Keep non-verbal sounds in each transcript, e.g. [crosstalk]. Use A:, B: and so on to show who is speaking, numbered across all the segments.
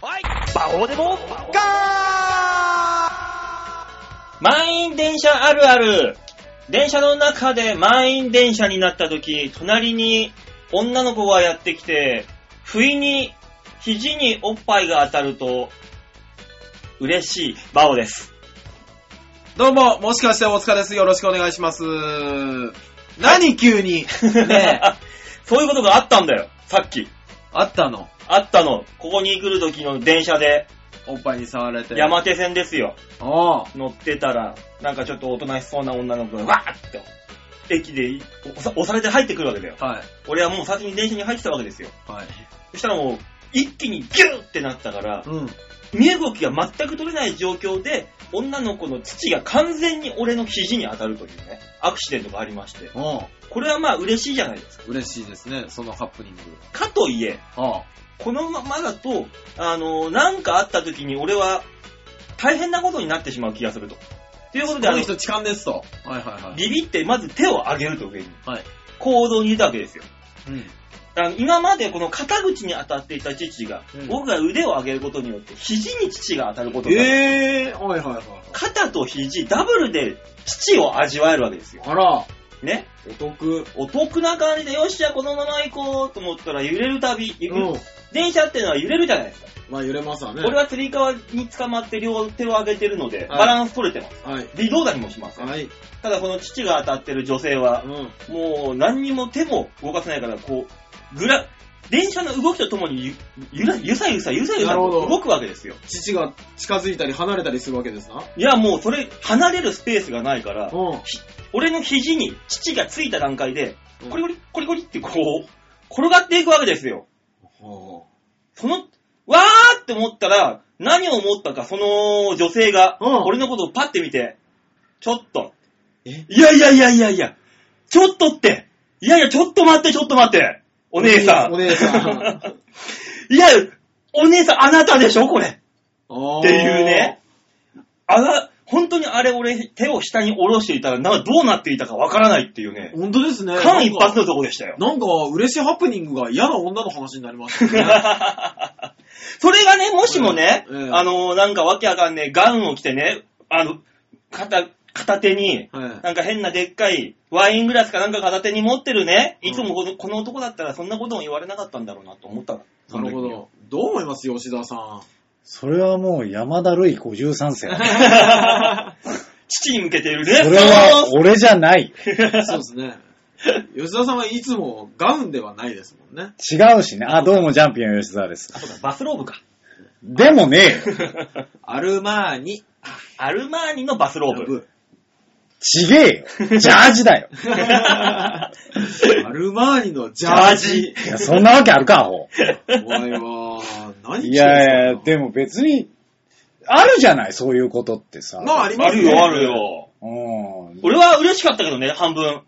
A: どうでもガー
B: 満員電車あるある。電車の中で満員電車になった時、隣に女の子がやってきて、不意に肘におっぱいが当たると、嬉しい、バオです。
C: どうも、もしかして大塚です。よろしくお願いします。何急に、ねえ、
B: [laughs] そういうことがあったんだよ、さっき。
C: あったの。
B: あったの。ここに来る時の電車で、
C: おっぱいに触れて。
B: 山手線ですよ。
C: おう
B: 乗ってたら、なんかちょっとおとなしそうな女の子が、わーって、駅で押さ押されて入ってくるわけだよ。
C: はい。
B: 俺はもう先に電車に入ってたわけですよ。
C: はい。
B: そしたらもう、一気にギューってなったから、
C: うん。
B: 身動きが全く取れない状況で、女の子の父が完全に俺の肘に当たるというね、アクシデントがありまして、
C: おう
B: これはまあ嬉しいじゃないですか。
C: 嬉しいですね、そのハプニング。
B: かといえ、
C: ああ
B: このままだと、あの、なんかあった時に俺は大変なことになってしまう気がすると。ということで、あ
C: こ
B: の
C: の、人痴漢ですと。はいはいはい。
B: ビビってまず手を上げると上に、
C: はい
B: 行動に出たわけですよ。
C: うん。
B: だから今までこの肩口に当たっていた父が、
C: うん
B: 僕が腕を上げることによって肘に父が当たることになる
C: ええー、はいはいはい。
B: 肩と肘ダブルで父を味わえるわけですよ。
C: あら、
B: ね。
C: お得。
B: お得な感じで、よっしゃ、このまま行こうと思ったら揺れるたび、
C: うん。
B: 電車っていうのは揺れるじゃないですか。
C: まあ揺れますわね。
B: 俺は釣り革に捕まって両手を上げてるので、
C: はい
B: バランス取れてます。
C: はい。
B: 微動だにもします。
C: はい。
B: ただこの父が当たってる女性は
C: う、ん。
B: もう何にも手も動かせないから、こう、ぐら、電車の動きとともにゆ、ゆら、ゆさゆさ、ゆさゆさ
C: なるほ
B: と
C: ど
B: 動くわけですよ。
C: 父が近づいたり離れたりするわけですな。
B: いや、もうそれ、離れるスペースがないから、
C: うん。
B: 俺の肘に父がついた段階で、
C: うん
B: コリコリ、コリコリってこう、転がっていくわけですよ。
C: ほ
B: その、わーって思ったら、何を思ったか、その女性が、
C: うん
B: 俺のことをパッて見て、ちょっと、
C: え
B: いやいやいやいやいや、ちょっとって、いやいや、ちょっと待って、ちょっと待って、お姉さん。
C: お姉さん
B: いや、お姉さん、あなたでしょ、これ。
C: う
B: っていうね。。あら、本当にあれ、俺、手を下に下ろしていたら、などうなっていたかわからないっていうね、
C: 本当ですね。
B: 間一髪のとこでしたよ。
C: なんか、嬉しいハプニングが嫌な女の話になりましたね。
B: [laughs] それがね、もしもね、
C: ええええ
B: あの、なんかわけわかんねえ、ガウンを着てね、あの、片、片手に、
C: はい
B: なんか変なでっかいワイングラスかなんか片手に持ってるね、いつもこのこの男だったらそんなことも言われなかったんだろうなと思ったの
C: なるほ。ど。どう思います吉沢さん。
D: それはもう山田るい53世。
B: 父に向けている
D: そ
B: ね。
D: れは俺じゃない。
C: そうです
B: [laughs]
C: ね。吉沢さんはいつもガウンではないですもんね。
D: 違うしね。あ、どうもジャンピオン吉沢です。
B: そうだバスローブか。
D: でもねえよ、
C: アルマーニ。
B: アルマーニのバスローブ。
D: ちげえよ。ジャージだよ。
C: アルマーニのジャージ。
D: いや、そんなわけあるか、アホ。
C: 怖いわー。何着てるん
D: い
C: ですか
D: やいや、でも別に、あるじゃない、そういうことってさ。
C: まあありま
B: あ
C: す
B: る
C: ね。
B: よ、ある。よ。
D: うん。
B: 俺は嬉しかったけどね、半分。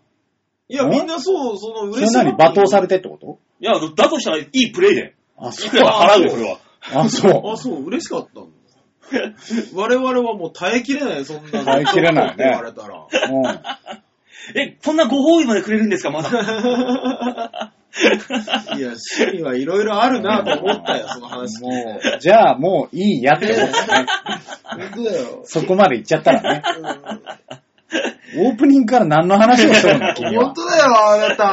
C: いや、みんなそう、その
D: そ
C: 嬉
D: れ
C: しいハプニ
D: なに
C: ング。
D: 罵倒されてってこと
B: いや、だとしたらいいプレイで。
D: あ、
B: い
D: そ
B: くら
D: う。
B: か払うよ、俺は。
D: あ、そ
C: あ、そう、嬉しかった
D: [laughs]
C: んだ。我々はもう耐えきれない、そんなの
D: 耐えきれないね
C: 言われたら。
D: う。うん。
B: え、そんなご褒美までくれるんですか、まだ。 [laughs]
C: いや、趣味はいろいろあるなと思った
D: [laughs]
C: よ、その話。
D: もう、じゃあもういいやってことですね。
C: 本当だよ。
D: そこまで行っちゃったらね。オープニングから何の話をしとるの君は
C: [laughs] 本。当だよ、あなた。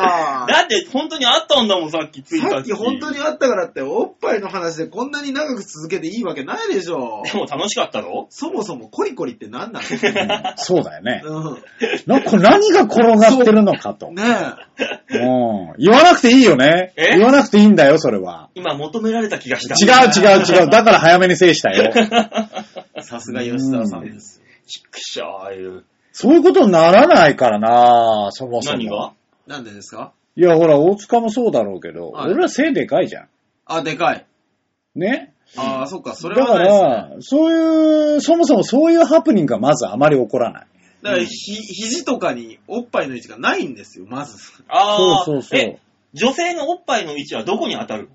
D: [laughs]
B: だって本当にあったんだもん、さっきツイッタ
C: さ
B: ー
C: っき本当
B: に。
C: にあったからって、おっぱいの話でこんなに長く続けていいわけないでしょ。
D: [laughs]
B: でも楽しかったろ
C: そもそもコリコリって何な
D: うんそうだよね。
C: の
D: [laughs]
C: うん。
D: なこれ何が転がってるのかと。うん
C: ねえ。
D: 言わなくていいよね。
B: え
D: 言わなくていいんだよ、それは。
B: 今求められた気がした。
D: 違う違う違う。だから早めに制し
C: [laughs]
D: たよ。
C: さすが吉沢さんです。
B: ちくしょう、ああいう。
D: そういうことにならないからなそもそも。
B: 何が
C: なんでですか
D: いや、ほら、大塚もそうだろうけど、
C: はい
D: 俺ら背でかいじゃん。
C: あ、でかい。
D: ね
C: ああ、そっか、それ
D: だ
C: は
D: か
C: ないですね。
D: ら、そういう、そもそもそういうハプニングがまずあまり起こらない。
C: だから、ひ、肘とかにおっぱいの位置がないんですよ、まず。
B: ああ、
D: そうそうそう
B: え、女性のおっぱいの位置はどこに当たるの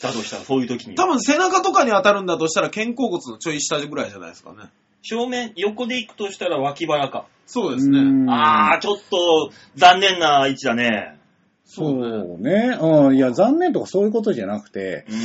B: だとしたら、そういう時に。
C: 多分背中とかに当たるんだとしたら肩甲骨のちょい下ぐらいじゃないですかね。
B: 正面、横で行くとしたら脇腹か。
C: そうですね。
D: うん
B: ああ、ちょっと、残念な位置だね。
C: そ
D: そう
C: ね。
D: うね。うん。いや、残念とかそういうことじゃなくて、
B: うん。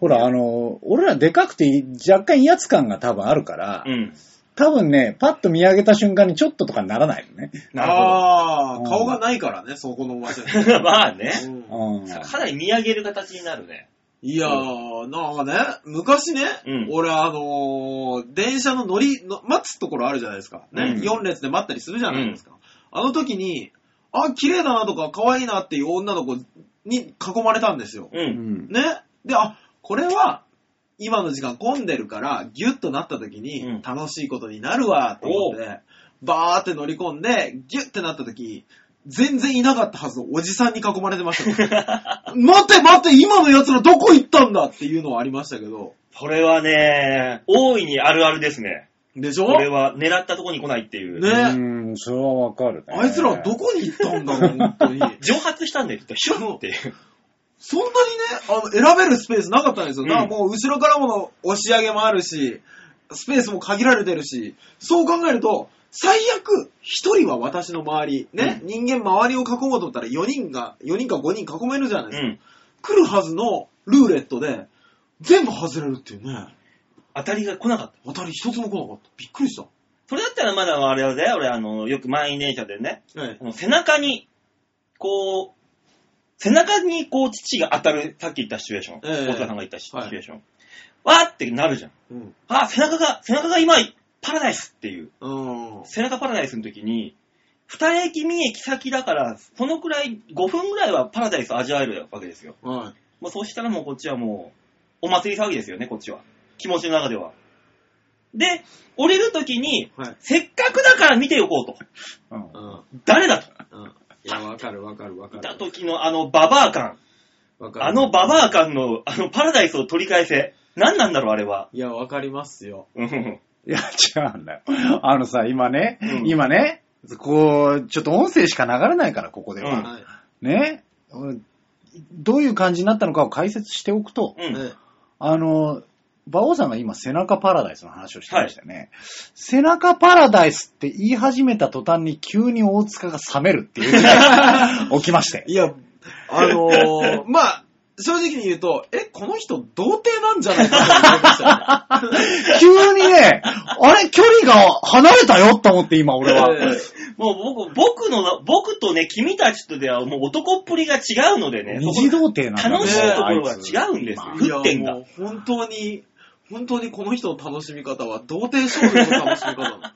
D: ほら、あの、俺らでかくて若干威圧感が多分あるから、
B: うん。
D: 多分ね、パッと見上げた瞬間にちょっととかならないよね。
B: なるほ
C: あ
D: う
C: あ、
D: ん
C: 顔がないからね、そこ
B: [laughs]
C: の場所に。
B: ど。まあね。
C: うん
D: うん。
B: かなり見上げる形になるね。
C: いやー、なんかね、昔ね、
B: うん
C: 俺あのー電車の乗りの、待つところあるじゃないですか。ね、
B: うん
C: 4列で待ったりするじゃないですか。あの時に、あ、綺麗だなとか、可愛いなっていう女の子に囲まれたんですよ。
B: う。
D: うんん。
C: ね。で、あ、これは、今の時間混んでるから、ギュッとなった時
B: うん
C: に、楽しいことになるわ、と思って、バーって乗り込んで、ギュッてなった時、全然いなかったはずのおじさんに囲まれて
B: [laughs]
C: ましたもん。待って待って、今の奴らどこ行ったんだっていうのはありましたけど。
B: これはね、大いにあるあるですね。
C: でし
B: こ
C: ょ
B: れは狙ったとこに来ないっていう。
C: ね
D: うん、それはわかるね。
C: あいつらどこに行ったんだろう、本当に。
B: 蒸発したんで、シュッっていう。
C: そんなにね、あの、選べるスペースなかったんですよ。
B: うん
C: だからもう後ろからもの押し上げもあるし、スペースも限られてるし、そう考えると、最悪、一人は私の周り、ね、人間周りを囲もうと思ったら4人が、4人か5人囲めるじゃないうですか。
B: ん。
C: 来るはずのルーレットで、全部外れるっていうね。
B: 当たりが来なかった。
C: 当たり一つも来なかった。びっくりした。
B: それだったらまだあれだよ、俺あの、よく満員電車でね、あの背中に、こう、背中にこう父が当たる、さっき言ったシチュエーション。
C: ええ
B: 大倉さんが言ったシチュエーション。わーってなるじゃん。
C: うん。
B: あ、背中が、背中が今、パラダイスっていう。
C: うん。
B: 背中パラダイスの時に、二駅三駅先だから、そのくらい、5分ぐらいはパラダイス味わえるわけですよ。
C: はい。
B: もうそうしたらもうこっちはもう、お祭り騒ぎですよね、こっちは。気持ちの中では。で、降りる時に、
C: はい。
B: せっかくだから見ておこうと。
D: うん
C: うん。
B: 誰だと。
C: うん。いや、わかるわかるわか
B: い
C: る。
B: た時のあのババア感。
C: わかる
B: あのババア感の、あのパラダイスを取り返せ。何なんだろう、あれは。
C: いや、わかりますよ。
B: うん。
D: いや、違うんだよ。あのさ、今ね、
B: うん
D: 今ね、こう、ちょっと音声しか流れないから、ここでは。
C: はい。
D: ね。うんどういう感じになったのかを解説しておくと、
B: うん。
C: ええ
D: あの、馬王さんが今背中パラダイスの話をしてましたよね。背中パラダイスって言い始めた途端に急に大塚が冷めるっていう事態が [laughs] 起きまして。
C: いや、あの
D: [laughs]
C: ー、まあ、正直に言うと、え、この人、童貞なんじゃないかと思いました
D: [laughs] 急にね、あれ、距離が離れたよと思って今俺は。
C: ね
B: もう僕、僕の、僕とね、君たちとではもう男っぷりが違うのでね。
D: 二次童貞なんだ
B: 楽
C: しいと
B: ころが
D: あ [laughs] いつ
B: 違うんですよ
D: 今
C: え
B: 降ってんだ
C: いや、もう、本当に、本当にこの人の楽しみ方は、童貞少女の楽しみ方だ。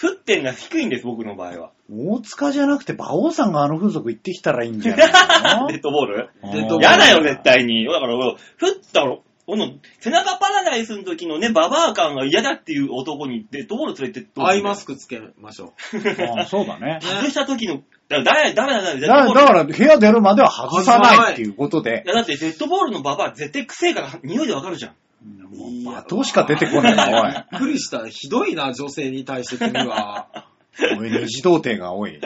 B: 沸点が低いんです、僕の場合は。
D: 大塚じゃなくて馬王さんがあの風俗行ってきたらいいんじゃな
B: [laughs]
D: いか
B: デッドボール
D: な。
C: デッドボール
B: やだよ、絶。対に。だから、俺沸ったろ。この、背中パラダイスの時のね、ババア感が嫌だっていう男にデッドボール連れてって
C: アイマスクつけましょ
D: あそうだ
B: [laughs]
D: ね。
B: 外した時の、だから誰、誰だ、誰
D: だ
B: だ、デッドボール
D: だから、部屋出るまでは外さないっていうことで
B: い、やだってデッドボールのババア絶対臭いから匂いでわかるじゃん。
C: う。
D: も
C: いうや
D: 罵倒しか出てこない。
C: びっくりした。ひどいな、女性に対して君は。
D: おい、おい二次童貞が多い。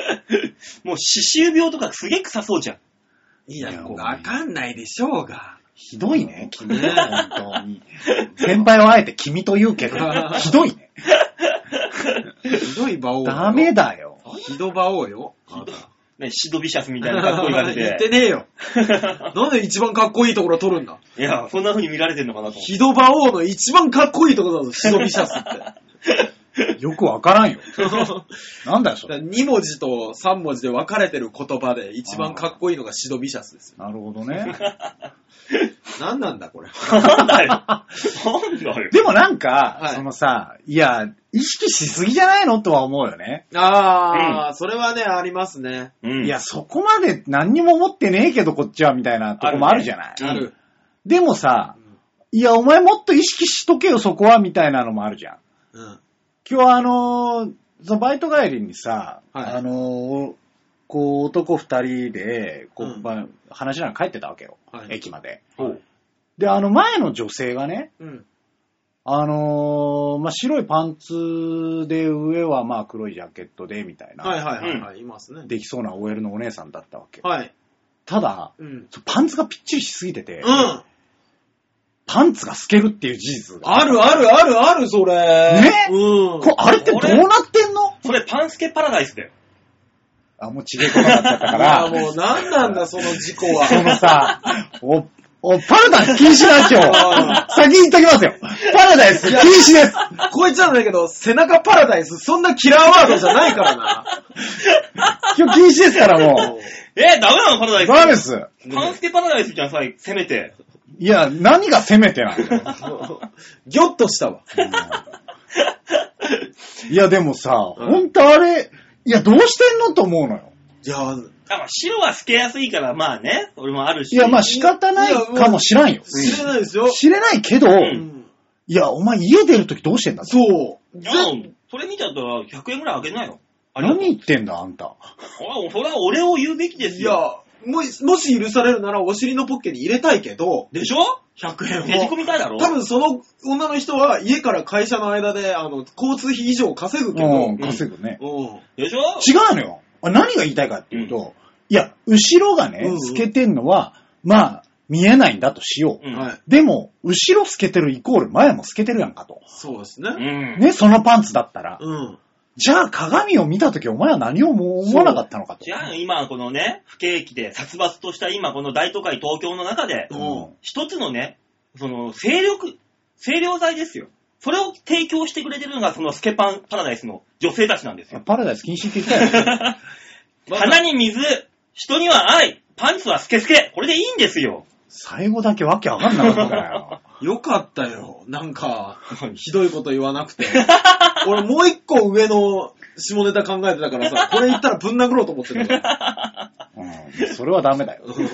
B: もう歯周病とかすげえ臭そうじゃん。
C: い
D: [laughs] いや
C: や、
D: ごめん
C: わかんないでしょうが。
D: ひどいね、君。本当に。先輩はあえて君と言うけど、ひどいね。
C: ひどい場を。
D: ダメ。だよ。
C: ひど場をよ。あなた
B: ね、シドビシャスみたいな格好いい感じ
C: 言
B: で
C: っ。てねえよ。なんで一番かっこいいところ取るんだ
B: [laughs] いや、そんな風に見られてんのかなと思って。
C: ヒドバ王の一番かっこいいところだぞ、シドビシャス
D: [laughs]
C: って。
D: よくわからんよ。
C: [laughs]
D: なんだ
B: [laughs]
D: よ、それ。
C: 2文字と3文字で分かれてる言葉で一番かっこいいのがシドビシャスですよ。
D: なるほどね。
C: 何なんだこれ。
B: なんだよ。なんだよ。
D: でもなんか、
C: はい
D: そのさ、いや、意識しすぎじゃないのとは思うよね。
C: あー、それはね、ありますね。
B: うん。
D: いや、、そこまで何にも思ってねえけど、こっちは、みたいなとこもあるじゃない。
B: うん
C: ある。
D: でもさ、いや、お前もっと意識しとけよ、そこは、みたいなのもあるじゃん。
C: うん。
D: 今日はあのーそのバイト帰りにさ、
C: はい
D: あのーこう、男二人で、こう、
C: うん
D: まあ話しながら帰ってたわけよ、
C: はい
D: 駅まで。
B: ほう。
D: で、あの、前の女性がね、
C: うん。
D: あのーまあ、白いパンツで、上はまあ黒いジャケットで、みたいな、
C: はいはいはいはい、いますね。
D: できそうな OL のお姉さんだったわけ。
C: はい。
D: ただ、
C: うん。
D: そうパンツがぴっちりしすぎてて、
C: うん。
D: パンツが透けるっていう事実が。
C: あるあるあるある、それ。
D: ね
C: うん。
D: こあれってどうなってんの
B: それパンスケパラダイスだよ。
D: あ、もうちげえことになっちゃったか
C: [laughs] いや、
D: ら。 [laughs]
C: もう何なんだ、その事故
D: そ
C: は。
D: のさ、お、おパラダイス禁止だ、今日。先に言っときますよ。パラダイス禁止です。
C: こいつらのだけど、背中パラダイス、そんなキラーワードじゃないから
D: [laughs]
C: な。
D: 今日禁止ですから、も
B: え、ダメなのパラダイ
D: う。
B: ス。
D: ダメです。
B: パンスケパラダイスじゃん、さ、せめて。
D: いや、何がせめてなんだよ。
C: ギョッとしたわ。
D: いや、でもさ、
C: うん
D: ほんとあれ、いや、どうしてんのと思うのよ。
C: いや、
B: あまあ、白は透けやすいから、まあね、俺もあるし。
D: いや、まあ仕方ないかもしらんよ。
C: 知れないですよ。
D: 知れないけど、
C: うんん
D: いや、お前家出るときどうしてんだ
C: そう。
B: いやそれ見ちゃったら100円ぐらいあげないよ。あれ
D: 何言ってんだ、あんた。
B: おそれは俺を言うべきです
C: い
B: よ。
C: や、もし、もし許されるならお尻のポッケに入れたいけど、
B: でしょ
C: 100
B: ねじ
C: 円
B: 込
C: を。
B: みたいだろ
C: 多分その女の人は家から会社の間で、あの、交通費以上稼ぐけ
D: う
C: ど
D: ん、、稼ぐね。
C: うん。
B: でしょ
D: 違うのよ。あ何が言いたいかっていうと、いや、後ろが
C: うんう
D: ね、
C: ん
D: 透けてんのは、まあ、見えないんだとしよう。
B: うん
C: はい。
D: でも、後ろ透けてるイコール前も透けてるやんかと。
C: そうです
B: う
C: ね。
B: ん。
D: ね、そのパンツだったら。
C: うん。
D: じゃあ、鏡を見たときお前は何をも思わなかったのかと。
B: じゃあ、今このね、不景気で殺伐とした今この大都会東京の中で、
D: うん
B: 一つのね、その、清力、清涼剤ですよ。それを提供してくれてるのが、そのスケパンパラダイスの女性たちなんですよ。
D: パラダイス禁止って言ったよね。
C: まあ
B: 花に水、人には愛、パンツはスケスケ。これでいいんですよ。
D: 最後だけわけわかんなかったんだよ。
C: よかったよ。なんか、ひどいこと言わなくて。 [laughs] 俺もう一個上の下ネタ考えてたからさ、これ言ったらぶん殴ろうと思ってた [laughs] から。
D: うん、それはダメだよ。
C: うん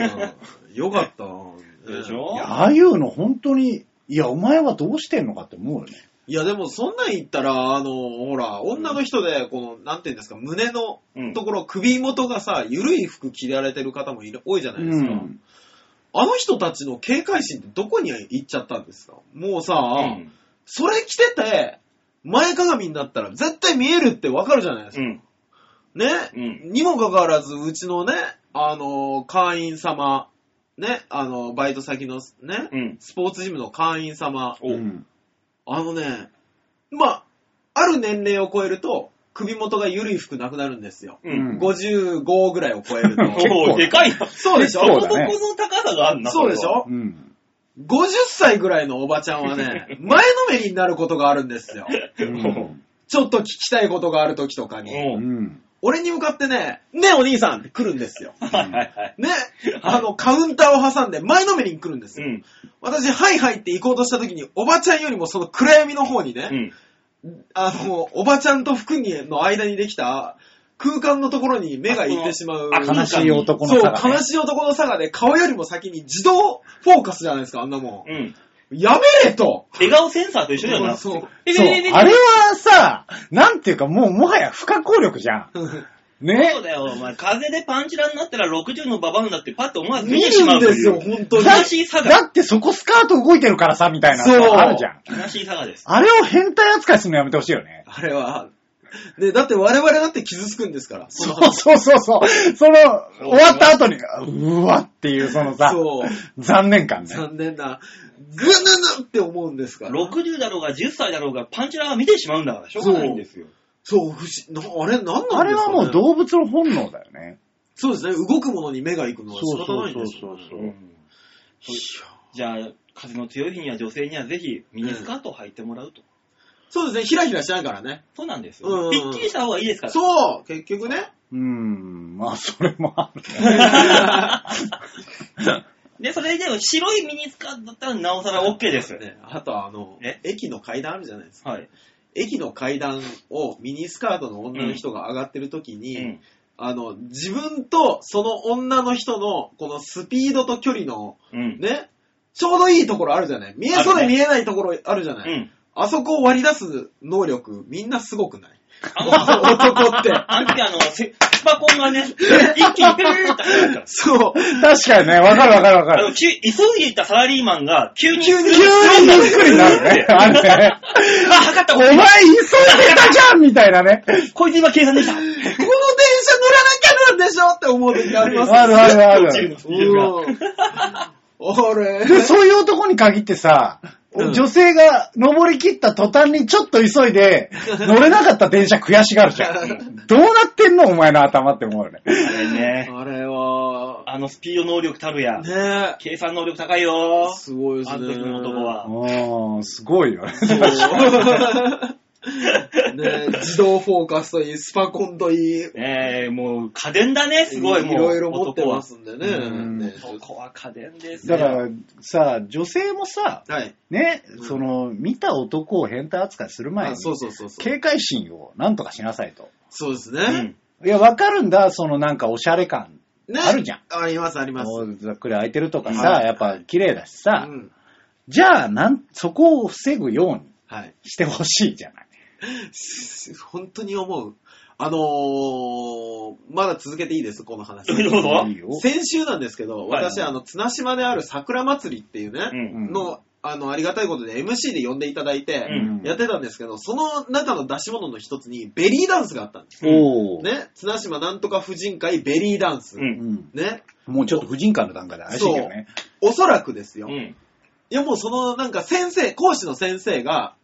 C: よかったな。
B: でしょ
D: いやああいうの本当に、いや、お前はどうしてんのかって思うよね。
C: いやでもそんなん言ったら、あの、ほら、女の人で、この、なんていうんですか、胸の
B: うん
C: ところ、首元がさ、ゆるい服着られてる方もいる多いじゃないですか。
D: うん
C: あの人たちの警戒心ってどこに行っちゃったんですかもうさ、
B: うん。
C: それ着てて、前鏡になったら絶対見えるってわかるじゃないで
B: う
C: すか。
B: ん。
C: ね、
B: う
C: にもかかわらず、うちのね、あの、会員様、ね、あの、バイト先のね、
B: うん。
C: スポーツジムの会員様、
B: お
D: うん
C: あのね、まあ、ある年齢を超えると、首元が緩い服なくなるんですよ。
B: うん。
C: 55ぐらいを超え [laughs] ると。
B: おお、でかいな。
C: そうでし
D: そ
C: ょ
D: うだね
B: そこの高さがあるな。
C: そうでしょ
D: うん。
C: 50歳ぐらいのおばちゃんはね、前のめりになることがあるんですよ。
B: これは
C: ちょっと聞きたいことがある時とかに。
B: お
D: う。
B: うん
C: 俺に向かってね、ねえお兄さんって来るんですよ。
B: はいはいはい。
C: ね、あの、カウンターを挟んで前のめりに来るんです
B: う
C: よ。
B: ん。
C: 私、はいはいって行こうとした時に、おばちゃんよりもその暗闇の方にね、
B: うん。
C: あの、おばちゃんと服の間にできた空間のところに目がいってしまう。
B: あこの
D: 悲しい男の
C: そ
D: 差
C: う、
D: がね
C: 悲しい男の差がね、顔よりも先に自動フォーカスじゃないですか、あんなも
B: うん。
C: ん。やめれと [laughs]
B: 笑顔センサーと一緒だよな。
C: そう。
B: え
D: そう。
B: えええ
D: あれはさ、なんていうかもうもはや不可抗力じゃん。ね
B: そう。だよ、お前。風邪でパンチラになったら60のババアになってパッと思わず
C: 見
B: てしま
C: るん
B: うと
C: です
B: い
C: よ、
B: う。
C: 本当に。
D: だ
B: 悲しい差
D: だ
B: が。
D: ってそこスカート動いてるからさ、みたいな
C: そう
D: のあるじゃん。
B: 悲しい差がです。
D: あれを変態扱いするのやめてほしいよね。
C: あれは。で、だって我々だって傷つくんですから。そ
D: そ
C: の
D: うそうそうそう。その、終わった後に、うわっていうそのさ、
C: そう。
D: 残念感ね。
C: 残念な。ぐぬぬって思うんですから。
B: 60だろうが10歳だろうがパンチラは見てしまうんだから、しょうがないんですよ。
C: そう、不思なあれ、なんなんですか、ね、
D: あれはもう動物の本能だよね。
C: そうですね、動くものに目が行くのは仕方ないんですよ。
D: そうそうそう
B: うんじゃあ、風の強い日には女性にはぜひミニスカートを履いてもらうと。
C: そうですね、ひらひらしないからね。
B: そうなんです
C: う
B: よ。
C: ん
B: びっきりした方がいいですから。
C: そう、結局ね。
D: うーん、まあ、それもある。
B: で、それでも白いミニスカートだったらなおさら OK です。
C: ねあとはあの
B: え、
C: 駅の階段あるじゃないですか。
B: はい。
C: 駅の階段をミニスカートの女の人が上がってる時
B: う
C: に、
B: ん。
C: あの、自分とその女の人のこのスピードと距離の
B: うん。
C: ね、ちょうどいいところあるじゃない見えそう
B: あ
C: で
B: るね
C: 見えないところあるじゃ
B: う
C: ない、
B: ん。
C: あそこを割り出す能力、みんなすごくない
B: あの、
C: [laughs] 男って。
B: あの時あの、せスパコンが
C: [laughs]
B: ね、一気にペーって入った。
C: そう。
D: 確かにね、わかるわかるわか
B: あ
D: る
B: の、。急急いでいたサラリーマンが、急に、
C: 急に
D: 急にびっくりになるね。あれね。
B: あ、測った
D: お前急いでたじゃんみたいなね。
B: こいつ今計算できた
C: この電車乗らなきゃなんでしょって思う時あります
D: あるあるあ
B: 落ちる
D: る
B: の。スピードが
C: [laughs] うん。あれ
D: で、そういう男に限ってさ、
C: うん
D: 女性が登り切った途端にちょっと急いで、乗れなかった電
C: [laughs]
D: 車悔しがるじゃん。どうなってんのお前の頭って思うよね。
B: あれね。
C: あれは、
B: あのスピード能力たるや。
C: ね
B: 計算能力高いよ
C: え。。すごいです
B: あ
C: ね。
B: の時の男。は。
D: ああ、すご
C: [laughs]
D: いよね。
B: [laughs]
C: ねえ自動フォーカスといい、スパコンといい、
B: ええもう家電だね、すごい、もう。。
C: いろいろ持ってますすんでね。
D: うん
C: ね
B: そこは家電です
D: だ
B: よ。
D: からさ、女性もさ、
C: はい。
D: ね
C: う、ん
D: その、見た男を変態扱いする前
C: あ
D: に、
C: そうそうそうそう。
D: 警戒心をなんとかしなさいと。
C: そうです
B: う
C: ね。
B: ん。
D: いや、わかるんだ、そのなんかおしゃれ感。
C: ね
D: あるじゃん。
C: あります、あります。
D: も
C: う
D: うざっくり空いてるとかさ、
C: はい
D: やっぱ綺麗だしさ、
C: ん。
D: じゃあなん、そこを防ぐように
C: はい。
D: してほしいじゃない。
C: 本当に思う。あのー、まだ続けていいです、この話。
B: どうぞ。
D: いいよ
C: 先週なんですけど、
B: はい
C: 私、あの、綱島である桜祭りっていう
B: う
C: ね、
B: ん。
D: うん
C: の、あの、ありがたいことで MC で呼んでいただいて、
D: うん
C: やってたんですけど、その中の出し物の一つに、ベリーダンスがあったんです。
D: おー、
C: ね、綱島なんとか婦人会ベリーダンス。
B: うん
D: うん
C: ね、
D: もうちょっと婦人会の段階で怪しいけどね。
C: おそらくですよ。
B: う
C: い
B: ん。
C: や、もうその、なんか先生、講師の先生が、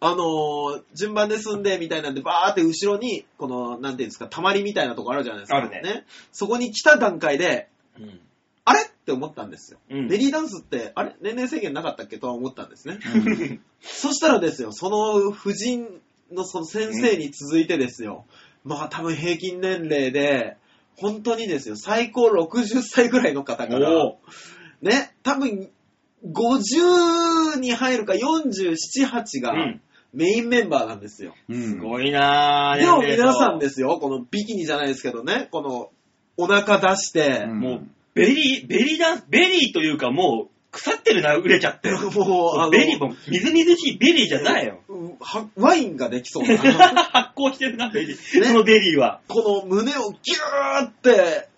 C: あのー順番で進んで、みたいなんで、バーって後ろに、この、なんていうんですか、たまりみたいなとこあるじゃないですか。
B: あるね
C: そこに来た段階で、
B: うん。
C: あれって思ったんですよ。
B: うん
C: ベリーダンスって、あれ年齢制限なかったっけとは思ったんですね。
D: うん
C: そしたらですよ、その夫人のその先生に続いてですよ、まあ多分平均年齢で、本当にですよ、最高60歳ぐらいの方から
B: お、
C: ね、多分50に入るか47、8が
B: うん
C: メインメンバーなんですよ。
D: うん
B: すごいなぁ。。
C: でも皆さんですすよ、このビキニじゃないですけどね、このお腹出して、
D: うん
B: もう、ベリー、ベリーダンス、ベリーというかもう、腐ってるな、売れちゃって。
C: もう、あの、
B: ベリー、もうみずみずしいベリーじゃないよ。
C: うんはワインができそうな。
B: 発酵してるな、ベリー。
C: ね
B: そのベリーは。
C: この胸をギューって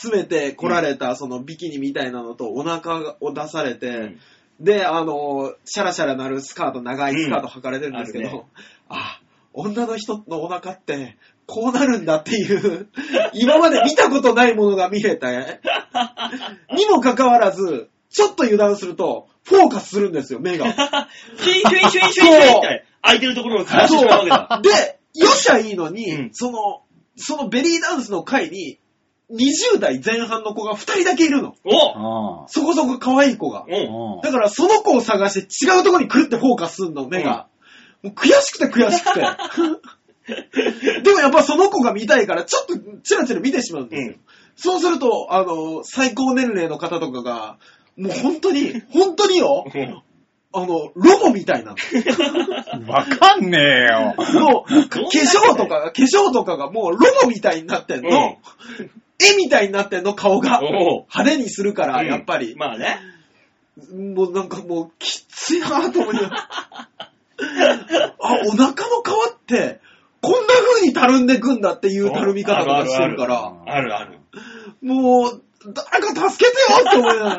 C: 集めて来られた、そのビキニみたいなのとお腹を出されて、
B: ん
C: で、あの、シャラシャラなるスカート、長いスカート履かれてるんですけ
B: う
C: ど、
B: んある
C: あ、女の人のお腹って、こうなるんだっていう、 [laughs] 今まで見たことないものが見れた
B: [laughs]
C: ね。にもかかわらず、ちょっと油断すると、フォーカスするんですよ、目が。
B: シュインシュインシュインシュインシュインって、空いてるところを探してしまうわけだ。
C: で、よしゃいいのに、
B: うん
C: その、そのベリーダンスの回に、20代前半の子が2人だけいるの。
B: お
D: あ
C: そこそこ可愛い子が。
B: お
D: ー
C: だからその子を探して違うところにくるってフォーカスすんの、目が。もう悔しくて悔しくて。でもやっぱその子が見たいから、ちょっとチラチラ見てしまうんです
B: う
C: よ。
B: ん
C: そうすると、あの、最高年齢の方とかが、もう本当に、本当によ、あの、ロボみたいなの。
D: うんわかんねえよ。
C: もう、化粧とかが、化粧とかがもうロボみたいになってん
B: うん
C: の、絵みたいになってんの、顔が。
B: おう
C: 派手にするから、やっぱり。
B: まあね。
C: もうなんかもう、きついなぁと思い
B: [laughs]
C: ながらあ、お腹の皮って、こんな風にたるんでくんだっていうたるみ方とかしてるから、
B: あるある。
C: もう、誰か助けてよって思いながら。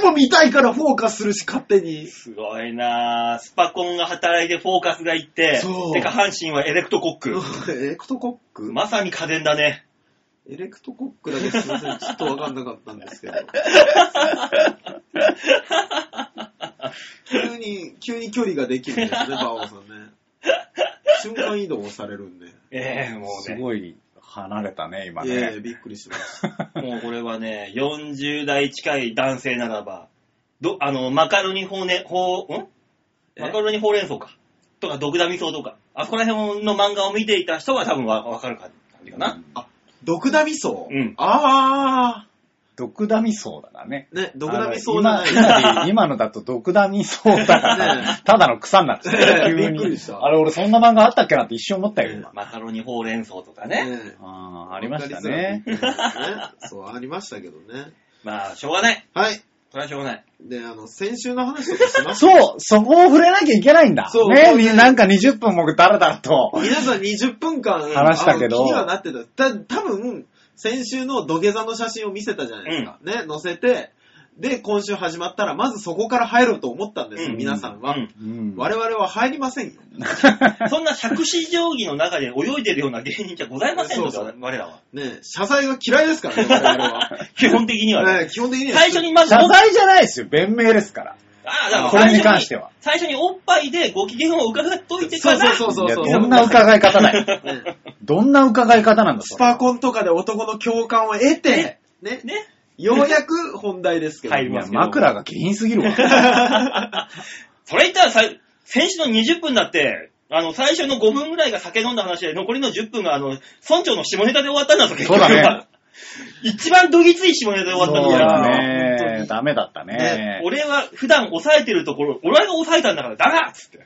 C: でも見たいからフォーカスするし、勝手に。
B: すごいなぁ。スパコンが働いてフォーカスがいって
C: そ、う
B: てか半身はエレクトコック。
C: エ [laughs] レクトコック
B: まさに家電だね。
C: エレクトコックだけすいません、ちょっとわかんなかったんですけ
D: [laughs]
C: ど。急に、急に距離ができるんですね、バオさんね。瞬間移動をされるんで。
B: ええもう
D: す
B: ね。
D: ごい離れたね、今
C: いやい
D: ね
C: や、。びっくりしました。
B: もうこれはね、40代近い男性ならば、ど、あの、マカロニほうね、ほう、ん
C: え
B: マカロニほうれん草か。とか、ドクダミソウとか。あそこら辺の漫画を見ていた人は多分わわかる感じかな。
C: 毒ダミソウ
B: うん
C: あ
D: 毒ダミソウだね。
C: ー。ね、毒
D: あ
C: ダ
D: の
C: ミソウじゃない。
D: 今今 [laughs] 今のだと毒ダミソウ
C: [laughs]
D: だから、ただの草になっちゃった。
C: ねえ
D: 急
C: びっくり
D: に
C: した
D: あれ、俺そんな漫画あったっけなって一瞬思ったよ、今。
B: マカロニほうれん草とかね。
C: ね
D: あ [laughs] あ、ありましたね。。
C: わかりづらくねそう、ありましたけどね。
B: まあ、しょうがない。
C: はい。
B: それはしょうがない。
C: で、あの、先週の話とかしました
D: そう、そこを触れなきゃいけないんだ。
C: そう
D: ね
C: そう
D: み
C: ね
D: んななんか20分もだらだらと。
C: [laughs] 皆さん20分間
D: 話したけど
C: あの気にはなってた。た多分先週の土下座の写真を見せたじゃないですか。ね、載せて、で、今週始まったら、まずそこから入ろうと思ったんですよ、
B: うん
C: 皆さんは、
B: うん
D: うん
C: 我々は入りませんよ。
B: そんな尺子定規の中で泳いでるような芸人じゃございませんので
C: そうそう
B: 我らは。
C: ね、謝罪が嫌いですからね、我々
B: 基本的には
C: は。
B: ね。
C: ね、基本的には。
B: 最初にまず、
D: 謝罪じゃないですよ。弁明ですから。
B: ああ、だから
D: こ
B: 最
D: れ
B: 初
D: に関しては。
B: 最初におっぱいでご機嫌を伺っといて
C: そ
B: か
C: うそう
B: ら、
C: そうそう
D: いや
C: そう。
D: どんな伺い方
C: [laughs]
D: だよ。
C: ね
D: どんな伺い方なんだ、
C: ス
D: それ
C: パコンとかで男の共感を得て、ね、
B: ね、
C: ようやく本題ですけど。
B: 入り
D: い
B: ま
D: や、
B: すけど。
D: 枕が下品すぎ
C: [laughs]
D: るわ。
B: それ言ったらさ、先週の20分だって、あの、最初の5分ぐらいが酒飲んだ話で、残りの10分が、あの、村長の下ネタで終わったんだぞ、結局は
D: そうだね。
B: 一番どぎつい下ネタで終わったん
D: そう
B: だか
D: だ
B: ら、
C: 本当
D: ね
C: に。
D: ダメだったね。
B: 俺は普段抑えてるところ、俺が抑えたんだから、だがっつって。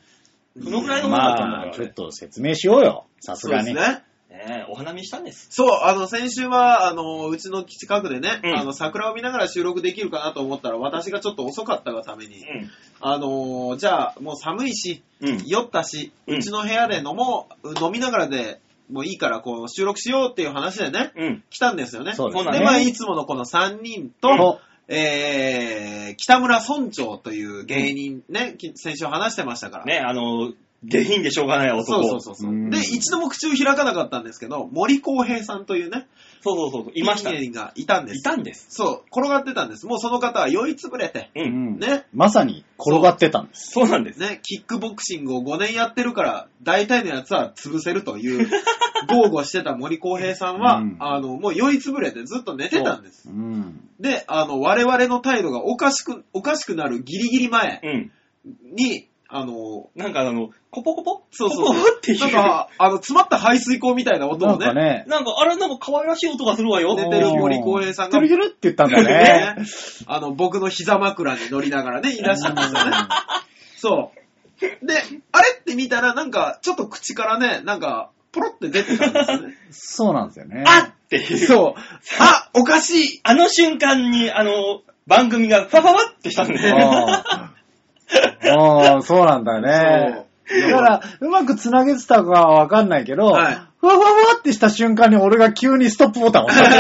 B: このぐらいのもんだったんだか
D: まあ、
B: ら
D: ちょっ
B: ね。
D: と説明しようよ。さす
C: そう
D: が
C: です
D: に。
C: ね。
B: ねえお花見したんです。
C: そう、あの、先週は、あの、うちの近くでね、
B: うん
C: あの、桜を見ながら収録できるかなと思ったら、私がちょっと遅かったがために、あのーじゃあ、もう寒いし、
B: うん。うん。
C: 酔ったし、
B: うん
C: うちの部屋で飲もう、飲みながらでもういいから、こう、収録しようっていう話でね、
B: うん。
C: 来たんですよね。
D: そう
B: ですね
C: で、まあ、いつものこの3人と、
D: と、
C: えー、北村村長という芸人ね、き先週話してましたから。
B: ね、あの、下品でしょうがない男。
C: そうそうそうそうう。
D: ん
C: で、一度も口を開かなかったんですけど、森公平さんというね、
B: そうそうそうそう。いました。
C: ピン
B: い
C: 芸人がいたんです。
B: たんです。
C: そう、転がってたんです。もうその方は酔いつぶれて、
B: う。
D: うんん
C: ね、
D: まさに転がってたんです。
B: そうなんです。
C: ね、キックボクシングを5年やってるから、大体のやつは潰せるという、豪語してた森公平さんは、
D: うん
C: あの、もう酔いつぶれてずっと寝てたんです
D: う。ん。
C: で、あの、我々の態度がおかしく、おかしくなるギリギリ前
B: うん。
C: に、あの、
B: なんかあの、コポコポ
C: そうそう
B: コポコっていう。
C: なんか、あの、詰まった排水口みたいな音
D: な
C: を
D: んか
C: ね、
D: ね、
B: なんか、あれなんか可愛らしい音がするわよ。
C: 寝てる森公平さんが
D: ひるひるって言ったんだね。
C: [laughs] ねあの、僕の膝枕に乗りながらね、いらっしゃったんですよね。そう。で、あれって見たら、なんか、ちょっと口からね、なんか、ポロって出てたんですよね。
D: そうなんですよね。
B: [laughs] あっていう。
C: [laughs] そう。あ、おかしい
B: あの瞬間に、あの、番組がファファファってしたんで。
D: あーあー、そうなんだね。だから、うまく繋げてたかはわかんないけど、
C: はい
D: ふわふわふわってした瞬間に俺が急にストップボタンを押した。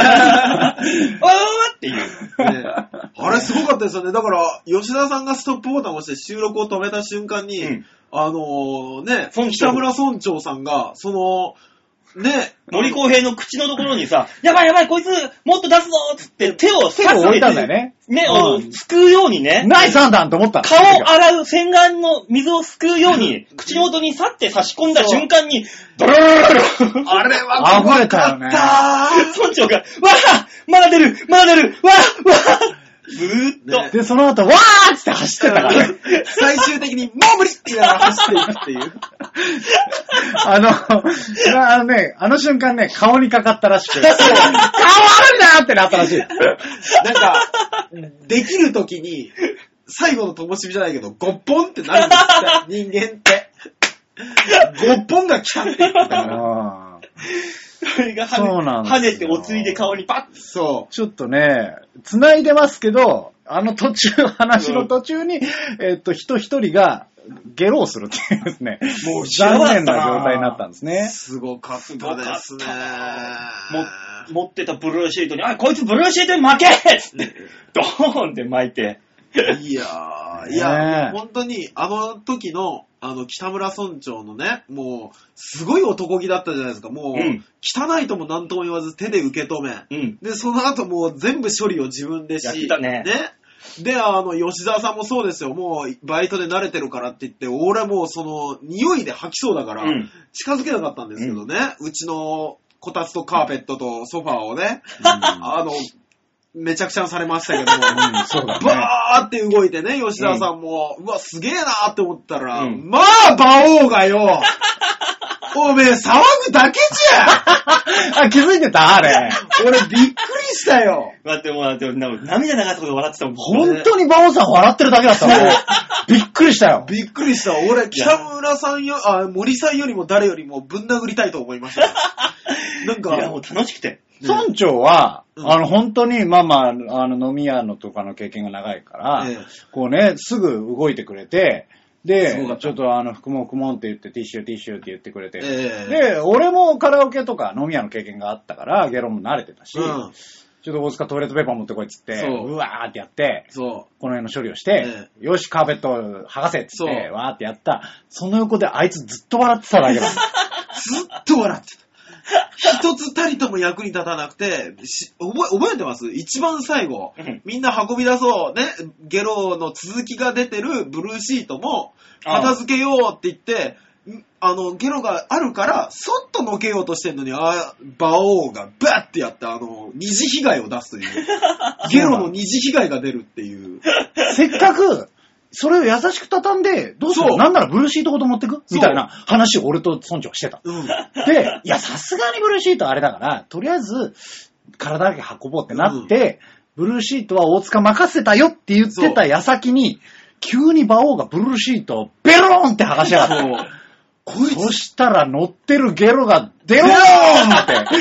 B: わ
C: [laughs]
B: わわっていう。
C: ね
B: [laughs]
C: あれすごかったですよね。だから、吉田さんがストップボタンを押して収録を止めた瞬間に、
B: うん
C: あのね、
B: 村長
C: 北村村長さんが、その、
B: [laughs]
C: ね、
B: 森公平の口のところにさ、やばいやばい、こいつ、もっと出すぞっつって手を、手
D: 手を置いたんだよ。ね。
B: ね、
D: うん
B: あの、すくうようにね。
D: ナイス判断と思ったの
B: 顔を
D: [laughs]
B: 洗う洗顔の水をすくうように、口元にさって差し込んだ瞬間に、ドロロロロロ
C: あれは
D: 暴
C: 怖
D: れた
C: か
D: よ
C: っ
D: ね
C: た
B: 村長が、わあまだ出るまだ出るわあわあずーっと、
C: ね
D: で、その後、わーっつって走ってたからね。
C: 最終的に、もう無理って言いながら走っていくっていう。
D: あの、あのね、あの瞬間ね、顔にかかったらしく、顔あるなーってなったらしい。
C: なん [laughs] か、できるときに、最後の灯火じゃないけど、ごっぽんってなるん [laughs] ですって、人間って。ごっぽんが来たって言ってたから。
D: うん
B: それが跳
D: そうなん
B: ね
D: ですよ
B: 跳ねておついで顔にパッ
C: そ
D: ちょっとね、繋いでますけど、あの途中、話の途中に、えっと、人一人が、ゲロをするっていうですね、
B: もう
D: 残
B: 知らなかっ
D: 念な
B: たな
D: 状態になったんです
C: う。
D: ね。
C: すごかったですね。
B: も持ってたブルーシートに、あ、こいつブルーシートに負けっつって、ドーンって巻いて、
C: いやー、
D: ねえ
C: いや、本当に、あの時の、あの、北村村長のね、もう、すごい男気だったじゃないですか。もう、
B: うん
C: 汚いとも何とも言わず手で受け止め。
B: うん。
C: で、その後もう全部処理を自分でし。
B: やってたね
C: で、あの、吉沢さんもそうですよ。もう、バイトで慣れてるからって言って、俺もうその、匂いで吐きそうだから、
B: うん
C: 近づけなかったんですけどね、うちの、こたつとカーペットとソファーをね、 [laughs] あの、めちゃくちゃにされましたけども、
D: うんそうだね。
C: バーって動いてね、吉沢さんも、うわ、すげえなーって思ったら、
B: うん
C: まあ、馬王がよ、おめえ騒ぐだけじゃん
D: [laughs] あ、気づいてたあれ。
C: [laughs] 俺びっくりしたよ。
B: 待ってもらって、なんか涙流すことで笑ってたもん。
D: 本当に馬王さん笑ってるだけだったの。びっくりしたよ。
C: びっくりした。俺、北村さんよ、あ、森さんよりも誰よりもぶん殴りたいと思い
B: [laughs]
C: ました。なん
B: いや、も
C: か
B: う、楽しくて。
D: 村長は、
C: うん
D: あの、本当に、まあまあ、あの、飲み屋のとかの経験が長いから、
C: ええ
D: こうね、すぐ動いてくれて、
C: すごかった、
D: でちょっとあの、服も服もんって言って、ティッシュティッシュって言ってくれて、
C: ええ
D: で、俺もカラオケとか飲み屋の経験があったから、ゲロも慣れてたし、
C: うん、
D: ちょっと大塚トイレットペーパー持ってこいっつって、
C: そう
D: うわーってやって、
C: そ
D: この辺の処理をして、
C: え
D: よし、カーペット剥がせっつっ
C: そ
D: て、
C: う
D: わーってやった。その横であいつずっと笑ってただけだ。
C: う。ずっと笑ってた。一つたりとも役に立たなくて、し覚え覚えてます一番最後
B: うん、
C: みんな運び出そう、ね、ゲロの続きが出てるブルーシートも、
B: ああ
C: 片付けようって言って、んあの、ゲロがあるから、そっとのけようとしてんのに、あ馬王がバッってやって、あの、二次被害を出す
B: [laughs]
C: という。ゲロの二次被害が出るっていう。
D: [laughs] せっかく、それを優しく畳んで、どうす
C: そ
D: る
C: う
D: なんならブルーシートごと持ってくみたいな話を俺と村長はしてた。
C: うん。 [laughs]
D: で、いや、さすがにブルーシートはあれだから、とりあえず、体だけ運ぼうってなって、ブルーシートは大塚任せたよって言ってた矢先に、急に馬王がブルーシートをベローンって剥がしやがった。
C: こい
D: そ
C: つ、
D: したら乗ってるゲロがデロー
C: [laughs]
D: ンって、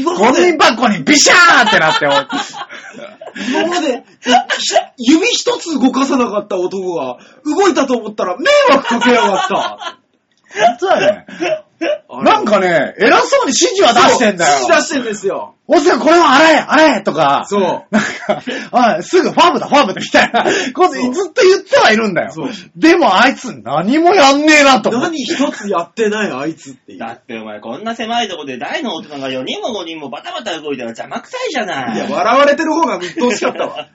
C: 今
D: ゴ
C: まで
D: ミ、箱にビシャーってなって、
C: [laughs] 今まで、ひ [laughs] 指一つ動かさなかった男が、動いたと思ったら迷惑かけやがった。
D: 実はね、なんかね、偉そうに指示は出してんだよ
C: そう。出してんですよ。
D: 大塚これは洗え洗えとか、
C: そう
D: [laughs] なんか、あすぐファームだ、ファームだ、みたいなことず
C: そう
D: っと言ってはいるんだよ
C: そう。
D: でもあいつ何もやんねえなと思って。
C: 何一つやってないあいつってい
D: [laughs]
C: う。
B: だってお前こんな狭いとこで大の大人が4人も5人もバタバタ動いたら邪魔くさいじゃない。
C: いや、笑われてる方が鬱陶しかった
D: [laughs]
C: わ。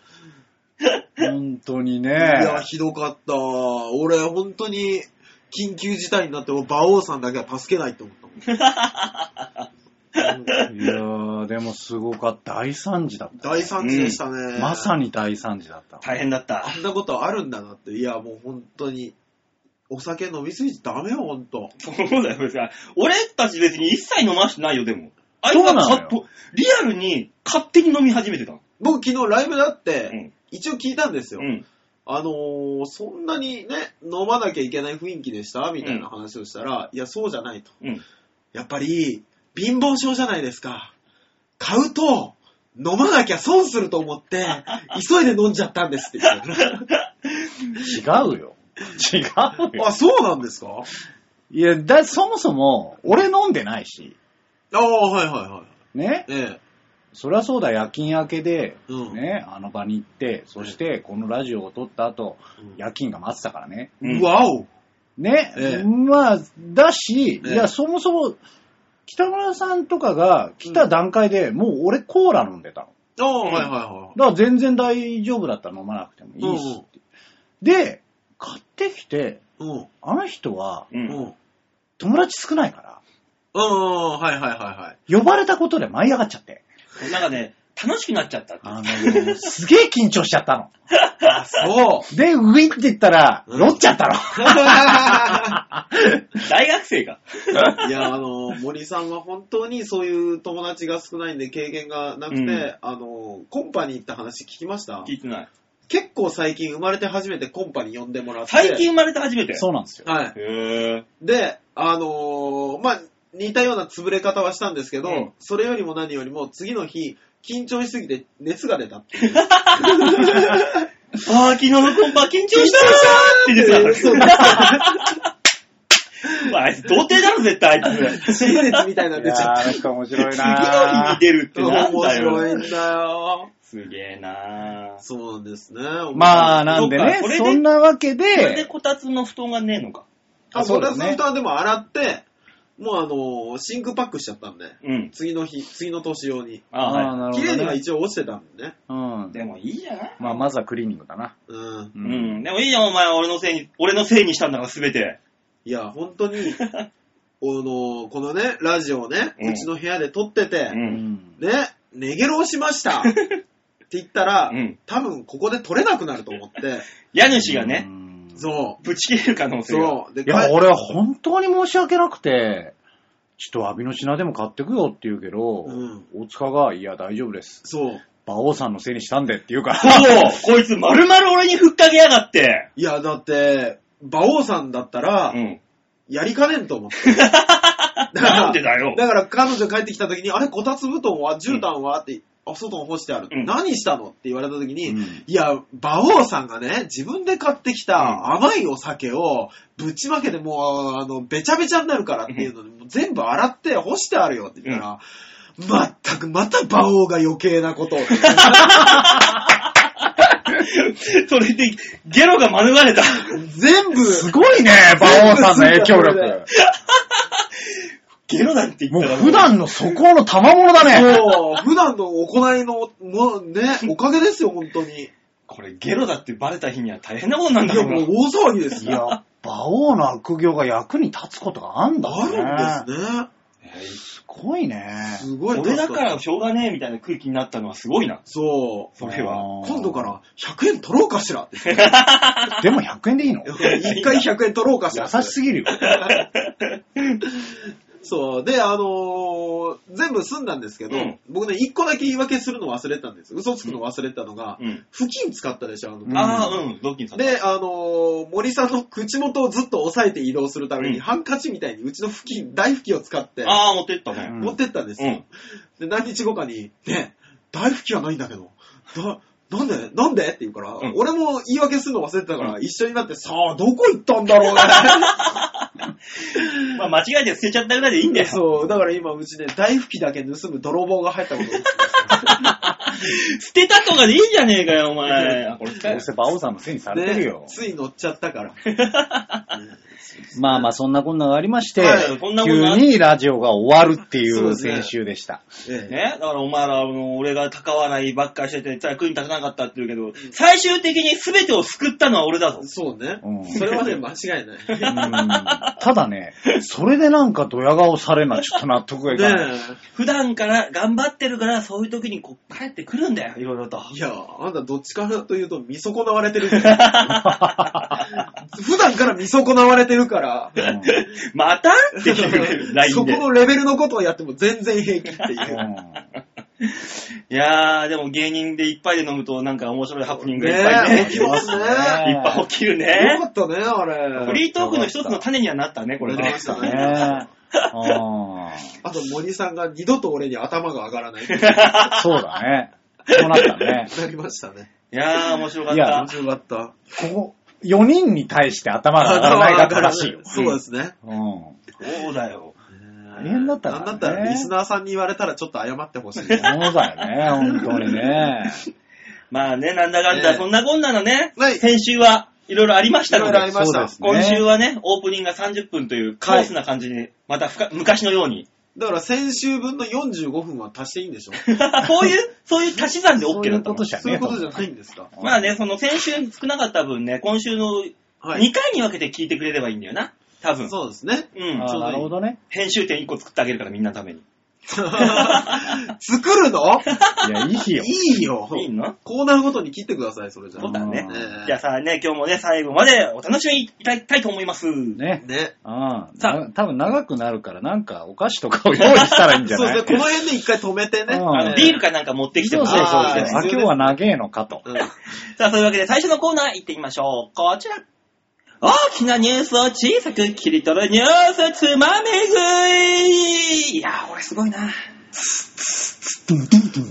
D: 本当に
C: いや、
D: ね。
C: ひどかった。俺、本当に、緊急事態になっても、馬王さんだけは助けないって思ったもん。うん
D: いやー、でもすごかった。大惨事だっ
C: 大惨事でしたね。
D: た。まさ
C: に。
D: に大惨事だった。
B: 大変だった。
C: あんなことあるんだなって。いや、もう本当に、お酒飲みすぎちゃダメよ、本当。
B: [laughs] そうだよ、別に。俺たち別に一切飲ましてないよ、でも。あいつ
D: そうな
B: が
D: のよ
B: 勝手リアルに勝手に飲み始めてたの。
C: 僕、昨日ライブだっ
B: う
C: て
B: ん、
C: 一応聞いたんですよ。
B: うん。
C: あのーそんなにね、飲まなきゃいけない雰囲気でしたみたいな話をしたら、いや、そうじゃないと。
B: うん。
C: やっぱり、貧乏症じゃないですか。買うと、飲まなきゃ損すると思って、 [laughs] 急いで飲んじゃったんですって言 [laughs] って
D: 違うよ。違うよ。
C: あ、そうなんですか
D: いや、だ、そもそも、俺飲んでないし、
C: ああ、はいはいはい。
D: ね。
C: ええ。
D: そりゃそうだ、夜勤明けで、
C: うん
D: ね、あの場に行って、そして、このラジオを撮った後、夜勤が待ってたからね。
B: うん
C: わお
D: ね、
C: ええ
D: まあ、だし、
C: ええ
D: いや、そもそも、北村さんとかが来た段階で、もう俺コーラ飲んでたの。
C: ああ、はいはいはい。
D: だから全然大丈夫だったら飲まなくてもいいしって。で、買ってきて、
C: うん。
D: あの人は
B: う。
C: うん。うんん。
D: 友達少ないから、
C: うん。はいはいは
D: 呼ばれたことで舞い上がっちゃって、
B: なんかね、楽しくなっちゃったって。
D: あの、 [laughs] すげえ緊張しちゃったの。
C: い [laughs] はい。あ、そう。
D: で、ウィンって言ったら、
C: うん
D: 酔っちゃったの。
B: 大学生が。
C: いや、あの、森さんは本当にそういう友達が少ないんで経験がなくて、
B: うん
C: あの、コンパに行った話聞きました
B: 聞いてない。
C: 結構最近生まれて初めてコンパに呼んでもらって。
B: 最近生まれて初めて。
D: [laughs] そうなんですよ。
C: はい。
B: へー
C: で、あのーまあ、似たような潰れ方はしたんですけど、
B: うん
C: それよりも何よりも次の日、緊張しすぎて熱が出たって。
B: ああ、昨日のコンパ緊張したーって [laughs]
C: そう
B: 言ってた。あいつ童貞だろ、絶対あい [laughs] つ。
C: 熱みたいなの出ちゃ [laughs] った。
D: の人面白い
B: 次の日に出るってなん
C: 面
B: だ
C: 白い
B: よ。
C: んだよ。
B: すげえなー
C: そうなんですね。
D: まあ、なんで
B: そっ
D: ね、
B: かそれで
D: そんなわけ
B: それで
D: で、
B: こたつの布団がねえのか。
C: あ、そ
D: そ
C: うう
D: で
C: ですす
D: ね
C: ね。本当はでも洗って、もうあのー真空パックしちゃったんで、
B: うん。
C: 次の日、次の年用に。
B: ああ、はい。
D: な
C: 綺麗には一応落ちてたんでね。
D: うん。
B: でもいいじゃない
D: まあ、まずはクリーニングだな。
C: うん。
D: う
B: うん。でもいいじゃん、お前。俺のせいに、俺のせいにしたんだから、すべて。
C: いや、本当
B: [laughs]
C: に、あの、このね、ラジオをね、
B: うん
C: うちの部屋で撮って
B: う
C: て、
B: ん。
C: ね、寝ゲロをしま
B: [laughs]
C: したって言ったら、
B: うん
C: 多分ここで撮れなくなると思って、
B: 家主がね、
D: うん
C: そ
B: ぶち切れる可能
C: う、
B: 性が。
C: そう、で、
D: いや、
C: 帰
D: 俺は本当に申し訳なくて、ちょっと詫びの品でも買ってくよって言うけど、
C: うん
D: 大塚が、いや、大丈夫です。
C: そう、
D: 馬王さんのせいにしたんでって言うから。
B: そうこいつ、まるまる俺にふっかけやがって。
C: いや、だって、馬王さんだったら、
B: うん。
C: やりかねんと思って。
B: [laughs]
C: だから
B: なんでだよ。
C: だから彼女帰ってきた時に、あれ、こたつ布団は絨毯はって、あ、外に干してある。
B: うん
C: 何したのって言われた時に、
D: うん
C: いや、馬王さんがね、自分で買ってきた甘いお酒を、ぶちまけてもう、あの、べちゃべちゃになるからっていうのに、もう全部洗って干してあるよって言ったら、まったく、また馬王が余計なことを。 [laughs]
B: それで、ゲロが免れた。
C: 全部、
D: すごいね、馬王さんの影響力。
B: ゲロなんて
D: も
B: 言
D: う
B: ったら。
D: 普段の素行の賜物だね。
C: もう、普段の行いの、もうね、おかげですよ、本当に。
B: これゲロだってバレた日には大変なことになるんだ
C: いや、
B: ろうな
C: もう大騒ぎです
D: い
C: よ。
D: や、馬王の悪行が役に立つことがあんだね。
C: あるん
D: ね。
C: ですね。
B: えー
D: すごいね。
C: すごい。
B: 俺だから。しょうがねえみたいな空気になったのはすごいな。
C: そう。
B: それは。
D: あー
C: 今度から100円取ろうかしらって。
D: でも100円でいいの優
C: 一回100円取ろうかしらって。
D: しすぎるよ。
C: そう。で、あのー全部済んだんですけど、
B: うん
C: 僕ね、一個だけ言い訳するの忘れてたんです。嘘つくの忘れてたのが、
B: うん。
C: 付近使ったでしょ、あの、
D: うん
B: ああ、うん、ドッキンさん。
C: で、あのー森さんの口元をずっと押さえて移動するために、
B: うん
C: ハンカチみたいにうちの付近、大拭きを使って、
B: ああ、持ってったね。
D: ん
C: 持ってったんです
B: う
C: よ
B: ん。。
C: で、何日後かに、ね、大拭きはないんだけど、だ、なんでなんでって言うから、
B: うん
C: 俺も言い訳するの忘れてたから、
B: う
C: 一緒になって、さあ、どこ行ったんだろうね。
B: まあ、間違えて捨てちゃったぐらいでいいんだよ。
C: そう、だから今、うちね、大拭きだけ盗む泥棒が入ったことです。
B: [laughs] 捨てたとかでいいじゃねえかよ、お前。あ、これ使え
D: どうせ馬王さんのせいにされてるよ
C: ね。つい乗っちゃったから。
D: まあまあ、そんなこんながありまして、
B: はいこんなこんな
D: 急にラジオが終わるってい
C: そう
D: う
C: ですね
D: 先週でした。
C: ええ
B: ね、だからお前ら、あの俺が高笑いばっかりしてて、役に立たなかったって言うけど、最終的に全てを救ったのは俺だぞ。
C: そうね。
D: うん
C: それはね、間違いない。
B: [laughs]
D: うんただね、それでなんかドヤ顔されるのはちょっと納得がいかない。
C: ね
B: 普段から頑張ってるから、そういう時にこう、帰ってくるんだよ、いろいろと。
C: え。いや、あんたどっちからというと見損なわれてるじゃん。 [laughs] 普段から見損なわれてるから、
D: う
B: またって言う、ライ
C: そ
B: ン [laughs]
C: こ
B: で。
C: のレベルのことをやっても全然平気ってい
D: ん
C: う。
B: いやー、でも芸人でいっぱいで飲むとなんか面白いハプニングがいっぱい
C: ねえ、
B: ね。
C: 起きますね。
D: ねえ
B: [laughs] いっぱい起きる
C: よか
B: ね。
C: ったね、あれ。
B: フリートークの一つの種にはなったね、これ
C: なり
B: ね
C: ま。した
D: うん
C: ね。
D: ねうん
C: あと森さんが二度と俺に頭が上がらない。
D: そうだね。そうなったね。
C: なりましたね。
B: [laughs] いやー、面白かっ
D: いや
B: た
C: 面。白かった。
D: ここ、4人に対して頭が上
C: [laughs]
D: がらないが正しいよ。
C: そうですね。
D: うん
B: そうだよ。
C: 大
D: 大変だったから
C: な
D: ね
C: んだったらリスナーさんに言われたらちょっと謝ってほしい。
D: [laughs] そうだよね、本当にね。
B: まあね、なんだかん
C: ね
B: だ、
C: え
B: そんなこんなのね
C: はい、
B: 先週はいろいろありましたの
C: いろいろあり
B: で、
C: ました
D: そうですね。
B: 今週はね、オープニングが30分というカオスな感じに、またふか昔のように。 [laughs]
C: だから先週分の45分は足していいんでしょ
B: そういう、そういう足し算で OK だったの
D: そういうことじゃ
C: そういうことじゃ
D: ねえ
C: ないんですか
B: まあね、その先週少なかった分ね、今週の2
C: はい。
B: 回に分けて聞いてくれればいいんだよな。多分。
C: そうですね。 [laughs]
B: うん。
D: あーなるほどね。
B: 編集点1個作ってあげるからみんなのために。
C: 作るの
D: いや、いいよ。
C: いいよ。
B: いいの
C: コーナーごとに切ってください、それじゃ
B: そ
C: あ。
B: うだね
D: う。
C: ん
B: じゃあさ、ね、今日もね、最後までお楽しみいただきたいと思います。
D: ね。
C: ね。
D: うん。
B: さあ
D: な多分長くなるから、なんかお菓子とかを用意したらいいんじゃ
C: そう
D: ない
C: ですね、この辺で一回止めてね。
D: うん
B: あの、ビールかなんか持ってきて
D: そ
B: も
D: う
B: ら
D: そうそうそう。
C: あー
D: あ、今日は長えのかと。
C: うん
B: さあ、そういうわけで最初のコーナー行ってみましょう。こちら。大きなニュースを小さく切り取るニュースつまみ食いいやー、俺すごいな。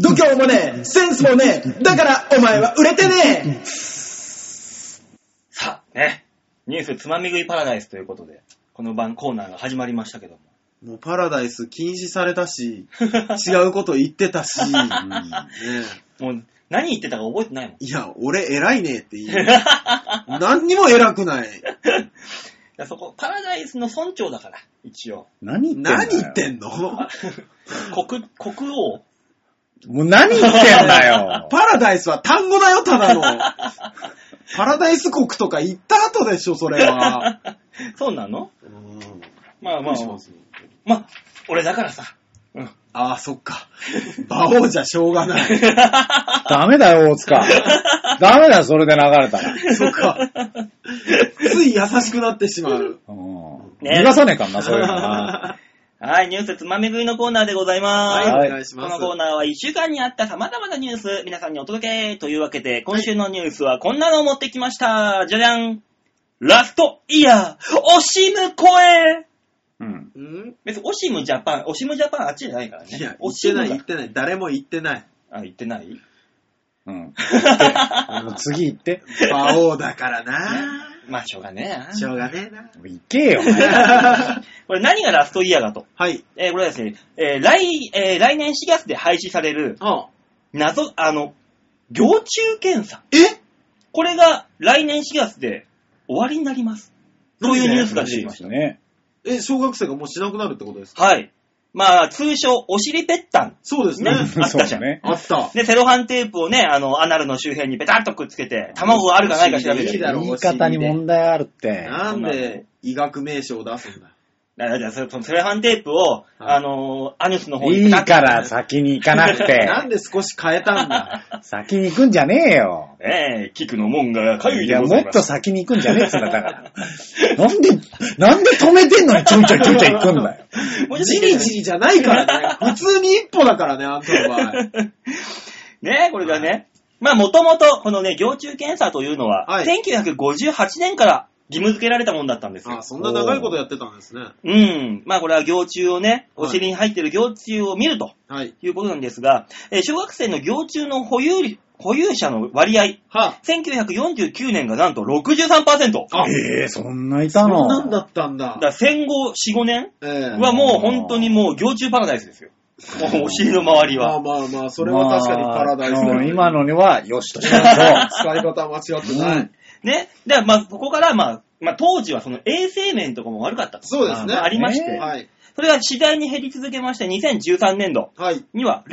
C: 度胸もねえ、センスもねえ、だからお前は売れてね
B: さあ、ね。ニュースつまみ食いパラダイスということで、この番コーナーが始まりましたけども。
C: えもうパラダイス禁止された
B: [laughs]
C: し、違うこと言ってたし、ねえ
B: もう、何言ってたか覚えてないもん。
C: いや、俺偉いねえって言う。何にも偉くない。
B: いやそこ、パラダイスの村長だから、一 [laughs] 応。
D: 何言ってんだよ
C: 何言ってんの
B: 国、国王
D: もう何言ってんだよ。
C: [laughs] パラダイスは単語だよ、ただの。パラダイス国とか行った後でしょ、そ
B: [laughs]
C: れは。
B: そうなの
C: うん
B: まあま
C: まあ
B: あ、まあ、俺だからさ。うん。
C: ああ、そっか。馬王じゃしょうがない。
B: [laughs]
D: ダメだよ、大塚。ダメだよ、それで流れたら。
C: そっか。つい優しくなってしまう。
D: うん。
B: ね
D: 逃がさねえかんな、そうい
C: [laughs]
D: うのな。
B: はい、ニュースつまみ食いのコーナーでございます。
C: はい、お願いし
B: こ
C: ま
B: の
C: す。
B: コーナーは1週間にあった様々なニュース、皆さんにお届けというわけで、今週のニュースはこんなのを持ってきました。じゃじゃんラストイヤーオシム声
D: うん。
C: うん
B: 別にオシムジャパン、オシムジャパンあっちじゃないからね。
C: いや、言
B: オ
C: っ
B: シ
C: てな
B: ム
C: い、
B: が
C: 言ってない。誰も言ってない。
B: あ、言ってない
D: うん。次行って。
C: 馬王だから [laughs] な。
B: まあ、しょうがねえな。
C: しょうがねえな。
D: 行けよ。
B: これ何がラストイヤーだと。
C: はい。
B: えーこれはですね、えー来、えー来年4月で廃止される、
C: あ
B: 謎、あの、行中検査。
C: え
B: これが来年4月で終わりになります。そういうニュースが出てきました。
D: ね。
C: え、小学生がもうしなくなるってことですか
B: はい。まあ、通称、お尻ぺったん。
C: そうですね。
B: ねあったじゃん
D: [laughs] そうね。
C: あった。
B: で、セロハンテープをね、あの、アナルの周辺にペタッとくっつけて、卵があるかないか調べ
C: いい
B: る。
C: だろ
D: 言い方に問題あるって。
C: なんで医学名称を出すんだ。
B: だからそのセロハンテープを、あの、アヌスの方に
D: い
B: ペ
D: い
B: タッと
D: か。ら先に行かなくて。
C: なんで少し変えたんだ。 [laughs]
D: 先に行くんじゃねえよ。
B: ええ菊の門がかゆい
D: い
B: で
D: や、
B: ご
D: も
B: ざ
D: っ
B: いま
D: と
B: す。
D: 先に行くんじゃねえっつうんだ、だから。なんで、なんで止めてんのにちょいちょいちょいちょい行くんだよ。
B: もっ
C: じりじりじゃないから [laughs] ね。普通に一歩だからね、あんたの場 [laughs] 合。
B: ねこれがね。まあ、もともと、このね、行中検査というのは、
C: はい
B: 1958年から義務付けられたもんだったんですよ
C: あ、。そんな長いことやってたんですね。
B: うん。まあ、これは行中をね、
C: はい
B: お尻に入ってる行中を見ると
C: はい。
B: いうことなんですが、えー小学生の行中の保有率保有者の割合、
C: は
B: 1949年がなんと63%。
C: あ、あ、
D: ええそんない
C: そ
D: た
C: ん
D: の。
C: なんだったんだ
B: だか。ら戦後4、5年
C: ええ
B: はもう本当にもう行中パラダイスですよ。もうお尻の周り
C: まあ
B: は。
C: まあまあ、それは確かにパラダイスだ
D: まあ
C: よ
D: うん
C: ね。
D: 今のには、よしとしまし
C: 使い方間違って
D: ょう。う
C: ない。
D: ん。
B: ね。で、まあ、ここから、まあ、まあ、当時はその衛生面とかも悪かったと。
C: そうですね。
B: まあありまして、
D: ね
C: はい。
B: それが次第に減り続けまして、2013年度
C: はい。
B: には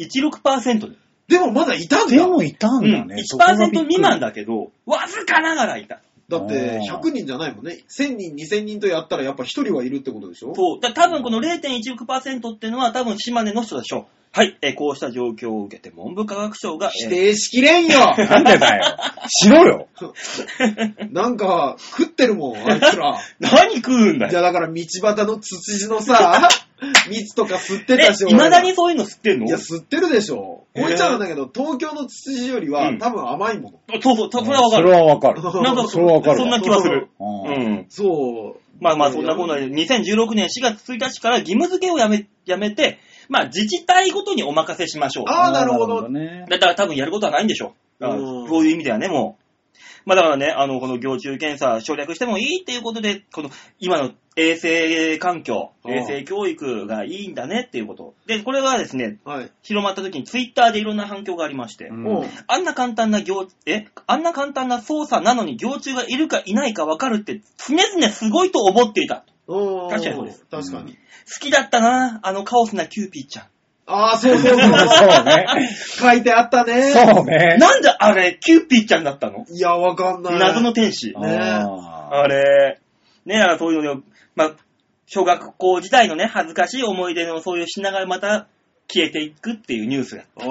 B: 0.16%に。
C: でもまだいた [laughs] ん
D: で
C: だ。
D: もいたんだね。そこがびっく
B: 1%
D: り
B: 未満。だけど、わずかながらいた。
C: だって、
D: あー
C: 100人じゃないもんね。1000人、2000人とやったらやっぱ1人はいるってことでしょ
B: そう。だ多分この0.16%ってのは多分島根の人でしょう。はい。えーこうした状況を受けて文部科学省が、
C: 否
B: えー
C: 定しきれんよ
B: [laughs]
D: なんでだよ。しろよ。
C: なんか、食ってるもん、あい
B: [laughs]
C: つら。
B: 何食うんだ
C: じゃ
B: よ。
C: あだから道端の土地の
B: [laughs]
C: さ、蜜とか吸ってたし、
B: え、未だにそういうの吸ってんの
C: いや、吸ってるでし
B: え
C: ょ。
B: ー
C: こいつらなんだけど、東京の土地よりは、
B: うん
C: 多分甘いもの。
B: そうそう、そそれはわか
D: そ
B: る。
D: れはわかる。
C: そ
B: なんか、
D: それはわかる
B: そんな気はする。
D: う
B: うんん。
C: そう。
B: まあまあ、そんなことで、2016年4月1日から義務付けをやめ、やめて、まあ、自治体ごとにお任せしましょう。
C: あーなるほど
D: ね。
B: だから多分やることはないんでしょう。だから
C: うん
B: そういう意味ではね、もう。まあだからね、あの、この行中検査省略してもいいっていうことで、この今の衛生環境、
C: うん
B: 衛生教育がいいんだねっていうこと。で、これはですね、
C: はい。
B: 広まった時にツイッターでいろんな反響がありまして、
D: うん
C: おう
B: あんな簡単な行、え、あんな簡単な操作なのに行中がいるかいないかわかるって常々すごいと思っていた。
C: おう
B: 確かにそうです。
C: 確かに。
B: 好きだったな、あのカオスなキューピーちゃん。
C: ああ、そうそうそう
D: そうね。
C: 書いてあったね。
D: そう [laughs] ね。
B: なんであれ、キューピーちゃんだったの
C: いや、わかんない。
B: 謎の天使。
C: ね
D: あー
B: あれ、ね、だからそういうのを、まあ、小学校時代のね、恥ずかしい思い出のそういうしながらまた消えていくっていうニュースが。
C: ああ、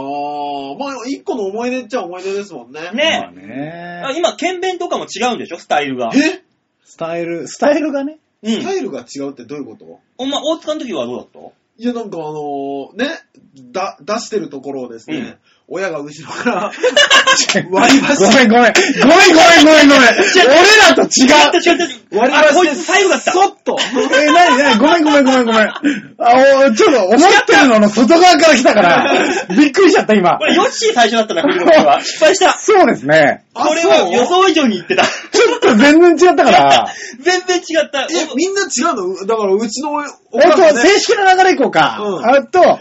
C: まあ、一個の思い出っちゃ思い出ですもんね。
B: ね
D: まあね
B: あ今、剣弁とかも違うんでしょスタイルが。
C: え
D: スタイル、スタイルがね。
B: う
C: スタ
B: ん。
C: イルが違うってどういうこと
B: お前、大塚の時はどうだっ
C: いや、なんかあのーね、だ、出してるところをですね、
B: うん
C: 親が後ろ
B: [laughs]
C: から、割り
D: ご
C: 箸、
D: めんごめん。ごめんごめんごめんごめん。俺らと違
B: た
D: う。
B: 違う違う違う。
C: 割り
B: あ、こい
C: 箸で
B: つ最後だった。
C: そっと、
D: え、なになにごめんごめんごめんごめん。あ、おちょっと思ってるのの外側から来たから、びっくりしちゃった今
B: こ。れ、ヨッシー最初だったな、この時は。失敗した。
D: そうですね。
C: あ
B: これは
C: そう
B: 予想以上に言ってた。 [laughs]
D: ちょっと全然違ったから。
B: 全然違った。
C: え、みんな違うのだから、うちのおお
D: えっ
C: 母
D: と、
C: さんね、
D: 正式な流れ行こうか。
C: うん
D: あと、あ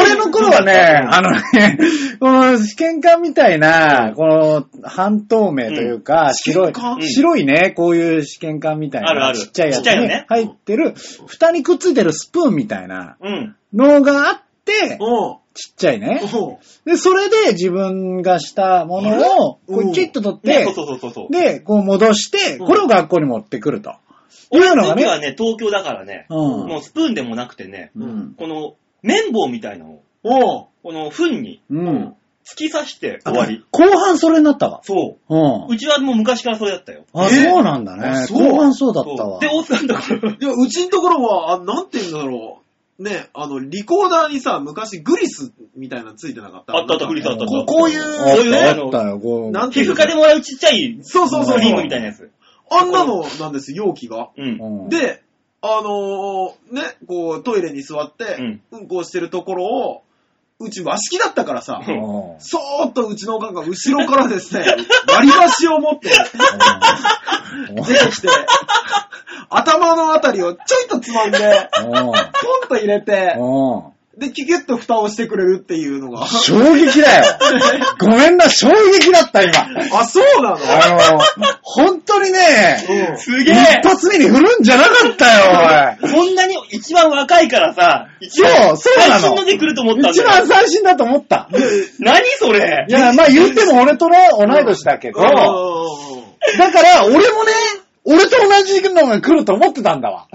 D: 俺の頃はね、あのね、この試験管みたいな、この半透明というか、
C: 試
D: 白
C: 験
D: い
C: 管、
D: 白いね、こういう試験管みたいな、
B: あるある
D: ちっちゃいやつ
B: ちっちゃい
D: に
B: のね
D: 入ってる、蓋にくっついてるスプーンみたいな
B: うん。
D: のがあって、
C: おう
D: ちっちゃいね。
C: おう
D: で、それで自分がしたものを、こ
C: うん
D: うキッと取っ
B: ね、
D: て
B: そう、そうそうそう。
D: で、こう戻して、
C: うん
D: これを学校に持ってくると。
B: 俺
D: い
B: の
D: うのが
B: 時は
D: ね、
B: ね、東京だからね、
D: うん
B: もうスプーンでもなくてね、
D: うん。
B: この綿棒みたいなのを、
C: おう
B: この糞に
D: うん。
B: 突き刺して終わり。
D: 後半それになったわ。
B: そうう。
D: ん。
B: うちはもう昔からそれだったよ。
D: あ、
C: え
D: そうなんだ
C: あ
D: ね。
C: そう
D: 後半そうだった
B: そう
D: わ
B: で、。大塚のところ。
C: いや、うちのところは、あなんて言うんだろう。ね、あの、リコーダーにさ、昔グリスみたいなのついてなかった
B: あったあった
C: なんか
B: グリスあったあった
C: こうこういう、
D: あっ
B: そういうね
D: た
B: あ
D: あ
B: の
D: ったよ、こう。
C: なん
B: 皮膚科でもらうちっちゃい、
C: そうそうそう
B: スリングみたいなやつ。
C: あんなのなんです、容器が。
B: うん。
D: うん、
C: で、あのーね、こう、トイレに座って、
B: う
C: うんん、こうしてるところを、うち和式だったからさ
B: う、ん
D: うん
C: そーっとうちのおかんが後ろからですね、 [laughs] 割り箸を持って、
D: うん
C: 出てきて、頭のあたりをちょいとつまんで、
D: うん
C: ポンと入れて、
D: うん
C: で、キュキュッと蓋をしてくれるっていうのが。
D: 衝撃だよ。ごめんな、衝撃だった、今。
C: あ、そうなの
D: あの、本当にね、
C: うん
B: すげ
D: 一
B: え
D: 発目に振るんじゃなかったよ、おい。
B: こんなに一番若いからさ、一
D: そう
B: 番
D: そうな
B: 最
D: の
B: 新ので来ると思ったんだ
D: 一
B: よ。
D: 番最新だと思った。
B: 何それ
D: いや、まあ言っても俺とね、同い年だけど、
C: うんうん
D: だ
C: うんうん
D: から俺もね、俺と同じのが来ると思ってたんだわ。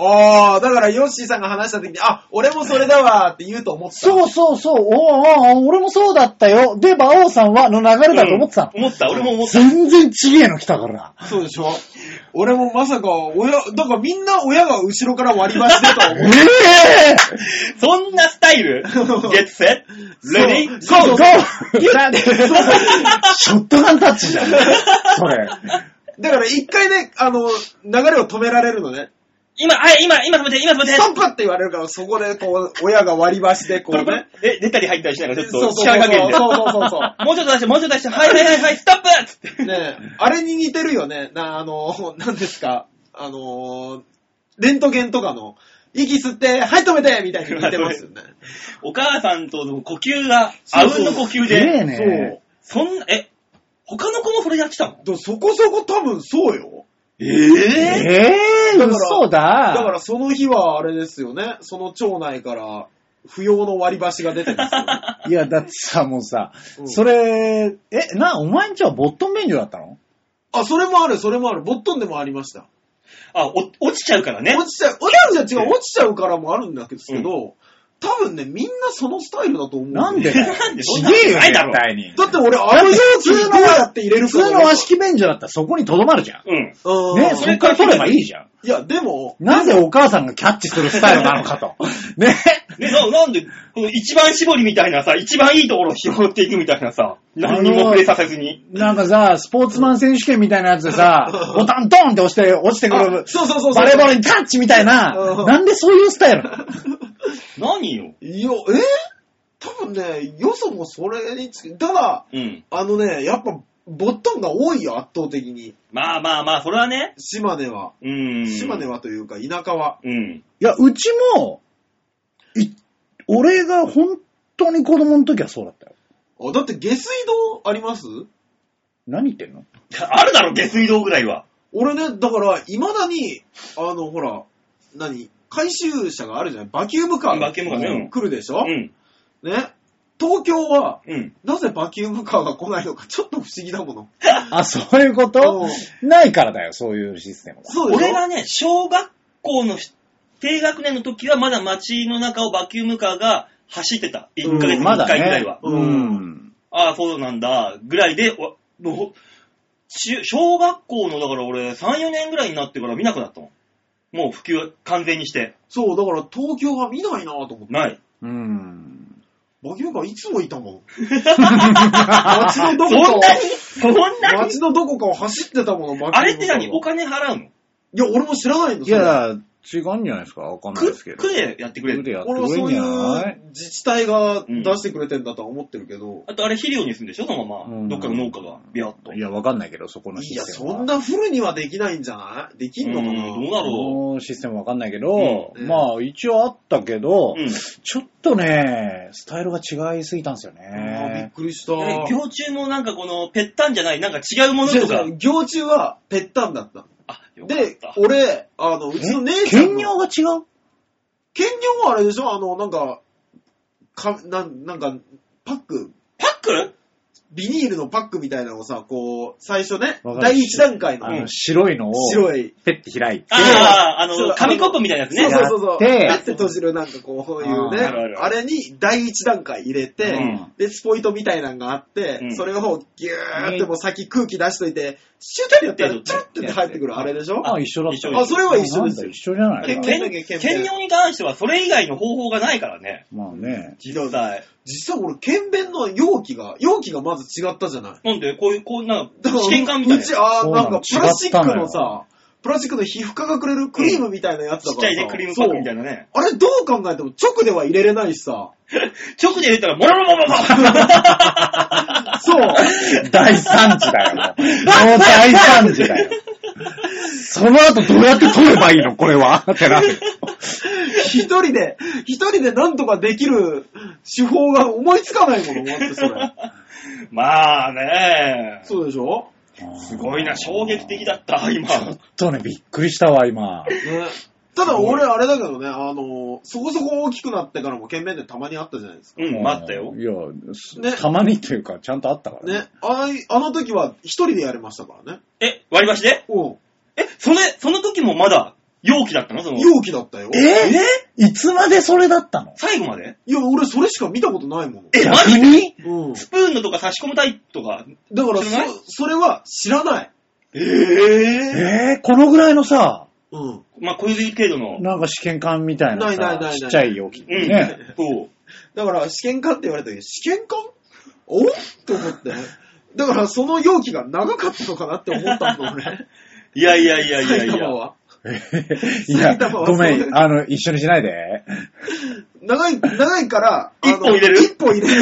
C: ああ、だからヨッシーさんが話した時に、あ、俺もそれだわって言うと思った。
D: そうそうそう、おーおーおー俺もそうだったよ。で、馬王さんは、の流れだと思ってたの。
B: うん思った、俺も思った。
D: 全然ちげえの来たから。
C: そうでしょ俺もまさか、親、だからみんな親が後ろから割り箸でとは
D: ええ
C: 思
D: [laughs]
C: う。
B: そんなスタイル ?Get set, ready,
D: そうそう
B: go!
D: だってショットガンタッチじゃん。それ。
C: だから一回ね、あの、流れを止められるのね。
B: 今、あ、今、今止めて、今止めて
C: ストップって言われるから、そこでこう、親が割り箸でこ
B: これ
C: う
B: こ
C: ね
B: れ。 [laughs] え、出たり入ったりしながら、ちょっ
C: そう
B: と
C: そうそう
B: 力加減で。
C: そうそうそうそう
B: もうちょっと出して、もうちょっと出して、はいはいはいはい、ストップつって。
C: ねえあれに似てるよね。な、あの、何ですか。あの、レントゲンとかの、息吸って、はい止めてみたいに似てますよね。
B: お母さんとの呼吸が、あうんの呼吸
D: そうそう
B: で。
D: えねえ
B: そう。そんな、え、他の子もそれやってたの
C: そう。そこそこ多分そうよ。
B: え
D: え
B: え
D: え
C: だから
D: 嘘
C: だか
D: だ。
C: らその日はあれですよね。その町内から、不要の割り箸が出てますよね。
D: いや、だってさ、もうさ、
C: うん
D: それ、え、な、お前んちはボットン便所だったの
C: あ、それもある、それもある。ボットンでもありました。
B: あ、お落ちちゃうからね。
C: 落ちちゃう、落ちちゃう、違う、落ちちゃうからもあるんだけど、多分ね、みんなそのスタイルだと思う。
D: なんで
C: だ
B: [laughs]
C: っ
D: だよ
B: なんで
D: ちげえよ、
B: ないだろ
D: 絶対に。
C: て俺、あの
D: だ
C: 容
D: って
C: 器どうやって入れる
D: 普
C: かわか
D: 通
C: ん
D: の
C: ない
D: 和式便所だったらそこに留まるじゃん。
B: うん。
C: うん
D: ね、そっから取ればいいじゃん。
C: いや、でも、
D: なぜお母さんがキャッチするスタイルなのかと。ね。
B: で、な、なんで、この一番絞りみたいなさ、一番いいところを拾っていくみたいなさ、何にも触れさせずに。
D: なんかさ、スポーツマン選手権みたいなやつでさ、ボタンドーンって押して、落ちてく
C: あ
D: る、
C: そうそうそうそう。
D: バレーボールにタッチみたい
C: うん
D: な、なんでそういうスタイルなの
B: 何よ。
C: よ、え多分ね、よそもそれにつただ、
B: うん。
C: あのね、やっぱ、ボットンが多いよ、圧倒的に。
B: まあまあまあ、それはね。
C: 島根は。
B: うん。
C: 島根はというか、田舎は。
B: うん。
D: いや、うちも、い、俺が本当に子供の時はそうだったよ。
C: あ、だって下水道あります
D: 何言ってんの
B: あるだろ、下水道ぐらいは。
C: 俺ね、だから、未だに、あの、ほら、何回収車があるじゃないバキュームカーが
B: バキュームカーねうん
C: 来るでしょ、
B: うん。
C: ね東京は、
B: うん。
C: なぜバキュームカーが来ないのか、ちょっと不思議だもの。
D: あ、そういうことないからだよ、そういうシステムが。
C: そうでしょ
B: 俺がね、小学校のし低学年の時はまだ街の中をバキュームカーが走ってた。1ヶ月に1回ぐらいは。
C: う
D: うんん。
B: ああ、そうなんだ、ぐらいで、わもうほ中小学校の、だから俺、3、4年ぐらいになってから見なくなったもん。もう普及は完全にして。
C: そう、だから東京は見ないなと思って。
B: ない。
D: うん。
C: バキュームカーいつもいたも
B: [laughs]
C: ん。街のど
B: そんな
C: こ
B: に
C: か
B: そん
C: を、
B: なに
C: 街のどこかを走ってたもの、バキュームカーが
B: あれって何お金払うの
C: いや、俺も知らないんだ、
D: いや、違うんじゃないですかわかんない
B: く
D: ですけど。
B: 区でやってくれ
D: 区で
B: る。
D: やって
C: 俺
D: く
C: は
D: れ
C: そ
D: ん
C: う
D: じ
C: い
D: ゃないう
C: 自治体が出してくれてんだとは思ってるけど、
B: あとあれ肥料にするんでしょそのまま。
D: うん
B: どっかの農家が。ビャッと。
D: いや、わかんないけど、そこの
C: い
D: シ
C: や、
D: ステムは。
C: そんなフルにはできないんじゃないできんのかな、
B: うんどうだろ
D: このシステムわかんないけど、
C: うん
D: まあ一応あったけど、
B: う。うん。
D: ちょっとね、スタイルが違いすぎたんですよ
C: あーびっ
D: ね。
C: くりした。
B: え行中もなんかこの、ぺったんじゃない、なんか違うもの
C: 違う
B: とか
C: 違。う行中はぺったんだった。
B: あ、よかっ
C: で
B: た、。
C: 俺、あの、うちの姉ちゃんの。
D: 兼業が違う
C: 兼業はあれでしょあの、なんか、か、なん、なんか、パック、
B: パック
C: ビニールのパックみたいなのをさ、こう、最初ね
D: わ、かる
C: 第一段階
D: あ
C: の
D: の、白いのを、
C: 白い。
D: ペッて開いて、
B: ああ、あ
C: そう
B: の、紙コップみたいなやつ
C: そう
B: ね。
C: そうそうそう。
D: やって
C: やって閉じるなんかこう、こういうね、
D: あー
C: あ
B: あるある
C: れに第一段階入れて、
B: うん
C: で、スポイトみたいなのがあって、
B: うん
C: それをギューってもう先空気出しといて、シュッてやったら、チュッて入ってくるあれでしょ
D: あ、一緒だっ
B: 一緒
D: た。
B: あ
C: それは一緒ですよ
D: なんだ一緒じゃな
B: で
D: い
C: うん
D: か
C: け
B: 兼
C: うん
B: 兼業に関してはそれ以外の方法がないからね。
D: まあね。
B: 実際。
C: 実は俺、剣弁の容器が、容器がまず違ったじゃない。
B: なんで、こういう、こう、なん
C: だ
B: か
C: から、
B: 試験管みたいな。
C: う
B: ち
C: ち、あ
D: そ
C: ー
D: うな
C: な
D: の
C: んかプラスチック
D: 違
C: の
D: ったの
C: さ、プラスチックの皮膚科がくれるクリームみたいなやつだ
B: っ
C: か
B: ちゃ
C: ら
B: い
C: さ。
B: ね、クリームパックみた
C: そう
B: いなね。
C: あれどう考えても直では入れれないし
B: [laughs]
C: さ。
B: 直で入れたら、ボロボロボロボロ
C: そう。
D: 大惨事
C: [laughs]
D: だよ、もう。もう大惨
C: [laughs]
D: 事だよ。その後どうやって取ればいいのこれはってなる。
C: 一人で、一人でなんとかできる手法が思いつかないもの、だってそ
B: [laughs]
C: れ。
B: まあね
C: そうでしょ
B: すごいな、衝撃的だった、今。
D: ちょっとね、びっくりしたわ、今。
C: ね。ただ俺あれだけどね、あの、そこそこ大きくなってからも懸命でたまにあったじゃないですか。
B: うん、待ったよ。
D: いや、
C: ね
D: たまにっていうか、ちゃんとあったからね。
C: ね。あいあの時は一人でやりましたからね。
B: え、割り箸で
C: うん。
B: え、それ、その時もまだ、容器だったのその、
C: 容器だったよ。い
D: えいつまでそれだったの
B: 最後まで
C: や、俺それしか見たことないもの。
B: え、マ
D: 逆
B: ジ
D: に
C: うん。
B: スプーンのとか差し込むタイプとか。
C: だから
B: 知らない
C: そ、それは知らない。
B: ええ
D: えー、このぐらいのさ、
C: うん。
B: まあ、小指程度の。
D: なんか試験管みたいな
C: ないない
D: さ
C: ないな、い
D: ちっちゃい容器
B: うん。
D: ね。
B: そう。
C: だから、試験管って言われた時、試験管おと思って。だから、その容器が長かったのかなって思ったの、俺。
B: いやいやいやいやい
C: 埼
B: や。
C: 玉は。
D: いや、
C: 埼玉は
D: ごめ
C: そうだ
D: ん、あの、一緒にしないで。
C: [laughs] 長い、長いから、あの
B: 一本入れる
C: 一本入れる。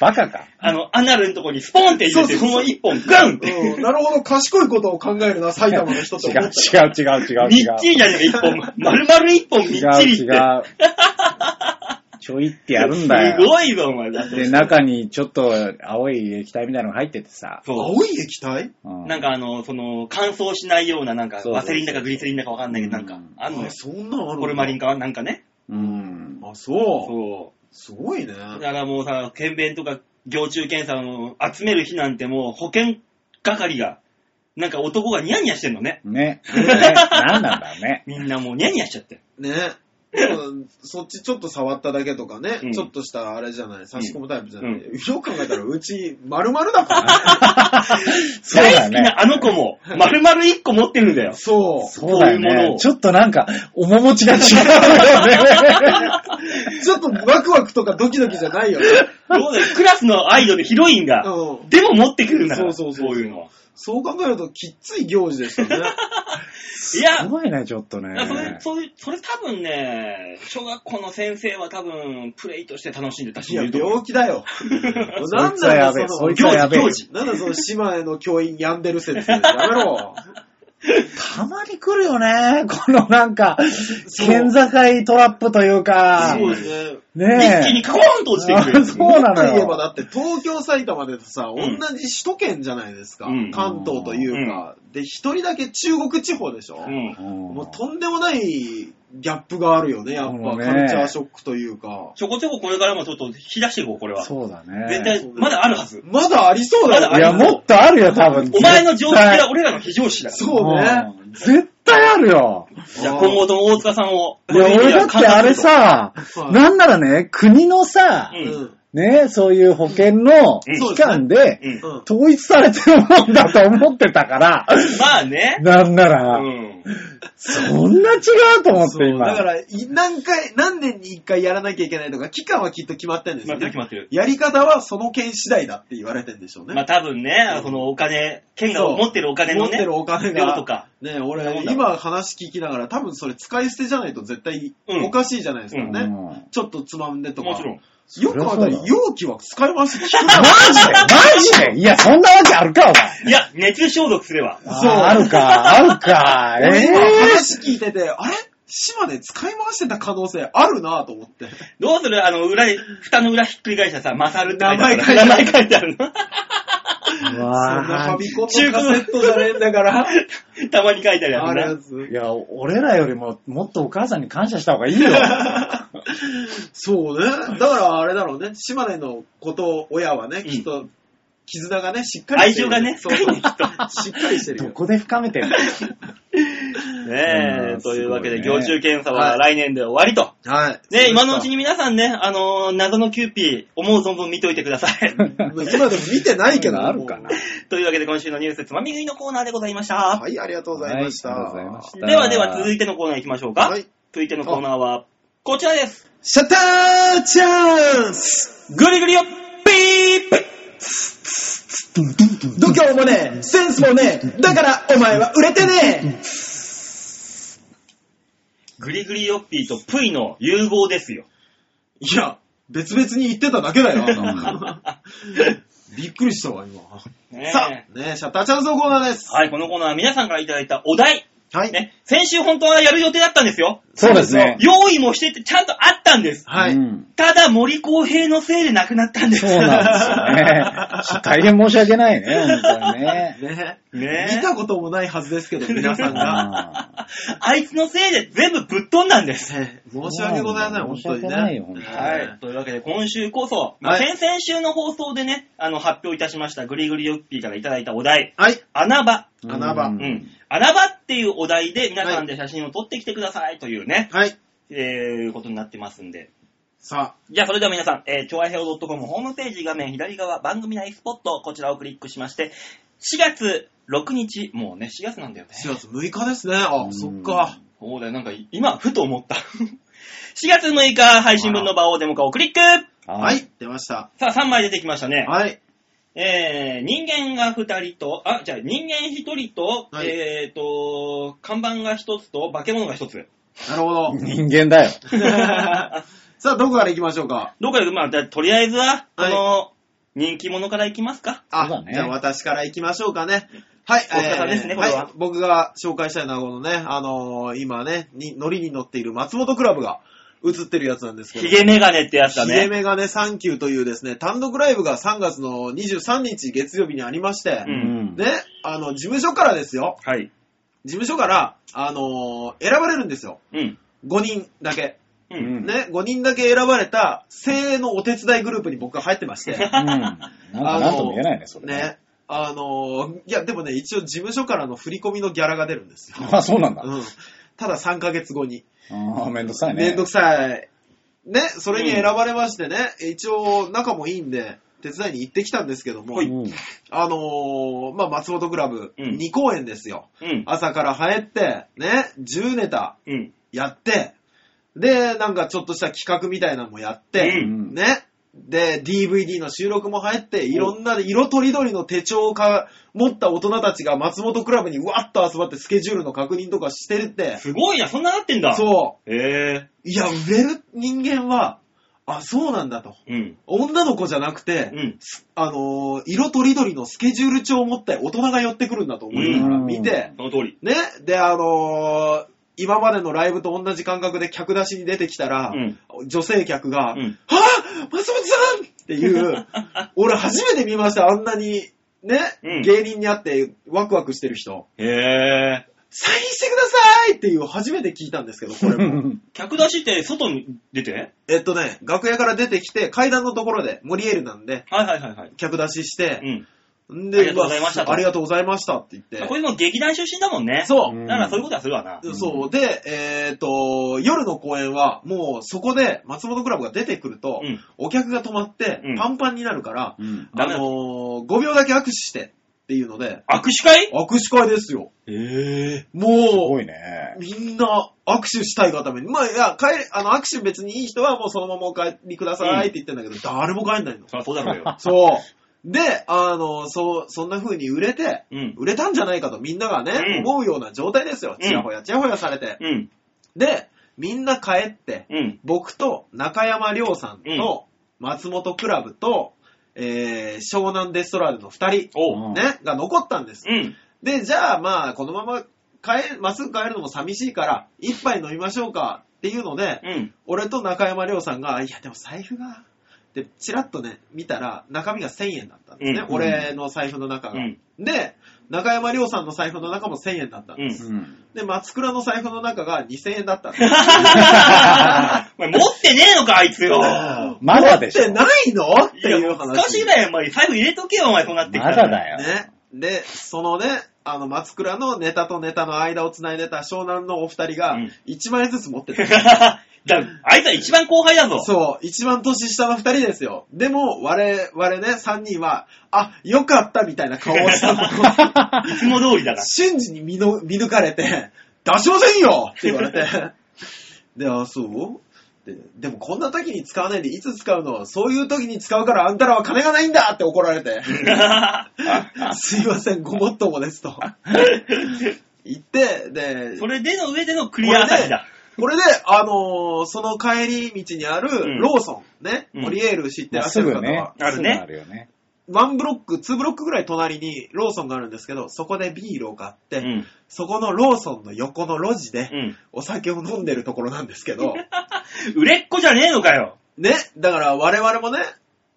D: バカか。
B: あの、アナルのとこにスポンって入れて、
C: そ
B: そ
C: うそうそう
B: の一本、ガンって。
C: うん、なるほど、賢いことを考えるな、埼玉の人って
D: 違う
C: 思っ
D: 違う違う違う違う。
B: みっちりじゃねえか、一本。丸々一本みっ
D: 違
B: ち
D: う
B: りっ
D: 違
B: て。
D: う。ちょいってやるんだ
B: す
D: よ。
B: ごいぞ、お前。だって
D: で、中にちょっと青い液体みたいなのが入ってて
C: た。
D: さ。
B: そう。
C: 青い液体
D: うん
B: なんかあの、その、乾燥しないような、なんか、
D: そうそうそ
B: ワ
D: う
B: セリンだかグリセリンだかわかんないけど、なんか
D: うん、
B: あんのよ
C: あ、。そんなんある
B: ホルマリン
C: ン。
B: かなんかね。
D: うん。
C: あ、そう。
B: そ
C: すごいね。
B: う。だからもうさ、検便とか、行中検査を集める日なんてもう、保健係が、なんか男がニヤニヤしてんのね。
D: ね。
B: [laughs]
D: なんなんだろうね。
B: みんなもうニヤニヤしちゃって。
C: ね。でもそっちちょっと触っただけとかね、
B: うん
C: ちょっとしたあれじゃない、差し込むタイプじゃない。
B: うん
C: よく考えたら、うち、丸々
B: [laughs]
C: だから。
D: そう
B: 大
D: だ
B: 好
D: よ
B: き
D: ね。
B: なあの子も、丸々一個持ってるんだよ。
C: そう。
D: そうだよ
B: こういうものを
D: ね。ちょっとなんか、面持ちが
B: [laughs]
D: 違うよね。
C: ちょっとワクワクとかドキドキじゃないよね。
B: どうだよクラスのアイドルヒロインが、
C: うん。
B: でも持ってくるんだから。
C: そうそうそう
B: そういうのは。
C: そう考えると、きっつい行事で
D: [laughs]
C: したね。
B: いや
D: す、ごいね、ちょっと
B: だからそれ
D: ね、。
B: そういう、それ多分ね、小学校の先生は多分、プレイとして楽しんでたし、
C: いや、
B: 言うと思
C: 病気だよ。
D: そ
C: なん
D: いつは
C: だ
D: や
C: よ、
D: べえ、
C: そ
D: そい
C: の
D: つはやべえ
B: 行。事
C: なんだその島への教員病んでる説。やめろ。
D: たまに来るよね、このなんか、
C: そう
D: 県境トラップというか、
C: そうですね。
B: う
D: ね
B: 一気にカコーンと落ちてくる。
D: あそうなのよ
C: もっと言えばだって東京、埼玉でさ、
B: ん
C: 同じ首都圏じゃないですか。
B: うん
C: 関東というか。で、一人だけ中国地方でしょ。
B: うん
C: もうとんでもないギャップがあるよね、やっ
D: そ
C: ぱ
D: うね
C: カルチャーショックというか。
B: ちょこちょここれからもちょっと引き出していこう、これは。
D: そうだね。
B: 絶対、まだあるはず。
C: まだありそうだよ
B: まだあ
C: ね。
D: い
B: り
D: や、もっとあるよ、多分。
B: お前の常識は
D: 絶
B: 俺らの非常識だ。じ
D: 対
C: そうね。。
D: うん絶対あるよ。
B: ゃあ今後とも大塚さんを。
D: いや、俺だってあれさ、
C: はい
D: なんならね、国のさ
B: う、
C: うんん。
D: ね、そういう保険の
B: うん
D: 機関で
B: うん。
C: うん。
D: 統一されてるもんだと思ってたから、
B: まあ
C: [laughs]
B: ね。
D: なんな
B: う
D: ら、
B: ん。
D: そんな違うと思って
C: そうだか
D: 今。
C: ら、い何回、何年に一回やらなきゃいけないとか、期間はきっと決まってるんです
B: 決ま
C: よ
B: ってる
C: ね。
B: 決まってる。
C: やり方はその件次第だって言われてるんでしょうね。
B: まあ多分ね、
C: うん
B: このお金、県が持ってるお金の
C: 持っ
B: ね
C: て、るお金
B: 量
C: が。
B: とか。
C: ね
B: そんなも
C: 俺
B: ん、だ
C: 今話聞きながら、多分それ使い捨てじゃないと絶対
B: うん
C: おかしいじゃないですかね。
D: うん
C: ちょっとつまんでとか。
B: もちろん。
C: よく考えたら
D: そりゃそうだ
C: 容器は使い回し聞く
D: マ
C: な。
D: ジでマジでいや、そんなわけあるか、お
B: い
D: 前。
B: や、熱中消毒すれば。
D: そう。あるか、あるか。
C: [laughs] 俺今
D: え
C: 話聞いてて、あれ島で使い回してた可能性あるなと思って。
B: どうするあの、裏に、蓋の裏ひっくり返したさ、マサルって書いてある。
C: 名前書いてある
B: 名前書いてあるの。
D: ぇー。う
C: そん
D: わ
C: なファ
D: ぁ
C: ミコンのカセットじゃねえんだから。 [laughs]
B: たまに書いてあるやつ
C: あ
B: ね
C: るやつ
D: い。や、俺らよりも、もっとお母さんに感謝した方
C: [laughs]
D: がいいよ。
C: そうね。だからあれだろうね。島根のこと親はね、
B: ん
C: きっと、絆がね、しっかりしてる。
B: 愛情がね
C: そうそう。しっかりしてる
D: ど
C: よ。
D: こで深めてんの
B: ね
D: う
B: え、
D: ん、
B: というわけです行
D: ごいね
B: 中検査は来年で終わりと。
C: [laughs] はい。
B: ね今のうちに皆さんね、あのー謎のキューピー、思う存分見といてくださ
C: [laughs]
B: い。
C: 今でも見てないけど、
D: あ
C: [laughs]
D: るかな。
B: というわけで今週のニュースつまみ食いのコーナーでございました。
C: はい、ありがとうございました。
D: はいありがとうございました
B: ではでは続いてのコーナー行きましょうか。
C: はい
B: 続いてのコーナーは、こちらです。
C: シャッターチャンス
B: ぐりぐりよ、ピープ
C: 度胸もねえ、センスもねえ、だからお前は売れてねえ
B: グリグリヨッピーとプイの融合ですよ。
C: いや、別々に言ってただけだよあん
D: [laughs]
C: なの。びっくりしたわ、今。
B: ねえ
C: さあ、ねえシャッターチャンスのコーナーです。
B: はい、このコーナーは皆さんからいただいたお題、
C: はい。
B: ね、先週本当はやる予定だったんですよ。
D: そうですね。
B: 用意もしててちゃんとあったんです。
C: はい。
D: うん
B: ただ森公平のせいで亡くなったんです。
D: そうなんですよ
C: [laughs]
D: ね。大変申し訳ないね、本当にね。
C: ね
B: ね
C: 見たこともないはずですけ
D: [laughs]
C: ど、皆さんが。
B: [laughs] あいつのせいで全部ぶっ飛んだんです。
C: ね申し訳ございません、本
D: 申し
C: 当に
D: 訳
C: ね。
D: ないよ本当に
B: はい。というわけで、今週こそ、まあ
C: はい
B: 先々週の放送でね、あの、発表いたしました、グリグリヨッピーからいただいたお題、
C: はい。
B: 穴場。
D: う
C: [laughs]
D: ん
C: 穴場
D: う
B: うんん。穴場っていうお題で皆さんで写真を撮ってきてくださいというね、
C: はい。
B: えー、ことになってますんで。
C: さ
B: じゃあ、それでは皆さん、えー、ちょわへお .com ホームページ画面左側、番組内スポット、こちらをクリックしまして、4月6日、もうね、4月なんだよね
C: あ、。4月6日ですね。あ
D: う、ん
C: そっか。
B: そうだよ、なんか、今、ふと思った。4月6日、配信分の場をデモ化をクリック
C: は。
D: はい
C: 出ました。
B: さあ、3枚出てきましたね。
C: はい。
B: えー、人間が2人と、あ、じゃあ、人間1人と、
C: はい
B: えーと、看板が1つと、化け物が1つ。
C: なるほど。
D: 人間だよ。
C: さあ、どこから行きましょうか。
B: どうか、まあ、じゃあとりあえずは、こ
C: はい
B: の、人気者からいきますか。
C: あ、
D: そうだね
C: じゃあ私から行きましょうかね。はい、
B: お疲れ様ですね
C: えー
B: これはい
C: 僕が紹介したいのはこのね、あのー今ね、に乗りに乗っている松本クラブが映ってるやつなんですけど。
B: ヒゲメガネってやつだ
C: ヒゲ
B: ね。
C: メガネサンキューというですね、単独ライブが3月の23日月曜日にありまして、
B: うん
C: ね、あの、事務所からですよ。
B: はい。
C: 事務所から、あのー選ばれるんですよ。
B: うん。
C: 5人だけ。
B: う
D: うん
B: ん。
C: ね、5人だけ選ばれた精鋭のお手伝いグループに僕が入ってまして。
B: [laughs]
D: うんなんかなんとも言えないね、それ。
C: ね。あのーいや、でもね、一応事務所からの振り込みのギャラが出るんですよ。
D: [laughs] あ、そうなんだ。
C: うん。ただ3ヶ月後に。
D: あーめんどくさいね。
C: めんどくさい。ね、それに選ばれましてね、一応仲もいいんで、手伝いに行ってきたんですけども、
B: ほい
D: うん
C: あのーまあ、松本クラブ
B: うん
C: 2公演ですよ。
B: うん。
C: 朝から入って、ね、10ネタ
B: うん。
C: やって、で、なんかちょっとした企画みたいなのもやって、
B: うん
C: ね。で、DVD の収録も入って、いろんな色とりどりの手帳か持った大人たちが松本クラブにわっと集まってスケジュールの確認とかしてるって、
B: すごいな、そんななってんだ。う。
C: そ
B: え
C: う。いや、売れる人間は、あ、そうなんだと。
B: えうん。
C: 女の子じゃなくて、
B: うん。
C: あのー色とりどりのスケジュール帳を持って大人が寄ってくるんだと思いながら見て、
B: その通り。
C: ね、で、あのー今までのライブと同じ感覚で客出しに出てきたら、
B: うん
C: 女性客が、
B: うん
C: はぁ松本さんっ
B: [laughs]
C: ていう、俺初めて見ました、あんなに、ね、
B: うん
C: 芸人に会ってワクワクしてる人。
B: へえ。
C: サインしてくださいっていう初めて聞いたんですけど、これ
B: [laughs]
C: も。
B: 客出しって外に出て
C: えっとね、楽屋から出てきて、階段のところで、モリエールなんで、
B: はいはいはいはい。
C: 客出しして
B: う、ん。
C: ん
B: ありがとうございました
C: わありがとうございましたって言っ
B: こ
C: て。
B: れも劇団出身だもんね。
C: そうう。
B: だからそういうことはするわな。
D: ん
C: そう。で、えっ、と、夜の公演は、もうそこで松本クラブが出てくると、
B: うん。
C: お客が止まって
B: うん、
C: パンパンになるから、
D: うん
B: ダ
C: あ
B: メだ
C: のー、5秒だけ握手してっていうので、
B: 握手会
C: 握手会ですよ。
B: ええ。
D: すご
C: も
D: いね
C: う、。みんな握手したいがために。まあ、いや、帰れ、あの、握手別にいい人はもうそのままお帰りくださいって言ってんだけど、誰も帰んないの。
B: そりゃそうだろう [laughs] よ。
C: そう。で、あの、そう、そんな風に売れて、
B: うん。
C: 売れたんじゃないかとみんながね、
B: うん
C: 思うような状態ですよ。
B: うん
C: ちやほや、ちやほやされて。
B: うん。
C: で、みんな帰って、
B: うん。
C: 僕と中山亮さんと松本クラブと、えー湘南デストラーデの2人、
B: おう。
D: ん
C: ね、が残ったんです。
B: うん。で、
C: で、じゃあまあ、このまま帰、まっすぐ帰るのも寂しいから、一杯飲みましょうかっていうので、
B: うん。
C: 俺と中山亮さんが、いやでも財布が、で、チラッとね、見たら中身が1000円だったんですね。
B: うん
C: 俺の財布の中
B: う
C: が。
B: ん。
C: で、中山亮さんの財布の中も1000円だったんです。
B: う
D: うん
C: で、松倉の財布の中が2000円だったんです。
B: [laughs] お前持ってねえのか、あい [laughs] つよ。い
D: まだでし
C: 持って
D: ょ。
C: ないのって
B: や、
C: いう話。
B: 少しだよ、お前。財布入れとけよ、お前、そうなってきた
D: ま
B: ら [laughs]
D: だだよ。
C: ね。で、そのね、あの、松倉のネタとネタの間を繋いでた湘南のお二人が
B: うん、
C: 1万円ずつ
B: [laughs]
C: 持ってた。
B: だあいつは一番後輩だぞ。
C: そう、一番年下の二人ですよ。でも、我々ね、三人は、あ、よかったみたいな顔をしたの。
B: いつも通りだ [laughs] から。
C: 瞬時に見の見抜かれて、出しませんよって言われて。で、あ、そうででもこんな時に使わないでいつ使うのそういう時に使うからあんたらは金がないんだって怒られて。すいません、ごもっともですと。言って、
B: [laughs]
C: で、
B: それでの上でのクリア朝日だ。
C: これで、あのーその帰り道にある
B: ん
C: ローソン、ね、
B: うん
C: オリエール知って
D: ま
C: ら
D: あ
C: っしゃ
D: す
C: る
D: ぐ
C: 方
D: ね
C: は、。
B: あるね
D: すぐあるよね。
C: ワンブロック、ツーブロックぐらい隣にローソンがあるんですけど、そこでビールを買って、
B: うん。
C: そこのローソンの横の路地
B: う
C: で、
B: ん。
C: お酒を飲んでるところなんですけど、 [laughs]
B: 売れっ子じゃねえのかよ。
C: ね、だから我々もね、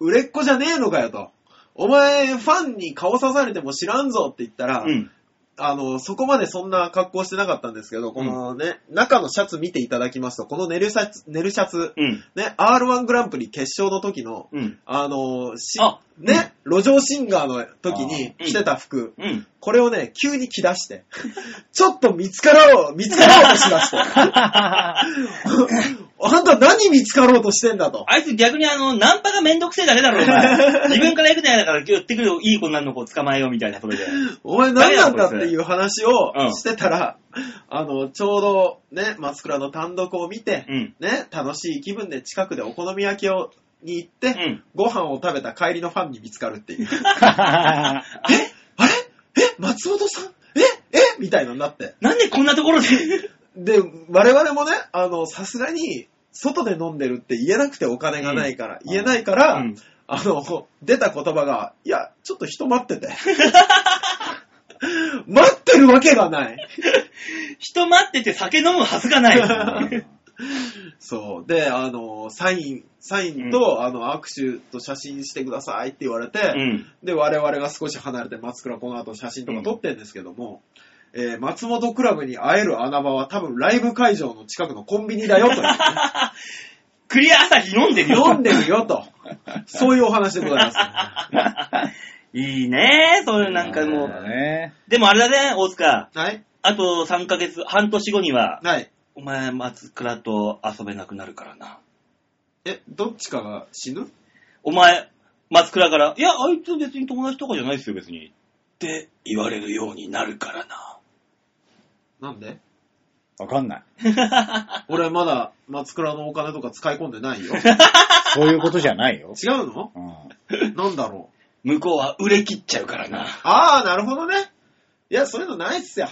C: 売れっ子じゃねえのかよと。お前、ファンに顔刺されても知らんぞって言ったら、
B: うん。
C: あの、そこまでそんな格好してなかったんですけど、このね、中のシャツ見ていただきますと、この寝るシャツ、寝るシャツ、
B: うん。
C: ね、R1 グランプリ決勝の時の、
B: うん。
C: あの、し
B: あ
C: ね、路上シンガーの時に
B: あー
C: 着てた服、
B: うん。
C: これをね、急に着出して、 [laughs] ちょっと見つかろう、見つかろうとしだして。
B: [laughs]
C: あんた何見つかろうとしてんだと。
B: あいつ逆にあの、ナンパがめんどくせえだけだろ、お [laughs] 前。自分から行くんじゃないから、寄ってくるよ、いい子なの子捕まえようみたいな、それで。
C: お前何なんだっていう話
B: う
C: を
B: ん
C: してたら、あの、ちょうどね、松倉の単独を見て、
B: うん。
C: ね、楽しい気分で近くでお好み焼きをに行って、
B: うん
C: ご飯を食べた帰りのファンに見つかるっていう。 [laughs] えあれえ松本さんええみたいなのになって。
B: なんでこんなところで。
C: で、我々もね、あの、さすがに、外で飲んでるって言えなくてお金がないから、
D: ん
C: 言えないから、
B: うん
C: あの、出た言葉が、いや、ちょっと人
B: [laughs]
C: 待ってて。 [laughs] 待ってるわけがない。
B: [laughs] 人待ってて酒飲むはずがない。
C: そう。で、あの、サイン、サインと、あの、握手と写真してくださいって言われて、
B: うん。
C: で、我々が少し離れて松倉この後写真とか撮ってるんですけども、えー松本クラブに会える穴場は多分ライブ会場の近くのコンビニだ
B: [laughs]
C: よと。
B: クリア朝日飲んでるよ。
C: 飲んでるよと。そういうお話でございます。
B: いいねそういうなんかもう。
D: ね。
B: でもあれだね、大塚。
C: はい
B: あと3ヶ月、半年後には、
C: はい。
B: お前、松倉と遊べなくなるからな。
C: え、どっちかが死ぬ
B: お前、松倉から、いや、あいつ別に友達とかじゃないですよ、別に。って言われるようになるからな。
C: なんで
D: わかんない。
C: 俺まだ松倉のお金とか使い込んでないよ。
D: そういうことじゃないよ。
C: 違うの
D: うん
C: なんだろう。
B: 向こうは売れ切っちゃうからな。
C: あー、なるほどね。いや、そういうのないっすよ。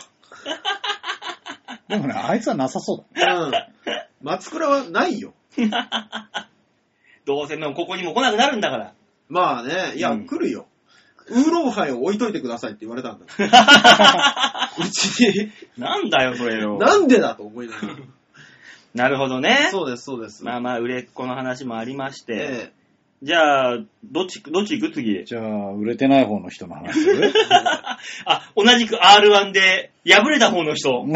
D: でもね、あいつはなさそうだ。
C: うん。松倉はないよ。
B: どうせもうここにも来なくなるんだ [laughs] から。
C: まあね、いや、
B: うん
C: 来るよ。ウーロンハイを置いといてくださいって言われたんだけどうちに、
B: なんだよ、それよ。
C: なんでだと思いなが
D: [laughs]
C: ら。
B: なるほどね。
C: そうです、そうです。
B: まあまあ、売れっ子の話もありまして。
C: え
B: じゃあ、どっち、どっち行く次。
D: じゃあ、売れてない方の人の話する
B: あ、同じく R1 で敗れた方の人。
C: え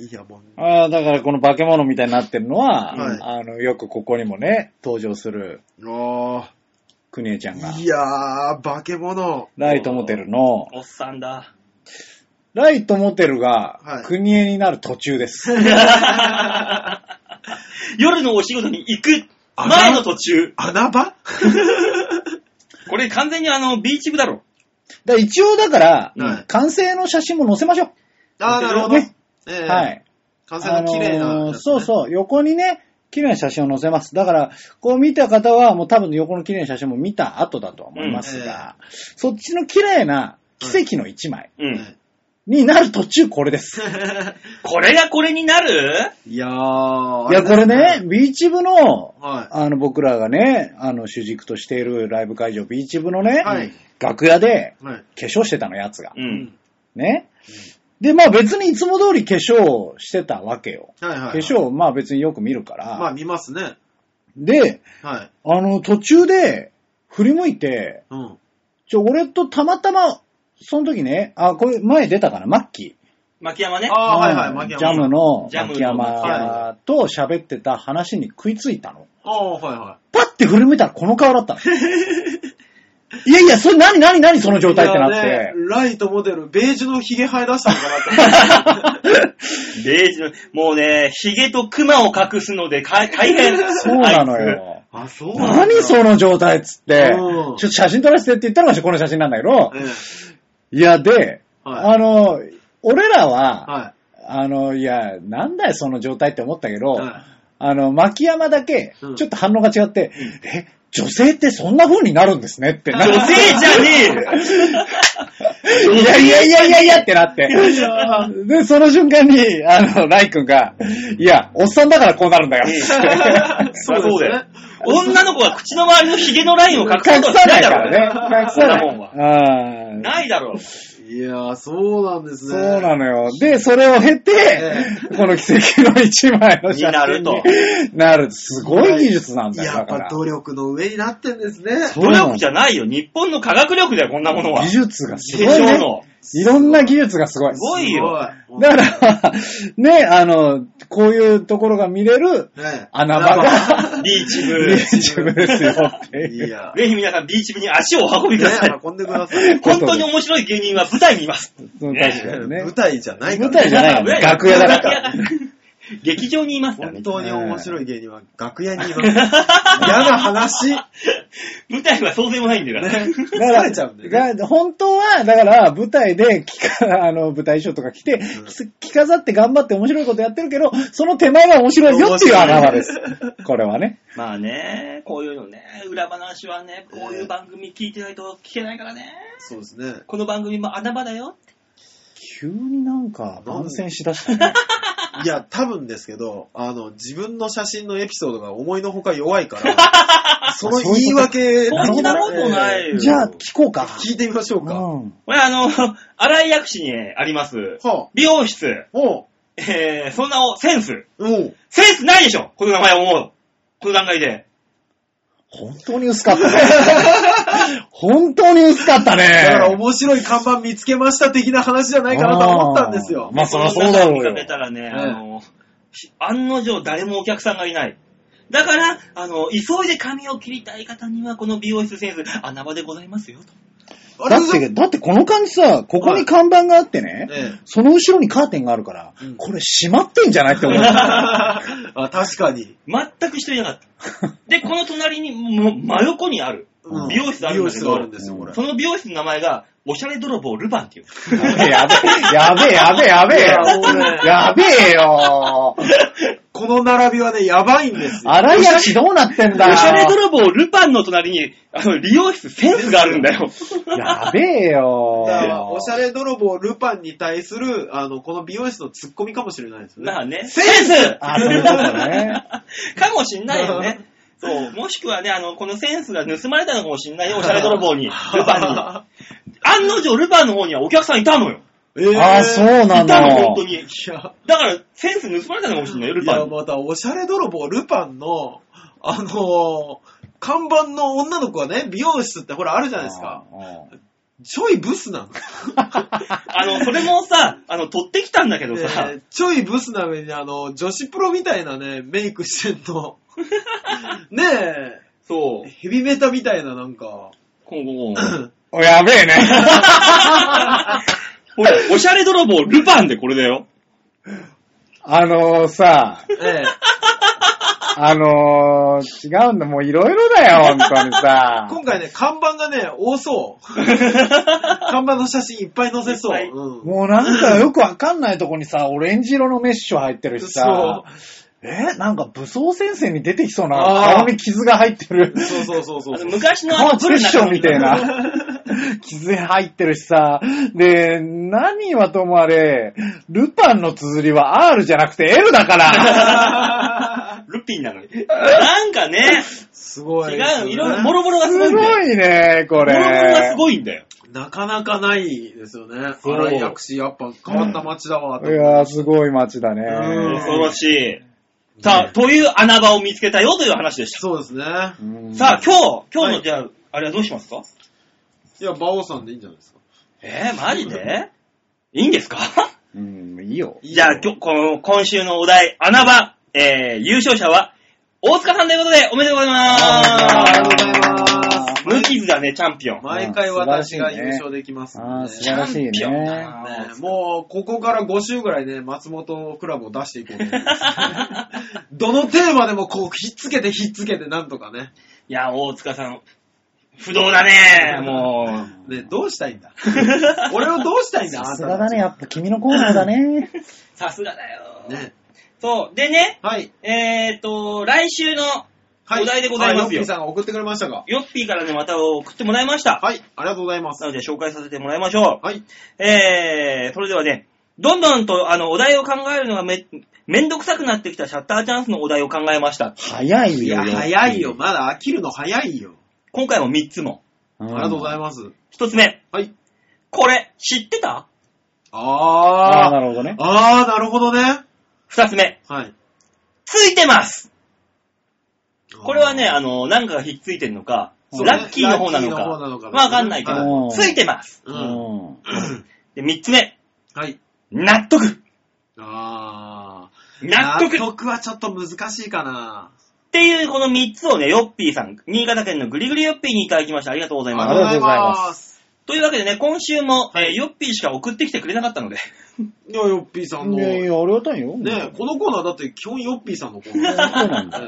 C: いや、もう、
D: ああ、だからこの化け物みたいになってるのは、
C: はい
D: あの、よくここにもね、登場する
C: あ
D: くにえちゃんが
C: ー、いやー、化け物。
D: ライトモテルの、
B: おっさんだ。
D: ライトモテル
C: は
D: が
C: い、
D: くにえになる途
C: [laughs]
D: 中です。
B: 夜のお仕事に行く
C: あ
B: 前の途中。
C: 穴場
B: これ完全にあの、ビーチ部だろ。
D: だから一応だから、
C: はい
D: 完成の写真も載せましょ
C: あー、なるほど。
D: ね
C: え
D: う。
C: え
D: はい。
C: 完成の綺麗な、
D: あのーそうそう、横にね、綺麗な写真を載せます。だから、こう見た方は、もう多分横の綺麗な写真も見た後だとは思いますが、そっちの綺麗な奇跡の一枚
B: う。
C: うんん。
D: になる途中これです。
B: これがこれになる
C: いやー、
D: いや、これ
C: あ
D: ね、ビーチ部の、
C: は
D: あの、僕らがね、あの、主軸としているライブ会場、ビーチ部のね、
C: はい
D: 楽屋で
C: い。はい。
D: 化粧してたの、やつが
B: う。。。
C: うん
D: ね。で、まあ別にいつも通り化粧をしてたわけよ。
C: はいはいは
D: 化
C: い。
D: 粧をまあ別によく見るから。
C: まあ見ますね。
D: で、
C: はい。
D: あの、途中で振り向いて、
C: うん。
D: ちょ、俺とたまたま、その時ね、あ、これ前出たかな、マッキー。
B: 牧山ね。
C: あー、はいはい、
D: うん
C: 牧山
D: ジャム。の
B: ジャムの
D: 牧山と喋ってた話に食いついたの。
C: あー、はいはい。
D: パッて振り向いたらこの顔
C: [laughs]
D: だったの。いやいや、それ何何何その状態ってなっ
C: いや
D: て。
C: ね、ライトモデル、ベージュのヒゲ生え出したの
D: [laughs]
C: かなって。
B: ベージュの、もうね、ヒゲとクマを隠すので、か大変。
D: そうなのよ。
C: あ、そうなんだ
D: 何その状態っつって、ち
C: う
D: ょ
C: ん
D: っと写真撮らせてって言ったのがこの写真なんだけど
C: え、え
D: いや、で、
C: はい
D: あの、俺らは、
C: は
D: あの、いや、なんだよ、その状態って思ったけど、
C: い。はい
D: あの、牧山だけ、ち
C: う
D: ょ
C: ん
D: っと反応が違って、え、女性ってそんな風になるんですねってな
B: 女性じゃね [laughs] えよ
D: [laughs] いやいやいやいやいやってなって。で、その瞬間に、あの、ライ君が、いや、おっさんだからこうなるんだよ。
B: ええ
C: そうですね。
B: 女の子が口の周りのヒゲのラインを隠すことは
D: 隠さ
B: しな
D: ないい
B: だ
D: か
B: ろうね。
D: らね。隠
B: そ
D: さ
B: んな
D: ない。
B: もんは。
D: は
B: ないだろう。
C: いやー、そうなんですね。
D: そうなのよ。で、それを経て、この奇跡の一枚の写真に
B: になる
D: なる。すごい技術なんだよ。
C: や
D: だ
C: っ
D: か
C: ぱ
D: ら。
C: 努力の上になってんですね。
D: そう
B: 努
D: なの
B: 力じゃないよ。日本の科学力だよ、こんなものは。
D: 技術がす
B: 手
D: ごい
B: 上 [laughs]
D: ね。
B: の。
D: いろんな技術がすごい
B: す。ごいよ。
C: すごい
D: だから、ね、あの、こういうところが見れる
C: ね
D: 穴場が、
B: ビーチ
D: ビ
B: 部。
D: ーチ部ですよって
C: [laughs]
D: [laughs]
C: い
D: いう。
C: や。
B: ぜひ皆さんビーチ部に足をお運びください
C: ね。運んでくだ
D: [laughs]
C: さい。
B: 本当に面白い芸人は舞台にいます。
D: そう確かにね
C: 舞。台じゃないから、
D: 舞台じ
B: [laughs]
D: ゃないよね楽屋だから。
B: 楽屋劇場にいますからね
C: 本。当に面白い芸人は楽屋に
D: [laughs]
C: います。嫌な話。
B: 舞台は想像もないんだから。
D: だから
C: 疲れちゃうんだよね。
D: が本当は、だから、舞台で着か、あの、舞台衣装とか着て、着着飾って頑張って面白いことやってるけど、その手前が面白いよっていう穴場
C: [laughs]
D: です。これはね。
B: [laughs] まあね、こういうのね、裏話はね、こういう番組聞いてないと聞けないからね。
C: そうですね。
B: この番組も穴場だよ。
D: 急になんか、番宣しだしたね。
C: いや、多分ですけど、あの、自分の写真のエピソードが思いのほか弱いから、その言い訳
B: そんなことないよ。
D: じゃあ、聞こうか。
C: 聞いてみましょうか。は
D: うん
B: これあの、 [laughs] 荒井薬師にあります。
C: あ、
B: 美容室、
C: おう、
B: えー、その名をセンス。
C: おう。
B: センスないでしょこの名前を思う。この段階で。
D: 本当に薄かったね。本当に薄かったね。
C: だから面白い看板見つけました的な話じゃないかなと思ったんですよ
D: あー。まあそりゃそうだろうよ
B: 見かけたらね、
C: ん
B: あの、案の定誰もお客さんがいない。だから、あの、急いで髪を切りたい方には、この美容室センス、穴場でございますよ、と。
C: あれ
D: だって、だってこの感じさ、ここに看板があってね、
C: ええ
D: その後ろにカーテンがあるから、
C: うん
D: これ閉まってんじゃないって思う。
C: [laughs] あ確かに。
B: [laughs] 全く人いなかった。で、この隣に、もう、真横にある
C: うん、
B: 美容室あるんだ
C: 美
B: け
C: 容室が
B: ど、
C: あるんですよ、これ。
B: その美容室の名前が、おしゃれ泥棒ルパンっていう。
D: やべえ、やべえ、やべえ、やべえ
C: いやもうね
D: よ。やべえよ。
C: この並びはね、やばいんですよ。
D: 荒井薬師どうなってんだ
B: おしゃれ泥棒ルパンの隣に、あの、美容室センスがあるん
D: [laughs]
B: だよ。
D: やべえ
C: だから
D: よ。
C: おしゃれ泥棒ルパンに対する、あの、この美容室のツッコミかもしれないですね。
B: まあね。
C: セ
B: ンス
D: あ、そういうことね。
B: [laughs] かもしんないよね。そう。もしくはね、あの、このセンスが盗まれたのかもしんないよ、おしゃれ泥棒に、ル
C: [laughs]
B: パンに。案の定、ルパンの方にはお客さんいたのよ。
C: [laughs] えー
D: あ、そう
C: い
D: ない
B: たの、本
D: の
B: 当。に。
C: や、
B: だから、センス盗まれたのかもしんないよ、ル
C: い
B: パ
C: や
B: ンに。
C: また、おしゃれ泥棒ルパンの、あのー看板の女の子はね、美容室ってほらあるじゃないですか。
D: うん
C: ちょいブスなの。
B: あの、それもさ、あの、取ってきたんだけどさ、
C: えーちょいブスな上に、あの、女子プロみたいなね、メイクしてん
B: [laughs]
C: の。ね
B: そ
C: え、
B: う。
C: ヘビメタみたいななんか。
B: こうこうこう
D: おやべえね。
B: ほら、おしゃれ泥棒、ルパンでこれだよ。
D: あのさ、
C: ええ
D: あのー、違うんだ、もういろいろだよ、本当にさ。
C: 今回ね、看板がね、多そう。
B: [laughs]
C: 看板の写真いっぱい載せそう。
B: いっぱ
C: うん
D: もうなんかよくわかんないとこにさ、オレンジ色のメッシュ入ってるしさ、え、なんか武装先生に出てきそうな、
C: あー
D: 顔に傷が入ってる。
C: そうそうそうそう
B: あ
C: そ
B: の
C: う。
B: 昔の
D: 顔
B: あの
D: クッションみたい。 [laughs]
B: ブル中の
D: な。傷入ってるしさ。で、何はともあれ、ルパンの綴りは R じゃなくて L だから。
B: ルピンなのに。なんかね、
C: [laughs] すごい。
B: 違う、いろいろ、ボロボロがす
D: す
B: ごいんだよ。
D: ご
B: ボロ
D: いね、こ
B: ボロが
D: れ
B: す。ごいんだよ。
C: なかなかないですよね。
B: そう
C: 荒井薬師、やっぱ変わった街だわ、
D: いやー、すごい街だね。
C: うん
B: 恐ろしい。さあ、という穴場を見つけたよという話でした。
C: そうですね。
D: うん
B: さあ、今日、今日
C: は
B: の
C: い
B: じゃあ、あれはどうしますか
C: いや、馬王さんでいいんじゃないですか。
B: えー、マジでいいんですか
D: うん、いいよ。
B: じゃあ、今日、この今週のお題、穴場、えー、優勝者は、大塚さんということで、おめでとうございま
C: ありがとうございます
B: す。無傷だね、チャンピオン。
C: 毎回私が優勝できます
D: あ
C: ん
D: ー
C: で
D: 素
B: チ
D: 晴
B: ャ
D: らしいね
B: ンピオンだな
C: ねもう、ここから5週ぐらいね、松本クラブを出していこうと思います。
D: [laughs]
C: どのテーマでもこう、ひっつけてひっつけてなんとかね。
B: いや、大塚さん、不動だね、もう。
C: ね、どうしたいん
D: [laughs]
C: だ俺をどうしたいんだ
D: さす
C: あ
D: が
C: な
D: だ
C: た
D: ね、やっぱ君のコーナーだね。
B: さすがだよ。
C: ね。
B: そう。でね、
C: はい。
B: えーっと、来週の
C: はい。
B: お題でございますよ
C: あヨッピーさんが送ってくれましたか
B: ヨッピーからね、また送ってもらいました。
C: はい。ありがとうございます
B: な。ので紹介させてもらいましょ
C: はい。
B: う。えー、それではね、どんどんと、あの、お題を考えるのがめ、めんどくさくなってきたシャッターチャンスのお題を考えました。
D: 早いよ。
C: いや、早いよ。。まだ飽きるの早いよ。
B: 今回も3つも。
D: あ
C: ありがとうござい
D: ま
C: ます。
B: 1つ目。
C: はい。
B: これ、知ってた
D: す。ああ、な
C: あー。
D: るほどね。
C: あー、なるほどね。
B: ?2 つ目。
C: はい。
B: ついてますこれはね、あの、なんかがひっついてるのか、
D: そう
B: ラッキーの方なの
C: ラッキーの方な
B: か
C: の、か
B: わかんないけど、
D: うん
B: ついてます。
C: う。
D: うんん。
B: で、3つ目。
C: はい。
B: 納得
C: あー。
B: 納得
C: 納得はちょっと難しいかな。
B: っていうこの3つをね、ヨッピーさん、新潟県のぐりぐりヨッピーにいただきました。ありがとうござい
D: あ
B: ま
D: り
B: す。
D: がとうございます
C: す。
B: というわけでね、今週も、えーヨッピーしか送ってきてくれなかったので、 [laughs]
C: いや、ヨッピーさんの。
D: いやい
C: ね
D: や、ありがたいよ。
C: このコーナーだって基本ヨッピーさんのコー
D: [laughs] そう
C: ナー。
D: なんだ。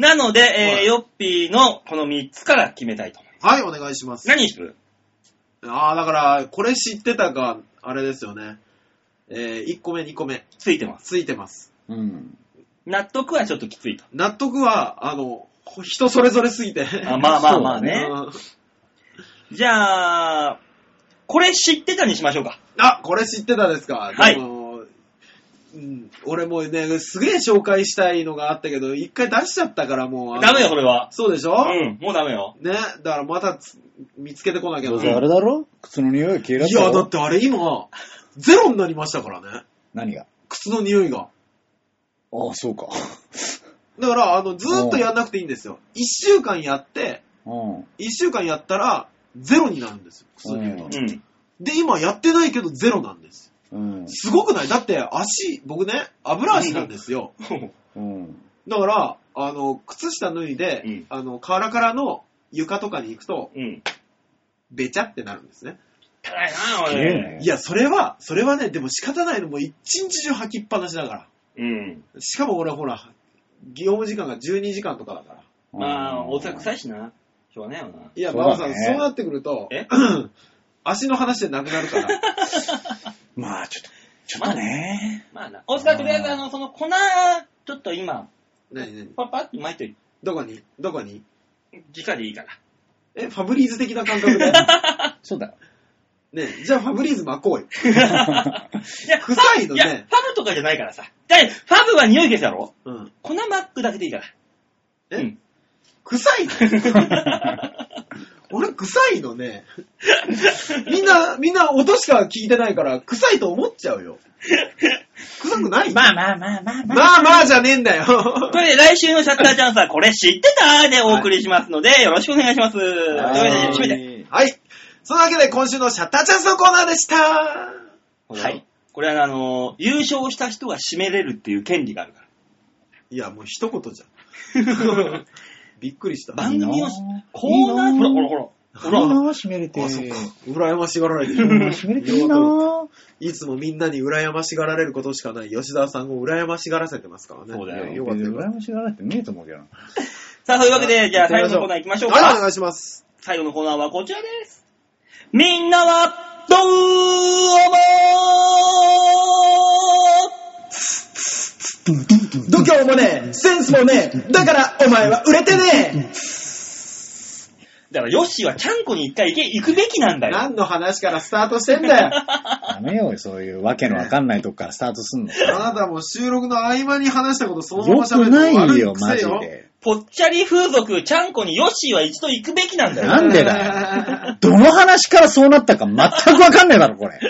C: え
B: なので、えー
C: はい
B: ヨッピーのこの3つから決めたいと思いま。
C: えはい、お願いしますす。
B: 何にする
C: あー、だから、これ知ってたか、あれですよね。えー、1個目、2個目。
B: ついてます。
C: ついてます。
D: うん。
B: 納得はちょっときついと。
C: 納得は、あの、人それぞれすぎて。
B: あ
C: [laughs]
B: まあまあまあね。
C: うん
B: じゃあ、これ知ってたにしましょうか。
C: あ、これ知ってたですか。
B: はい
C: でもうん、俺もね、すげえ紹介したいのがあったけど、一回出しちゃったからもう。あの
B: ダメよ、それは。
C: そうでしょ、
B: うん、もうダメよ。
C: ね、だからまたつ見つけてこなきゃ
D: どう
C: な。
D: せあれだろ靴の匂いが消えだ
C: い
D: ったろ
C: や、だってあれ今、ゼロになりましたからね。
D: 何が
C: 靴の匂いが。
D: ああ、そうか。
C: だから、あの、ずーっとやんなくていいんですよ。一週間やって、
D: [laughs] うん。
C: 一週間やったら、ゼロになるんですよ。靴の匂いが
D: う
B: う。ん。
C: で、今やってないけど、ゼロなんです。
D: うん。
C: すごくないだって足、僕ね、油足なんですよ。
D: うん。
C: だから、あの、靴下脱いで、
B: うん
C: あの、カラカラの床とかに行くと、
B: うん。
C: べちゃってなるんですね。
B: 辛いな、
D: 綺麗ね
B: 俺。
C: いや、それは、それはね、でも仕方ないの、もう一日中履きっぱなしだから。
B: うん。
C: しかも俺ほら、業務時間が12時間とかだから。
B: まあ、お茶臭
D: い。
B: いしな。しょうがないよな。
C: いや、
D: そう
C: 馬場
D: だね
C: さん、そうなってくると
B: え、
C: [clears throat] 足の話でなくなる
D: [laughs]
C: から。
D: まあ、ちょっと、ちょっとね。
B: まあな。大塚、とりあえず、あの、その粉、ちょっと今、
C: 何何
B: パパって巻いて、
C: どこにどこに
B: 直でいいから。
C: え、ファブリーズ的な感
D: [laughs]
C: 覚で。
D: そうだよ。
C: ねじゃあファブリーズ巻こうよ。
B: いや、
C: 臭いの
B: いや、ファ
C: ね。
B: ブとかじゃないからさ。だって、ファブは匂い消すやろ
C: うん。
B: 粉マックだけでいい
C: [laughs]
B: から。
C: え
B: うん。
C: 臭い
D: [laughs]
C: 俺、臭いのね。みんな、みんな音しか聞いてないから、臭いと思っちゃうよ。臭くない
D: まあまあまあまあ
C: ま
D: まあ。
C: あまあじゃねえんだよ。
B: というわけで、来週のシャッターチャンスは、これ知ってたでお送りしますので、よろしくお願いします。というわけで、
D: はい
B: 締めて。
C: はい。そのわけで今週のシャッターチャンスのコーナーでした。
B: はい。これは、あの、優勝した人が締めれるっていう権利があるから。
C: いや、もう一言じゃ [laughs] ん。びっくりした。
B: 番組を
D: いいなあ、
B: コーナー、
D: いい
B: ほ
D: な
B: らほら
D: あ
B: ほら。
D: ほら、閉めれて。
C: あ、そっか。羨ましがられて
D: うん
C: る。
D: 閉めれていいなぁ。
C: いつもみんなに羨ましがられることしかない吉沢さんを羨ましがらせてますからね。
B: そうだよ
C: よかったよかっ
D: 羨ましがられてねえと思うけどな。
B: さあ、というわけで、じゃあ
C: 行って
B: 最
C: み
B: 後
C: まし
B: の
C: ょう。
B: コーナー行きましたょう
C: はい、お
B: か。
C: 願いします。
B: 最後のコーナーはこちらです。みんなは、どう思
C: 度胸もねえ、センスもねえ、だからお前は売れてね
B: うだから、ヨッシーはちゃんこに一回行け、行くべきなんだ
C: え
B: よ。
C: 何の話からスタートしてんだよ
D: ダメよ、そういうわけのわかんないとこからスタートすんの。
C: あなたも収録の合間に話したことそのま
D: よ
C: ま喋
D: く
C: るの
D: ないよ、マ
C: 悪い癖
D: ジで。
B: ぽっちゃり風俗、ちゃんこにヨッシーは一度行くべきなんだよ。
D: なんでだよ。どの話からそうなったか全くわかんねえだろ、これ。
B: ねえ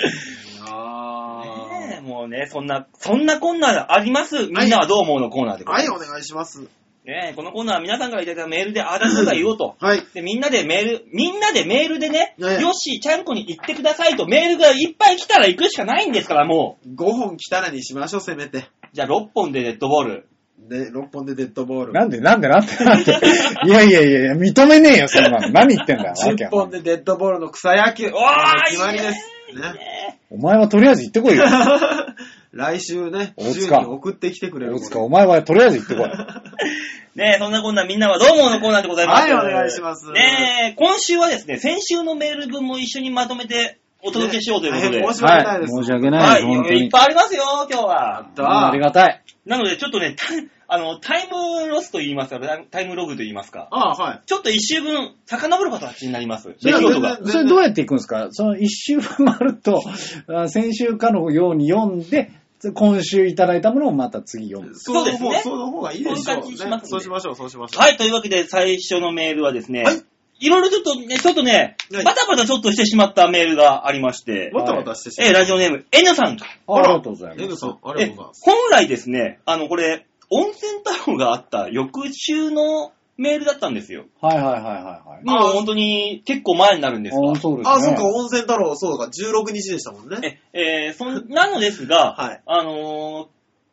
C: [laughs] あ
B: もうね、そんな、そんなコーナーあります。みんなはどう思うのコーナーで
C: ー
B: ござ
C: はいい、
B: ま
C: お
B: す。
C: 願いします。
B: ねえこのコーナーは皆さんからいただいたメールで、ああだこうだ言おうと。
C: はい。
B: で、みんなでメール、みんなでメールでね、
C: ええ
B: ヨッシーちゃんこに行ってくださいとメールがいっぱい来たら行くしかないんですから、もう。
C: 5本来たらにしましょう、せめて。
B: じゃあ6本でデッドボール。
C: で、6本でデッドボール。
D: なんで、なんで、なんで、なんで。 [laughs] いやいやいやいや、認めねえよ、そんなの。何言ってん
C: [laughs]
D: だよ、わけ
C: 10本でデッドボールの草野球。
B: おー
C: 決まりです。ね。 [laughs]
B: ね
D: お前はとりあえず行ってこいよ。
C: 来週ね、
D: 大塚
C: 週に送ってきてくれる。
D: 大塚、お前はとりあえず行ってこい。
B: [laughs] ねえ、そんなこんなみんなはどうものコーナーでございます。
C: はいお願いします
B: ねえ、今週はですね、先週のメール分も一緒にまとめてお届けしようということで。
C: ね大変申し訳ないで
D: はい、
C: す
D: 申し訳ない
B: は
D: です、本当
B: い、いっ
D: に。
B: ぱいありますよ、今日は。
C: だ
D: ありがたい。
B: なので、ちょっとね、タイあのタイムロスと言いますか、タイタイムログと言いますか、
C: ああ、はい。
B: ちょっと一周分遡る形になります。
D: そ
B: 出
C: い
D: れ
C: や
B: 来事
C: 全然
B: が。
D: それどうやっていくんですかその一週分回ると、 [laughs] あ先週かのように読んで、今週いただいたものをまた次読む。
B: そうですね
C: そうの方がいいでし
B: そういう
C: ょ
B: 感
C: う、
B: じしますね
C: そうしましょう、そうしましょう。
B: はい、というわけで最初のメールはですね、
C: はい
B: い、ろいろちょっとね、ちょっとね
C: はい、
B: バタバタちょっとしてしまったメールがありまして、
C: わたわたしてしま
B: えーラジオネーム N さんが、
D: あありがとうございます。
C: N さん、ありがとうございます。
B: え本来ですね、あの、これ、温泉太郎があった翌週のメールだったんですよ。
D: はいはいはいはいはい。
B: もう本当に結構前になるんです
D: あ
B: が。
D: そうですね。
C: あ、そっか、温泉太郎、そうか、16日でしたもんね。
B: え、えーそんなのですが、
C: はい
B: あのー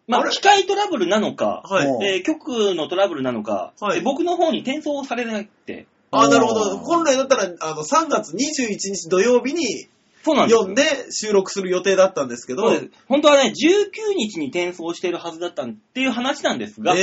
B: ま
C: あ
B: あ、
C: れ
B: 機械トラブルなのか、
C: はい。
D: もう
B: えー局のトラブルなのか、
C: はい
B: で僕の方に転送されなくて、
C: あ、なるほど。
D: おー
C: 本来だったら、あの、3月21日土曜日に
B: そうなんですよ
C: 読んで収録する予定だったんですけど、
B: そうです本当はね、19日に転送してるはずだったっていう話なんですが、
C: へー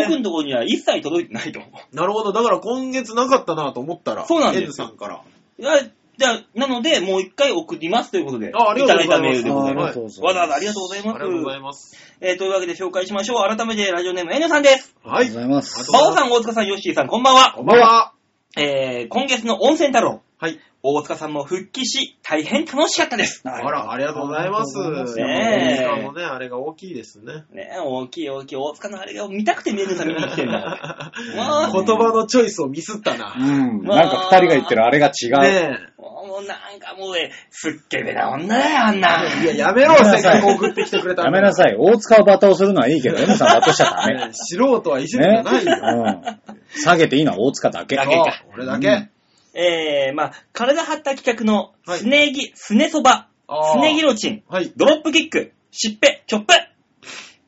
B: え僕のところには一切届いてないと。
C: なるほど。だから今月なかったなと思ったら、
B: そうなんです
C: N さんから。
B: いやじゃあなので、もう一回送りますということで、
C: あありがとうございます
B: ただいたメールでござい
D: ああり
B: ま
D: が
B: す。
D: とうございま
B: わ
D: す
B: ざわざありがとうござい
C: あり
B: ま
C: がとうござ
B: す。
C: います。
B: えーというわけで紹介しましょう。改めてラジオネーム N さんです。
D: あ
C: は
D: り
C: い。
D: がとうございます。
B: バオさん、大塚さん、ヨッシーさん、こんばんは。
C: こんばんは。
B: えー、今月の温泉太郎、
C: はい。
B: 大塚さんも復帰し、大変楽しかったです。
C: あら、ありがとうございます。
D: ありがとうござい
B: ます
C: しかもね、あれが大きいですね。
B: ねえ大きい大きい大塚のあれを見たくてメールさん見に来てんだから。まあ
C: 言葉のチョイスをミスった
D: う
C: な。
D: ん。
B: まあ
D: なんか二人が言ってるあれが違う。
C: ね
B: もうなんかもうね、すっげべな女だよ、あんな。
C: え。いや、やめろ、
D: やめなさ
C: せ
D: い
C: っかく送ってきてくれた。
D: やめないさい。大塚を罵倒するのはいいけど、M さん罵倒しちゃダメ。
C: ねえ [laughs] 素人はいじめじ
D: ね
C: ゃないよ。
D: うん。下げていいのは大塚だけ。
B: だけ
C: そう
B: か
C: 俺だけ。
B: えー、まあ、体張った企画の、
C: はい
B: スネギ、スネそば、
C: あー
B: スネギロチン、
C: はい。
B: ドロップキック、しっぺ、チョップ。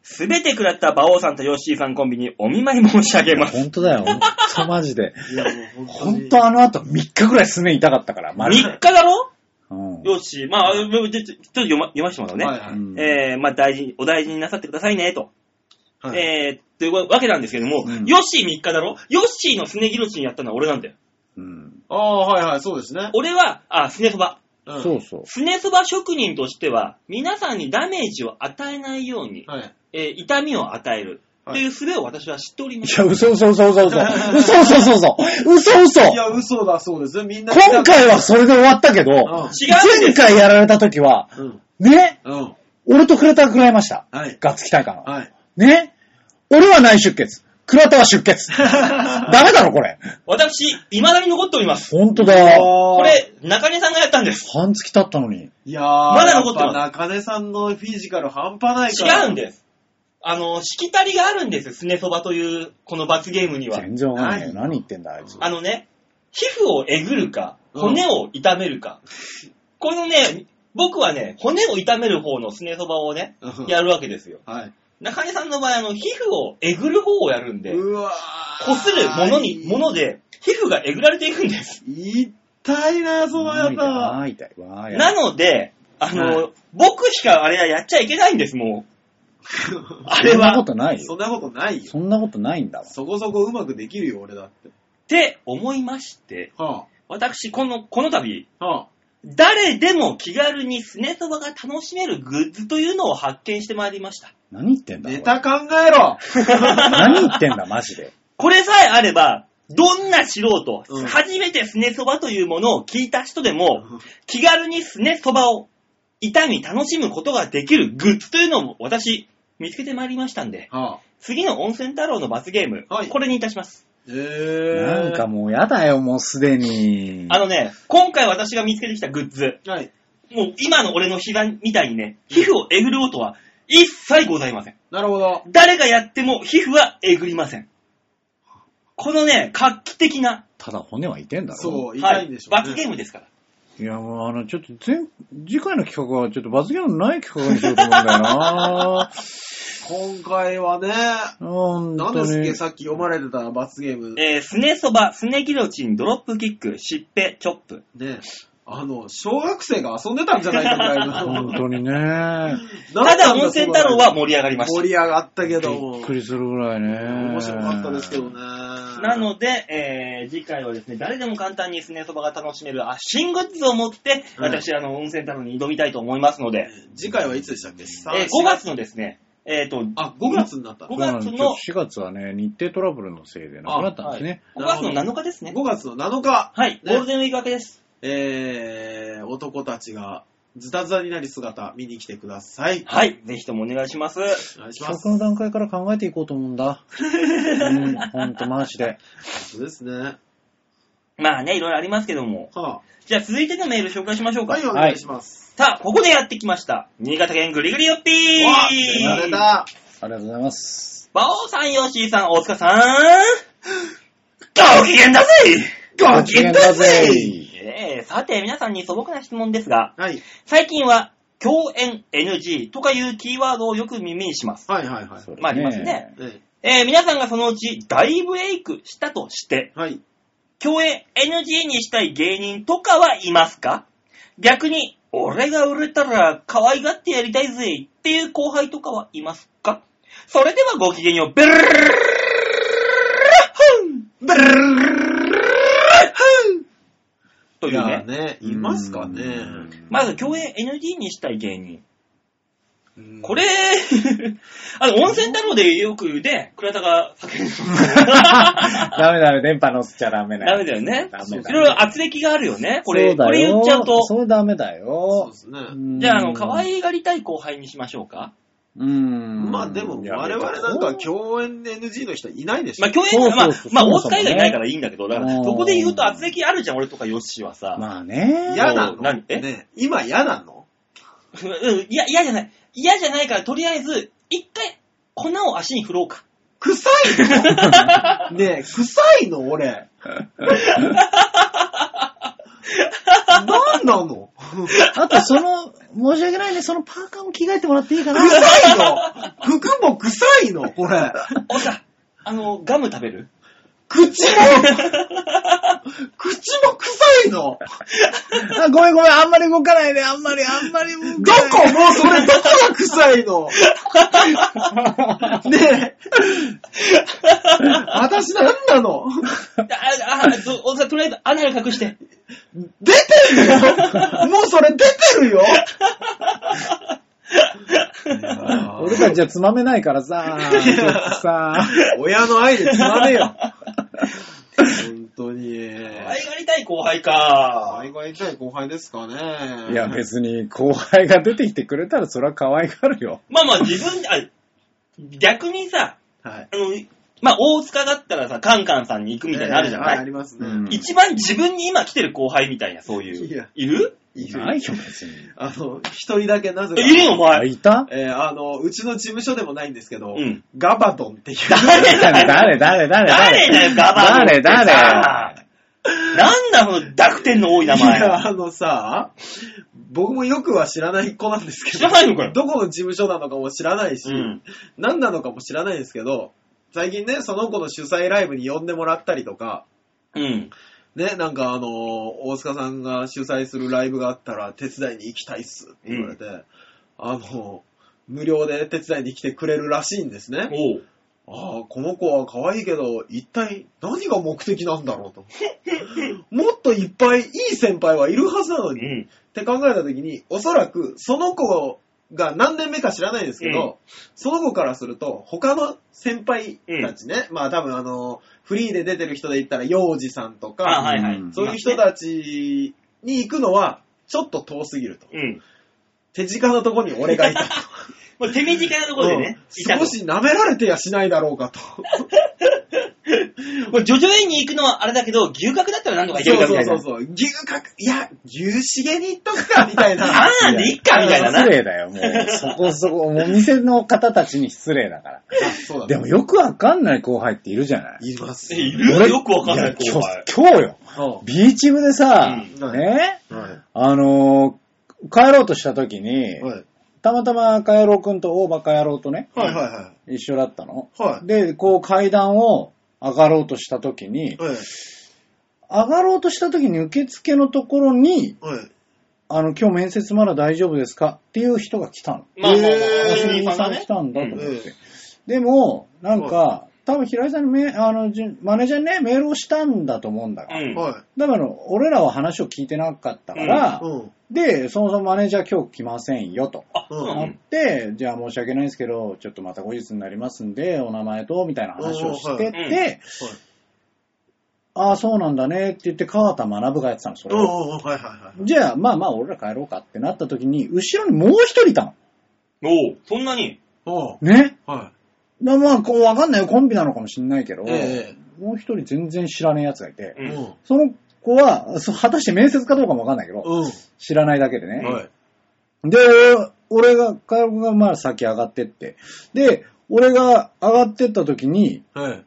B: すべて食らった馬王さんとヨッシーさんコンビにお見舞い申し上げます。
D: 本当だよ。本当マジで。
C: いや、もう
D: 本当あの後3日ぐらいすね痛かったから、マジ
B: 3
D: で。
B: 日だろ
D: うん。
B: ヨッシー。まあ、ちょちょちょっと読ま読ませてもらうね。
C: はいは
D: う
C: い
D: ん
B: えー、まあ、大事に、お大事になさってくださいね、と。
C: はい。
B: えー、というわけなんですけども、
D: うん
B: ヨッシー3日だろヨッシーのスネギロチンやったのは俺なんだよ。
D: うん。
C: ああ、はいはい、そうですね。
B: 俺は、あ、スネそば。
C: うん
D: そうそう。
B: スネそば職人としては、皆さんにダメージを与えないように、
C: はい。
B: えー痛みを与える。
C: は
B: っ
C: い
B: ていう術を私は知っておりま
D: い
B: す。
D: や、嘘嘘嘘嘘嘘。嘘嘘嘘嘘。嘘嘘。
C: いや、嘘だそうです。みんな。
D: 今回はそれで終わったけど、
C: うん
B: 違うん
D: 前
B: です
D: 回やられた時は、
C: うん。
D: ね、
C: うん。
D: 俺と倉田が食らいました。
C: はい。
D: ガッツ期待感の。
C: はい。
D: ね俺は内出血。倉田は出血。
C: [laughs]
D: ダメだろ、これ。
B: 私、未だに残っております。
D: ほんとだよ。
B: こ、れ、中根さんがやったんです。
D: 半月経ったのに。
C: いやー、
B: まだ残ってます
C: やぱ中根さんのフィジカル半端ないから。
B: 違うんです。あの、しきたりがあるんです、スネそばという、この罰ゲームには。
D: 全然わかんないよ。
C: ない
D: 何言ってんだ、あいつ。
B: あのね、皮膚をえぐるか、
C: うん
B: 骨を痛めるか。このね、僕はね、骨を痛める方のスネそばをね、
C: うん
B: やるわけですよ。
C: はい。
B: 中根さんの場合、あの、皮膚をえぐる方をやるんで、
C: うわー。
B: 擦るものに、もので、皮膚がえぐられていくんです。
C: 痛いな、そのや
D: わ
C: っ
D: ーいたい。わーい
B: なので、あの、
C: は
B: 僕しかあれはやっちゃいけないんです、もう。あ
D: そ
B: れ
D: んなこ
B: は。っ
D: とない
C: そ
D: よ。
C: んなことないよ。
D: そんなことないんだわ。
C: そこそこうまくできるよ、俺だって。
B: て思いまして、
C: は
B: 私、この、この度、
C: あ。はあ。
B: 誰でも気軽にスネそばが楽しめるグッズというのを発見してまいりました。
D: 何言ってんだ。
C: ネタ考えろ
D: 何言ってんだ、マジで。
B: これさえあれば、どんな素人、
C: うん
B: 初めてスネそばというものを聞いた人でも、気軽にスネそばを痛み楽しむことができるグッズというのを私、見つけてまいりましたんで、
C: はあ。
B: 次の温泉太郎の罰ゲーム、
C: はい
B: これにいたします。
C: [laughs] えー。
D: なんかもうやだよ、もうすでに。
B: あのね、今回私が見つけてきたグッズ、
C: はい。
B: もう今の俺の膝みたいにね、皮膚をえぐる音は一切ございません。
C: なるほど。
B: 誰がやっても皮膚はえぐりません。このね、画期的な、
D: ただ骨はいてんだろ。
C: そう、
B: は
C: 痛いんでしょう、ね。
B: 罰ゲームですから。
D: いや、もうあの、ちょっと前、次回の企画はちょっと罰ゲームのない企画にしようと思うんだよ
C: [laughs]
D: な
C: 今回はね、
D: ほん
C: 何
D: と
C: ですっ
D: に
C: け、。さっき読まれてた罰ゲーム。
B: えー、スネそば、スネギロチン、ドロップキック、しっぺ、チョップ。
C: ね、あの、小学生が遊んでたんじゃないかぐらいの。
D: 本当に
C: [laughs]
D: ね。
B: ただ温泉太郎は盛り上がりま
C: 盛
B: し
C: り上がったけども
D: びっくりするぐらいね。
C: 面白かったですけどね。。
B: た。
C: な
B: なので、えー、次回はですね、誰でも簡単にスネそばが楽しめるあ新グッズを持って、
C: はい
B: 私、あの、温泉太郎に挑みたいと思いますので、
C: 次回はいつでしたっけ ?5
B: えー5月のですね、ええっ、と、5
C: あ、5月になった。
B: 5
C: 5
B: 月
D: そう
B: の
D: なんで、すよ4月はね、日程トラブルのせいでなくなったんですね。
B: 月の7日ですね。
C: 月の7日、
B: はい、
C: ね
B: ゴールデンウィーク明けです。
C: えー、男たちがズタズタになり姿見に来てください。
B: はい、ぜひともお願いします。
C: お願いしま
D: 企
C: す。
D: 画の段階から考えていこうと思う
B: [laughs]
D: んだ。うん、ほんと、マジで。
C: そうですね。は
B: まあね、いろいろありますけども。
C: あ、
B: じゃあ続いてのメール紹介しましょうか。
C: はい、お願いします。
B: さあ、ここでやってきました。新潟県ぐりぐりよっぴ
C: お
B: ー
C: 出た出た
D: ありがとうございます。
B: バオさん、ヨッシーさん、大塚さん、ご機嫌だぜ
D: ご機嫌だぜ
B: えーさて、皆さんに素朴な質問ですが、
C: はい、
B: 最近は、共演 NG とかいうキーワードをよく耳にします。
C: はい、はい、はい。
D: それ
B: まあ、ありますね。
C: え
B: えー皆さんがそのうち大ブレイクしたとして、
C: えはい。
B: 共演 NG にしたい芸人とかはいますか逆に、俺が売れたら可愛がってやりたいぜっていう後輩とかはいますかそれではごきげんよう、ベルルルルルルルルルルルル
C: ブルルル
B: と
C: い
B: いう
C: や
B: ね。
C: ね、いますかね。
B: まず共演 NG にしたい芸人。
C: うん
B: これ、あの、温泉太郎でよく言うね、倉田が叫ん
D: ダメダメ、電波乗っちゃダメ
B: だ。
D: だ
B: ダ
D: よ
B: メだよね
D: ダメ。だ
B: いろいろ圧力があるよね。これ、
D: そうだよ
B: これ言っちゃうと。
D: それダメだ
C: そう
D: よ
C: で。すね。
B: じゃあ、あの、可
D: い。
B: 愛がりたい後輩にしましょうか。
D: うん。
C: まあでも、
D: いや
C: 我々なんか共演 NG の人いないでしょ
B: まあ、。共演
D: そうそう
B: まあ
D: そう、
B: まあ、
D: そも
B: 大
D: そもね
B: 塚以外ないからいいんだけど、だから、
D: うん
B: そこで言うと圧力あるじゃん、俺とかヨッシーはさ。
D: まあね。
C: 嫌なの
B: そうなんえ
C: ね今嫌なの
B: うん、いや、嫌じゃない。嫌じゃないから、とりあえず、一回、粉を足に振ろうか。
C: 臭いのねえ、臭いの俺。なんなの
D: あと、その、申し訳ないね、そのパーカーも着替えてもらっていいか
C: [laughs]
D: な。
C: 臭いの服も臭いのこれ。
B: おさ、あの、ガム食べ
D: [laughs]
B: る
C: 口も、口も臭いの
D: あ、ごめんごめん、あんまり動かないね、あんまり、あんまり動
C: ど
D: かない。
C: こもうそれどこが臭いのねえ。私なんなの
B: あ、あ、そうおさ、とりあえず、穴を隠して。
C: 出て
D: [laughs]
C: るよもうそれ出てるよ
D: 俺たちはつまめないから [laughs] さ、ちょっとさ、
C: 親の愛でつまめよ。本当に。
B: 可愛がりたい後輩か。
C: 愛がりたい後輩ですかね。
D: いや、別に後輩が出てきてくれたらそれは可愛がるよ。
B: まあまあ、自分、あ、逆にさ、
C: はい。
B: あの、まあ、大塚だったらさ、カンカンさんに行くみたいなのあるじゃな、
C: はいありますね。
D: うん
B: 一番自分に今来てる後輩みたいな、そういう。
C: いや
B: いる
C: いる
D: ないよ、別に。
C: あの、一人だけなぜ
B: え
C: か。
B: いるよ、お
D: あ、
B: 前。
D: い [laughs] た
C: えーあの、うちの事務所でもないんですけど、
B: うん
C: ガバドンっていう。
B: 誰だよ、
D: 誰、誰、誰、
B: 誰だよ、ガバ
D: 誰、誰。
B: なんだ、この濁点の多い名
C: い
B: 前。
C: や、あのさ、僕もよくは知らない子なんですけど、
B: 知らないのかよ
C: どこの事務所なのかも知らないし、
B: うん
C: 何なのかも知らないんですけど、最近ね、その子の主催ライブに呼んでもらったりとか、
B: うん。
C: ね、なんかあのー大塚さんが主催するライブがあったら手伝いに行きたいっすって言われて、あのー無料で手伝いに来てくれるらしいんですね。
B: おう。
C: ああ、この子は可愛いけど、一体何が目的なんだろうと。もっといっぱいいい先輩はいるはずなの
B: う
C: に、
B: ん。
C: って考えたときに、おそらくその子が何年目か知らないですけど、
B: うん
C: その子からすると、他の先輩たちね、まあ多分あの、フリーで出てる人で言ったら、幼児さんとか、
B: あ、はいは
D: う
B: い。
D: ん
C: そういう人たちに行くのは、ちょっと遠すぎると。
B: うん。
C: 手近なところに俺がいたと。
B: もう手短なところでね、い
C: うん
B: たと
C: 少。し舐められてやしないだろうかと。
B: これ、ジョジョ園に行くのはあれだけど、牛角だったら何とかいけ
C: そ
B: るか
C: う
B: み
C: そ
B: た
C: う
B: いな。
C: そうそう。牛角、いや、牛しげに行っとくか、みたい
B: あ
C: な。
B: んなんでいっか、みたいなな。
D: 失礼だよ、もう。そこそこ、もう店の方たちに失礼だから。
C: あそうだ
D: でもよくわかんない後輩っているじゃない
C: います。
B: いるよくわかんない後輩。
D: 今日今日よ。
C: うん
D: ビーチ部でさ、
C: うん
D: ね、
C: はい
D: あのー帰ろうとした時に、
C: はい
D: たまたまカヤロウくんと大場カヤロウとね、
C: はいは
D: 一緒だったの。
C: い。はい。
D: で、こう階段を上がろうとした時に、
C: はい。
D: 上がろうとした時に受付のところに、
C: はい。
D: あの、今日面接まだ大丈夫ですかっていう人が来たの。
B: まあまあまあ、お
C: えー
D: お
B: 職
D: 職
B: 人
D: 人
B: さ
D: さ
B: ん
D: ん
B: ね
D: 来。たんだと思っ
C: うん
D: て。でも、なんか、多分平井さんにめあのじマネージャーにね、メールをしたんだと思うんだが。
B: うん。
C: は
D: だから、俺らは話を聞いてなかったから
C: い。、うん。
D: で、そもそもマネージャー今日来ませんよと。
B: あ、
C: うん
B: そうな
D: な
B: の
D: って、じゃあ申し訳ないですけど、ちょっとまた後日になりますんで、お名前と、みたいな話をして
B: おーはい
D: て、ああ、そうなんだねって言って、川田学がやってたの、それ
C: うんう
D: を。
C: んうん、はいはいはい。
D: じゃあ、まあまあ、俺ら帰ろうかってなった時に、後ろにもう一人いたの。
B: おうそんなに
C: おう
D: ね。
C: は
D: だまあ、こう、わかんないよ、コンビなのかもしんないけど、
C: い。え
D: もう一人全然知らねえ奴がいて、
B: う。
C: え。うんん。
D: その子は、そう果たして面接かどうかもわかんないけど、
C: うん。
D: 知らないだけでね。
C: はい。
D: で、俺が、カエル君がまあ先上がってって。で、俺が上がってった時に、
C: はい。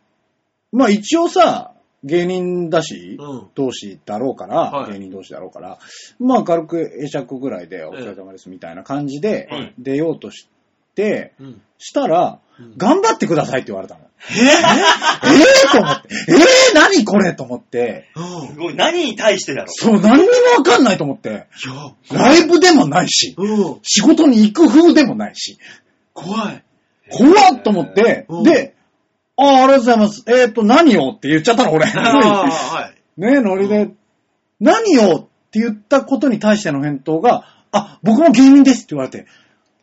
D: まあ一応さ、芸人だし、
C: うん。
D: 同士だろうから、
C: はい
D: 芸人同士だろうから、まあ軽く会釈ぐらいでお疲れ様ですみたいな感じで
B: うん
D: 出ようとして、
C: うん。
D: したら、
C: うん
D: 頑張ってくださいって言われたの。えええと思って。ええ何これと思って。
C: うん。
B: すごい。何に対してだろ
D: そう、何にもわかんないと思って。
C: いや、
D: ライブでもないし、
C: うん。
D: 仕事に行く風でもないし。
C: 怖い。
D: 怖っと思って、
C: うん
D: で、ああ、ありがとうございます。えっ、と、何をって言っちゃったの、俺。
C: ああ、はい。
D: ねノリで、何をって言ったことに対しての返答が、あ、僕も芸人ですって言われて、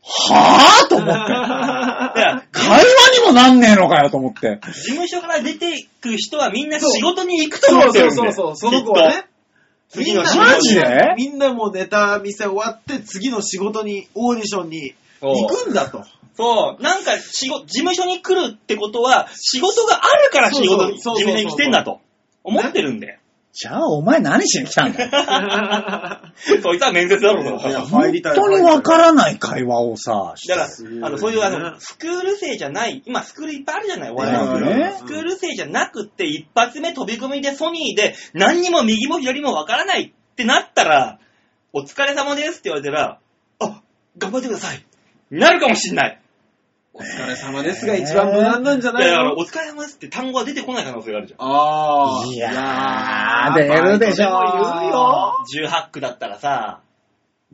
D: はぁと思っ
B: う。
D: て。
B: いや、
D: 会話にもなんねえのかよと思って。
B: 事務所から出ていく人はみんな仕事に行くと思ってるんだよ
C: その子はね。。
B: きっと次の仕
D: マ
B: 事
D: ジ
B: に
D: で
C: みんなもうネタ見せ終わって、次の仕事に、オーディションに
B: そう
C: 行くんだと。
B: そう。なんか、仕事、事務所に来るってことは、仕事があるから仕事に、事
C: そうそうそうそう
B: 務所に来てんだと。思ってるんで。
D: じゃあ、お前何しに来たんだよ。
B: そいつは面接だろう
C: いや
B: と。
C: 入
D: 本
C: りたい
D: 当にわからない会話をさ、して
B: だから
C: すごい、ね
B: あの、そういうあの、スクール生じゃない、今スクールいっぱいあるじゃない、お笑いのスク
D: まあ
B: ー
D: ね
B: ル。スクール生じゃなくって、一発目飛び込みでソニーで、何にも右も左もわからないってなったら、お疲れ様ですって言われたら、あ、頑張ってください。なるかもしんない。
C: お疲れ様ですが、一番無難なんじゃ
B: い
C: な
B: や、
C: い
B: だから
C: の
B: お疲れ様ですって単語は出てこない可能性があるじゃん。
C: ああ。
D: いやー、出るでしょ
C: バイトでも言うよ。
B: 18区だったらさ、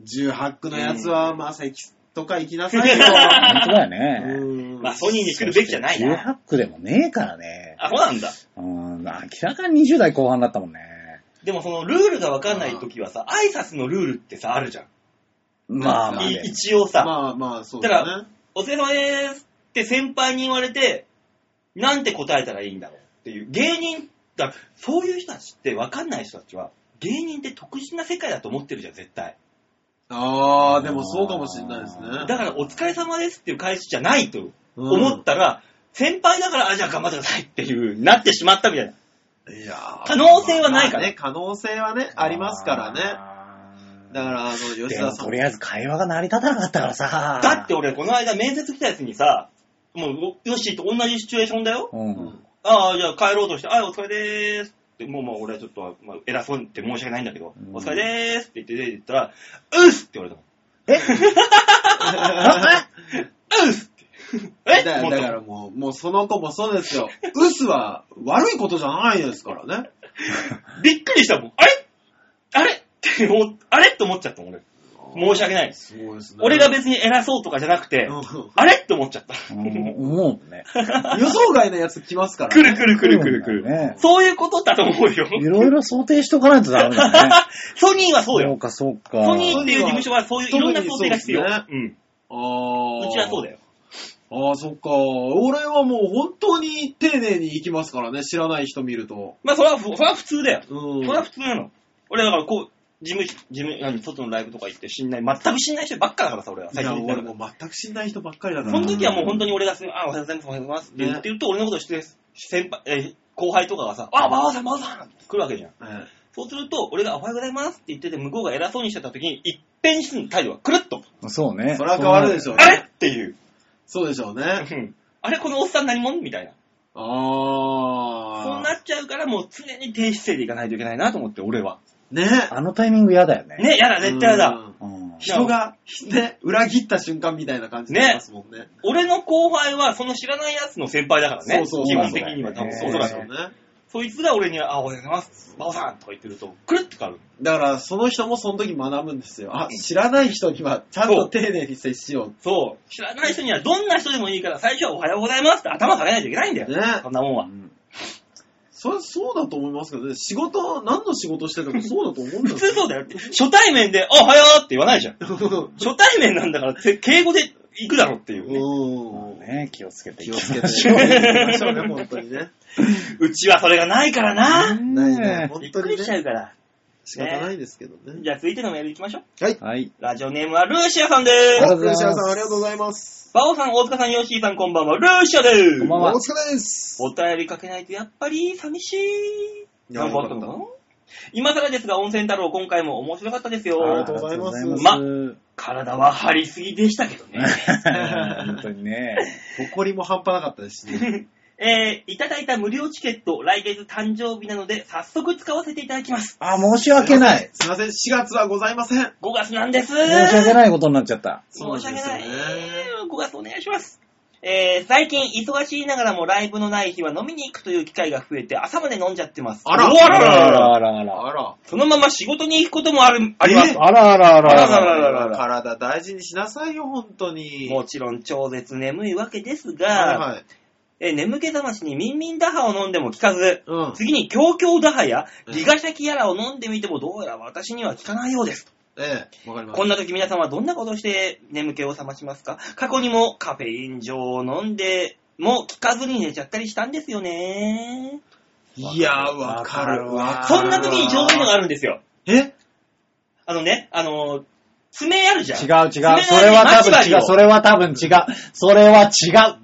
C: 18区のやつは、まあ、関とか行きなさ
B: [laughs]
C: いよ。
D: 本当だよね。
C: うん
B: まあソニーに来るべきじゃないな。
D: 18区でもねえからね。
B: あ、そうなんだ。
D: うん、明らかに20代後半だったもんね。
B: でもそのルールがわかんないときはさ、挨拶のルールってさ、あるじゃん。
D: まあまあ、
B: い
D: ね。
B: 一応さ、
C: まあまあ、そうだね。
B: お疲れ様でーすって先輩に言われて、なんて答えたらいいんだろうっていう。芸人、だそういう人たちってわかんない人たちは、芸人って特殊な世界だと思ってるじゃん、絶対。
C: ああ、でもそうかもしれないですね。
B: だから、お疲れ様ですっていう返しじゃないと
C: うん
B: 思ったら、先輩だから、あ、じゃあ頑張ってくださいっていう、なってしまったみたいな。
C: いやー
B: 可能性はないから
C: まあね、可能性はね、 [laughs] ありますからね。
D: ね
C: だから、あの、吉
D: で
C: 田
D: も
C: さん
D: と。りあえず会話が成り立たなかったからさ。
B: だって、俺、この間面接来たやつにさ、もう、ヨッシーと同じシチュエーションだよ。
D: うん。
B: ああ、じゃあ帰ろうとして、ああ、お疲れでーすって、もう、もう俺はちょっと、まあ、偉そうって申し訳ないんだけど、
D: うん
B: お疲れでーすって言って出て行ったら、うっすって言われた
D: あ
B: の。うっすって。え
C: だだ
B: 思った
C: からもう、もうその子もそうですよ。ウスは悪いことじゃないですからね。
B: びっくりしたもん。あれあれって思っ、あれって思っちゃったもん、俺。申し訳ないです。
C: すごいですね。
B: 俺が別に偉そうとかじゃなくて、
C: うん
B: あれって思っちゃった。
D: うん
B: [laughs]
D: 思うもんね。
C: 予想外のやつ来ますから、
B: くる
C: ね。
B: くるくるくるく
D: そうなんだよ
B: る
D: ね。
B: そういうことだと思うよ。
D: いろいろ想定しとかないとダメだ
C: [laughs]
D: ね。
B: ソニーはそうよ
D: そ。うか、そうか。
B: ソニーっていう事務所はそういういろんな想定が必要。
C: 特にそうで
B: うん。
C: ああ。
B: うちはそうだ
C: よ。
B: よ。
C: ああ、そっか。俺はもう本当に丁寧に行きますからね、知らない人見ると。
B: まあそれは、それは普通だよ。
C: う
B: そ
C: ん。
B: れは普通なの。俺だからこう、事務、事務、何、外のライブとか行って知んない、全く知んない人ばっかだからさ、俺は。
C: い
B: 最
C: や、
B: 初に言った
C: 俺
B: の
C: もう全く知んない人ばっかりだか
B: そ
C: ら。
B: の時はもう本当に俺がす、あ、おはようございます、おはようございますって言って言うと、俺のことして、先輩、えー後輩とかがさ、あ、バオさん、バオさんって来るわけじゃん。
C: え
B: そうすると、俺がおはようございますって言ってて、向こうが偉そうにしてた時に、一変する態度がくるっと、
D: そうね。
C: それは変わるでしょうね
B: あれっていう。
C: そうでしょ
B: [laughs]
C: うね。
B: あれこのおっさん何者みたいな。
C: ああ。
B: そうなっちゃうから、もう常に低姿勢でいかないといけないなと思って、俺は。
C: ね。
D: あのタイミング嫌だよね。
B: ね、やだ、絶対や
C: う
B: だ。
C: ん。
D: うん
C: 人が、ね、裏切った瞬間みたいな感じになりますもんね。
B: 俺の後輩は、その知らない奴の先輩だからね。
C: そうそう
B: 基本的には多分、
D: そう
B: お
D: だ
B: そ
D: よ
B: ら
D: ね
B: く。
C: ね。
B: そいつが俺に、あ、おはようございます、馬王さんとか言ってると、くるって変わる。
C: だから、その人もその時学ぶんですよ。あ、知らない人には、ちゃんと丁寧に接しよ
B: そう。知らない人にはどんな人でもいいから、最初はおはようございますって頭下げないといけないんだよ。
C: う。ね。
B: そんなもんは。
C: それ、そうだと思いますけどね。仕事、何の仕事しててもそうだと思うんで
B: 普
C: すよ
B: 通。そうだよ。初対面で、おはようって言わないじゃん。 [laughs] 初対面なんだから、せ敬語で行くだろっていうね、
C: うん。
E: ね、気をつけていき
C: 気を
E: ま
C: つけ。
E: して
C: 気
D: [laughs]
C: をつけていきましょうね、本当にね。
B: うちはそれがないからな。
C: ないね
D: ね。
C: 本
B: びっ
C: 当
B: く
C: に
B: りしちゃ
C: ね。
B: うから。
C: 仕方ないですけどね。
B: じゃあ続いてのメール行きましょう。
D: はい。
B: ラジオネームはルーシアさんで
D: ありがと
B: す。
D: うございます
C: ルシアさん、ありがとうございます。
B: バオさん、大塚さん、ヨッシーさん、こんばんは。ルーシアです。
D: こんばんは
C: お疲れです。
B: お便りかけないとやっぱり寂しい。
C: いや
B: なんかあった
C: よか
B: の今更ですが、温泉太郎今回も面白かったです
C: ありが
B: よ
C: と。うございます
D: ありがとうございま
B: 体は張りすぎでしたけどね。
D: [laughs] 本当にね。
C: 誇りも半端なかったですしね。
B: えー、いただいた無料チケット、来月誕生日なので、早速使わせていただきます。
E: あ、申し訳ない。
C: すいません、4月はございません。
B: 5月なんです。
D: 申し訳ないことになっちゃった。
B: 申し訳ない。
C: そうなんですよね
B: 5月お願いします。えー、最近忙しいながらもライブのない日は飲みに行くという機会が増えて、朝まで飲んじゃってます。
C: あら
B: おあら
D: あ
B: ら
D: らあらあら。
C: あら。
B: そのまま仕事に行くこともある、あります。
D: あらあらあらあら。
B: ららら
C: 体大事にしなさいよ、本当に。
B: もちろん超絶眠いわけですが、
C: はいはい。
B: えー眠気覚ましにミンミン打破を飲んでも効かず、
C: うん。
B: 次に強強打破や
C: うん
B: リガシャキやらを飲んでみてもどうやら私には効かないようです。
C: ええ、わかります
B: こん。な時皆さんはどんなことをして眠気を覚ましますか過去にもカフェイン錠を飲んでも効かずに寝ちゃったりしたんですよね。
C: いや、わかるわ。
B: そんな時にちょうどいいのがあるんですよ。
C: え
B: あのね、あのー、爪あるじゃん。
D: 違う違う。そ
B: 爪の
D: れは多
B: 待ち針
D: 分違
B: を
D: う。それは多分違う。それは違う。
C: バ、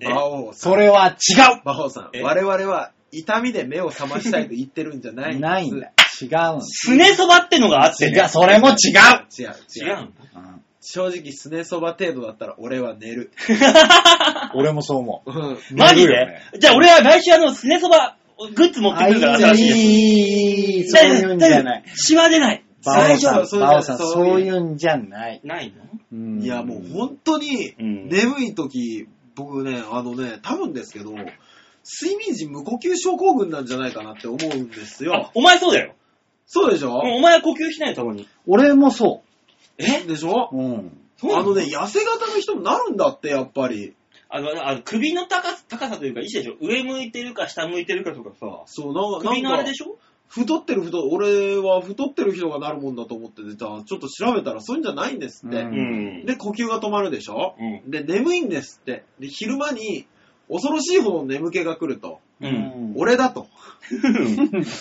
B: え
C: バオさん。
D: それは違
C: バオさん。
B: え
C: 我々は痛みで目を覚ましたいと言ってるんじゃないん
D: う。
C: です。
D: ないんだ。違うん
B: すねそばってのがあって、
D: 違う。
B: ね。
D: それも違う。
C: 違う。違う。
B: 違う。
D: うん
C: 正直、すねそば程度だったら俺は寝る。
D: 俺もそう思う。
C: うん。
B: マジで、
D: 寝るよね
B: じゃあ俺は来週あの、すねそばグッズ持ってく
D: あ、いい
B: る
D: じ
B: から、
D: ゃん、
B: 新
D: い
B: しいやつ
D: いいい、そういうんじゃない。
B: シワ出ない。
D: バオさ
C: 大丈夫
D: ん、
C: そういう
D: バオさん、
C: そういう
D: そういうんじゃない。
B: ないの
D: うん
C: いや、もう本当に、
B: うん
C: 眠い時、僕ね、あのね、多分ですけど、睡眠時無呼吸症候群なんじゃないかなって思うんです
B: あ
C: よ。
B: お前そうだよ。
C: そうでしょ
B: もうお前は呼吸しないよ、たまに。
D: 俺もそ
C: えでしょ
D: う。うん。
B: うな
C: あ
B: の
C: のね、痩せ型の人になるんだって、やっぱり。
B: あの、あの首の高さ高さというか、いいでしょ上向いてるか下向いてるかとかさ、
C: そう、な
B: 首のあ
C: な
B: れ
C: んか
B: で、しょ
C: 太ってる太、俺は太ってる人がなるもんだと思ってて、じゃあちょっと調べたらそういうんじゃないんですって。
D: うん
B: ん
C: で、呼吸が止まるでしょ
B: うん。
C: で、眠いんですって。で、昼間に恐ろしいほど眠気が来ると。
B: うん。
C: 俺だと。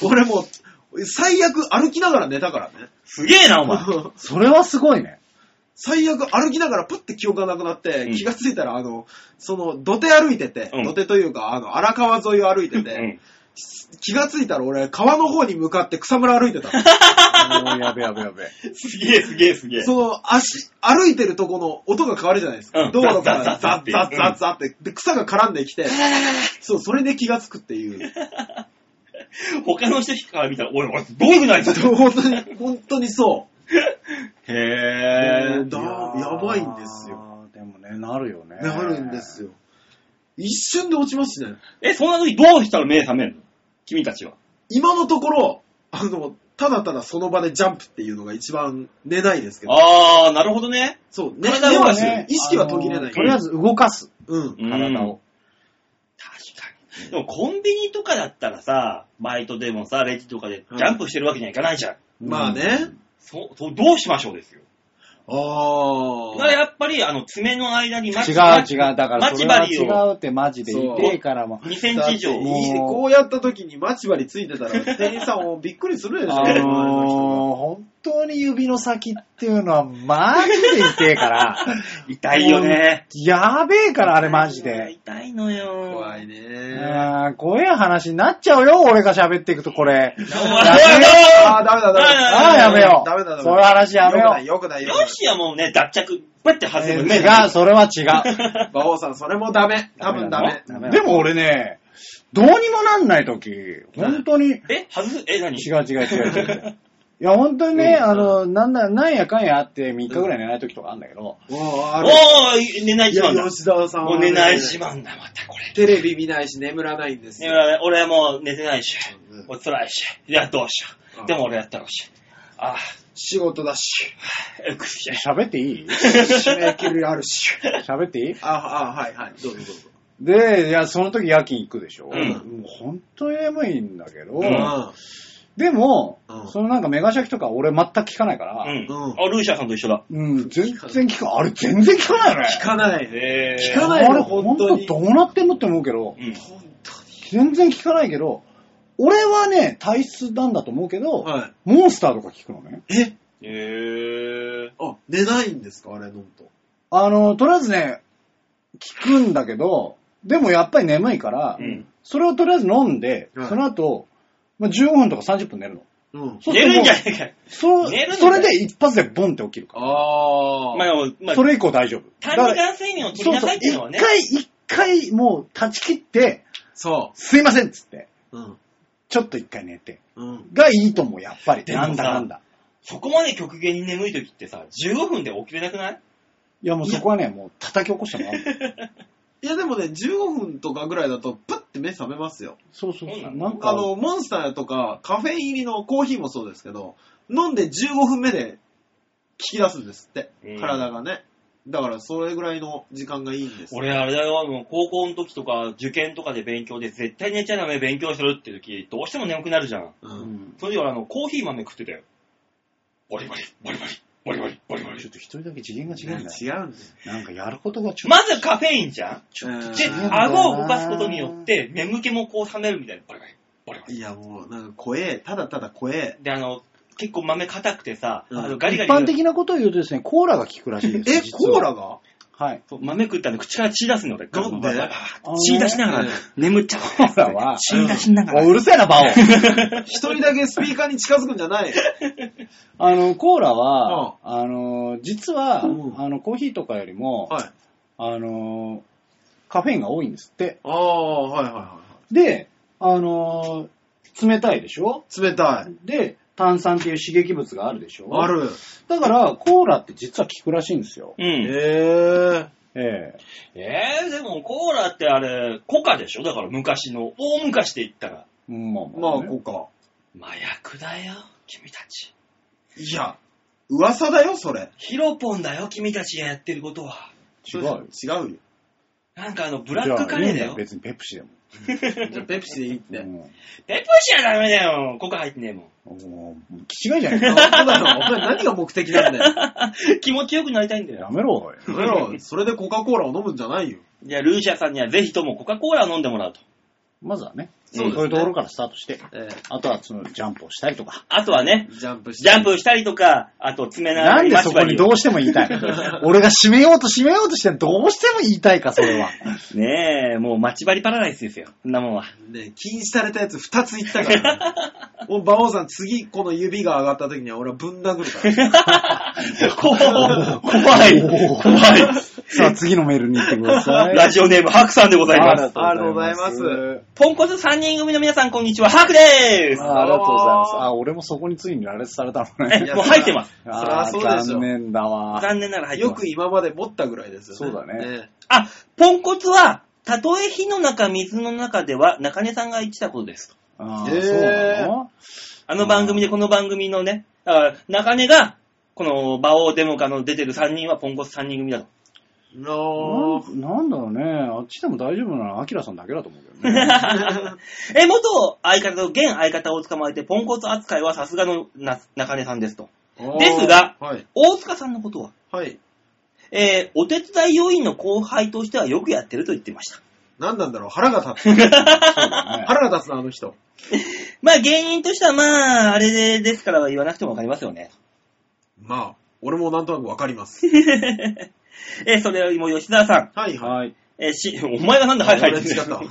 C: 俺もう、最悪歩きながら寝たからね。
B: [laughs] すげえな、お前。
D: それはすごいね。
C: [laughs] 最悪歩きながらパッて記憶がなくなって、
B: うん
C: 気がついたら、あの、その、土手歩いてて、
B: うん
C: 土手というか、あの、荒川沿いを歩いてて、
B: うん
C: 気がついたら俺、川の方に向かって草むら歩いてたの。
D: おーやべやべやべ。
B: すげえ、すげえ、すげえ。
C: その、足、歩いてるとこの音が変わるじゃないですか。
B: うん
C: 道路から
B: ザ
C: ザ
B: ッザ
C: ッザ
B: ッ
C: ッ
B: ザ
C: ザ
B: ッ
C: ッザッザッって、で、草が絡んできて、そう、それで気がつくっていう。
B: 他の人から見たら、おい、おい、どういうふうになりそうだ
C: 本当に、本当にそ
B: へ
C: え [laughs] ーだやばいんですよ。
D: でもね、なるよね。
C: う。なるんですよ。一瞬で落ちますしね。
B: え、そんな時どうしたら目覚めるの君たちは。
C: 今のところ、あの、ただただその場でジャンプっていうのが一番寝ないですけど、
B: あー、なるほどね。
C: そう、ね、
B: 体を
C: 寝は
B: ね
C: してる意識は途切れ
D: あ
C: な
D: の
C: い。
D: とりあえず動かす。
C: うん。
D: 体を。
B: 確かに。でもコンビニとかだったらさ、バイトでもさ、レジとかで
C: うん
B: ジャンプしてるわけにはいかないじゃん。
C: まあね。
B: そう、そう、どうしましょうですよ。
C: あ
B: だ
C: ー
B: からやっぱり、あの、爪の間に
D: 違う
B: 待ち
D: 違う。だから
B: 待
D: そ
B: ち
D: れは
B: 針を
D: 違うってマジで言ってからも。
B: 2センチ以上。
D: もう
C: いいこうやった時に待ち針ついてた
D: [laughs]
C: ら、店員さんもびっくりするでしょ。
D: あのー、 [laughs] 本当に指の先っていうのはマジで痛えから、
B: 痛いよね。
D: やべえからあれマジで。
B: 痛いのよ。
C: 怖い
D: うん
C: ね。
D: 怖え話になっちゃうよ、俺が喋っていくとこれ。
B: お前
D: やめよ
C: あー、ダメだ、ダメだ。
D: ああ、やめよ
C: ダメだ、ダメだ。
D: う。そういう話やめよう。
C: よくない、よく
B: よ
C: ない、よ
B: しやもうね、脱着、バって外
D: え
B: れる
D: ー
B: ね。
D: 違う、それは違う。
C: くない。馬王さん、それもダメ。多分ダメ。
D: ダメなのでも俺ね、どうにもなんないとき、本当に、違う
B: え、外す、え、何
D: 違う違う違う違う。いや、本当に
B: うん
D: ね、あの、なんだ、なんやかんやあって3日ぐらい寝ない時とかあるんだけど、
C: おあ
B: お
C: る。
B: ー、寝ない
C: い
B: 自
C: や、
B: 慢だ。
C: 吉沢さん
B: もう寝ない自慢だ、またこれ。
C: テレビ見ないし眠らないんです
B: 寝
C: よ。
B: られない俺はもう寝てないし
C: うんうん、
B: もう辛いし、いや、どうしよ
C: うん
B: う。でも俺やったろうし。あ
C: 仕事だし、
B: ー、うくし。
D: 喋っていい
C: 締め切りあるし。
D: 喋っていい
C: あ、あ、はいはい。どうぞどうぞ。
D: で、いや、その時夜勤行くでしょ。
B: うん
D: もう本当に眠いんだけど、
B: うん
D: でも、
C: うん
D: そのなんかメガシャキとか俺全く聞かないから、
B: うん。
C: うん
B: あ、ルーシャさんと一緒だ。
D: うん、全然聞か、あれ全然聞かないよね。
C: 聞かないね。
B: へ
C: 聞かないよ
D: あれ
C: 本当に
D: どうなってんのって思うけど、
B: うん。
C: 本
D: 全然聞かないけど、俺はね、体質なんだと思うけど、
C: 当に。はい。
D: モンスターとか聞くのね。
C: え
B: へー。
C: あ、寝ないんですかあれ飲むと。
D: あの、とりあえずね、聞くんだけど、でもやっぱり眠いから、
B: うん
D: それをとりあえず飲んで、
C: はい
D: その後、まあ、15分とか30分寝るの。
C: うん。
D: そうす
B: 寝る
D: るとも
B: ん
D: う
B: じゃねえかよ。
D: そう
B: 寝るんだ
D: それで一発でボンって起きるか
B: [laughs]
C: あ
B: まあでも、ま
D: ら。
B: あ
D: そ、れ以降大丈夫。
B: 短時間睡眠を取り
D: そう
B: な
D: そう
B: さい、っていうのは
D: 一
B: ね。
D: 回、一回もう断ち切って、
C: そ
D: すいませんっつって、
C: う。うん。
D: ちょっと一回寝て、
C: うん。
D: がいいと思う、やっぱり。
B: でも
D: な
B: さ
D: んだなんだ。
B: そこまで極限に眠い時ってさ、15分で起きれなくない
D: いやもうそこはね、もう叩き起こしてもらう。
C: いやでもね、15分とかぐらいだと、プッて目覚めますよ。
D: そうそう
B: そう
D: そ
B: な
D: う。
B: の
D: なんか、
C: あの、モンスターとか、カフェイン入りのコーヒーもそうですけど、飲んで15分目で聞き出すんですって
B: う。ん
C: 体がね。だから、それぐらいの時間がいいんですよ。
B: 俺、あれだよ、もう高校の時とか、受験とかで勉強で、絶対寝ちゃダメ、勉強するって時、どうしても眠くなるじゃん。
C: う。
D: うんん
B: それで俺、あの、コーヒー豆食ってたよ。バリバリ、バリバリ、バリバリ、バリバリ
D: ちょっ。と一人だけ次元が違
C: 違う
D: う
C: んん
D: だ
C: だ
D: よ。
C: よ。
D: なんかやることがちょっ
B: まずカフェインじゃんで
D: 違うん、だよな
B: 顎を動かすことによって、眠気もこう冷めるみたいな。バリバリ、バリバリ。
C: いや、もう、なんか怖え。ただただ怖え。
B: で、あの、結構豆硬くてさ、
C: うん
B: あの
D: と。
B: ガリ
D: 一
B: ガリ。
D: 般的なことを言うとですね、コーラが効くらしいです。
C: え、
D: 実は
C: コーラが
D: はい。
B: そう豆食ったの口から血出すの俺。
C: なんで
B: ガバガバ
D: あのね
B: 血出しながら
C: うん、
B: 眠っ [laughs] ちゃう。
D: コーラは
B: 血出しながら。
D: おうるせえな、バオ。
C: 一人だけスピーカーに近づくんじゃない
D: [laughs] あの、コーラは、あの、実は、
C: うん
D: あの、コーヒーとかよりも、
C: はい。
D: あの、カフェインが多いんですって。
C: ああ、はいはいは
D: で、あの、冷たいでしょ
C: い。冷たい。
D: で、炭酸っていう刺激物があるでしょ
C: あ。る。
D: だから、コーラって実は効くらしいんですよ。
B: うん。
C: ええ。
D: ええ
B: えー、でもコーラってあれ、コカでしょだから昔の、大昔で言ったら。
D: うんまあま
C: まあ
D: あ、、ね。
C: こうか。
B: 麻薬だよ、君たち。
C: いや、噂だよ、それ。
B: ヒロポンだよ、君たちがやってることは。
D: 違うよ。
C: 違うよ。
B: なんかあの、ブラックカレー
D: じ
B: だ
D: ゃあいいん
B: よ。
D: 別にペプシでも。
C: じゃあペプシでいいっ
D: う
C: て。
D: ん
B: ペプシはダメだよ。コカ入ってねえもん。
D: もう、気違いじゃねえ
C: 本
D: か。 [laughs]
C: 当だよ。お前何が目的なんだよ。
B: 気持ちよくなりたいんだ
D: や
B: よ。
D: めろ、おい。
C: やめろ、 [laughs] それでコカ・コーラを飲むんじゃないよ。
B: じゃあ、ルーシャさんにはぜひともコカ・コーラを飲んでもらうと。
D: まずはね、
C: そ
D: そうう
C: ですね
D: いうところからスタートして、
C: え
D: あとはそのジャンプをしたりとか。
B: あとはね、
C: ジャンプし
B: ジャンプしたりとか、あと爪の
D: な
B: 穴
D: ん
B: に
D: で
B: マシ
D: そ
B: ュ
D: こ
B: マロ
D: にどうしても言いたいの俺が締めようと締めようとしてどうしても言いたいか、それは。
B: ねえ、もう待ち針パラダイスですよ。そんなもんは。
C: ねえ禁止されたやつ2ついったから。もう、馬王さん、次、この指が上がった時には俺はぶん殴るから。
B: 怖い怖い怖い
D: さあ、次のメールに行ってください。
B: ラジオネーム、ハクさんでございます。
C: ありがとうございます
D: ありがとうございます
B: ポンコツ3人組の皆さん、こんにちは。ハクでーす
D: あありがとうございます。あ、俺もそこについに羅列されたの
B: え
D: ね。
C: や
B: もう入ってます。
C: そりゃ
D: あ
C: そう
D: ー
C: でしょ
D: 残念だわ。
B: 残念ながら入って
C: よ
B: ます。
C: く今まで持ったぐらいですよね。
D: そうだね
C: え
B: あ、ポンコツは、たとえ火の中、水の中では、中根さんが言ってたことです。
D: あ
C: え
D: ー
C: ー
D: そうなの
B: あの番組で、この番組のね、だから中根が、この、馬王デモカの出てる3人はポンコツ3人組だと。
C: な
D: なんなんだろうね。あっちでも大丈夫なのはアキラさんだけだと思うけどね。
C: あ
B: [laughs] え、元相方と現相方を捕まえて、ポンコツ扱いはさすがのな中根さんですと。ですが
C: はい。
B: 大塚さんのことは、
C: はい。
B: えーお手伝い要員の後輩としてはよくやってると言ってました。
C: 何なんだろう腹が立つ。
D: そうだね
C: 腹が立つな、あの人。
B: まあ芸人としてはまあ、あれですからは言わなくてもわかりますよね。
C: まあ、俺もなんとなくわかります。
B: えーそれよりも吉沢さん、
C: はいはい。
D: はい。
B: えーし、 [laughs] お前がなんだ、はいはい
C: 俺。違った。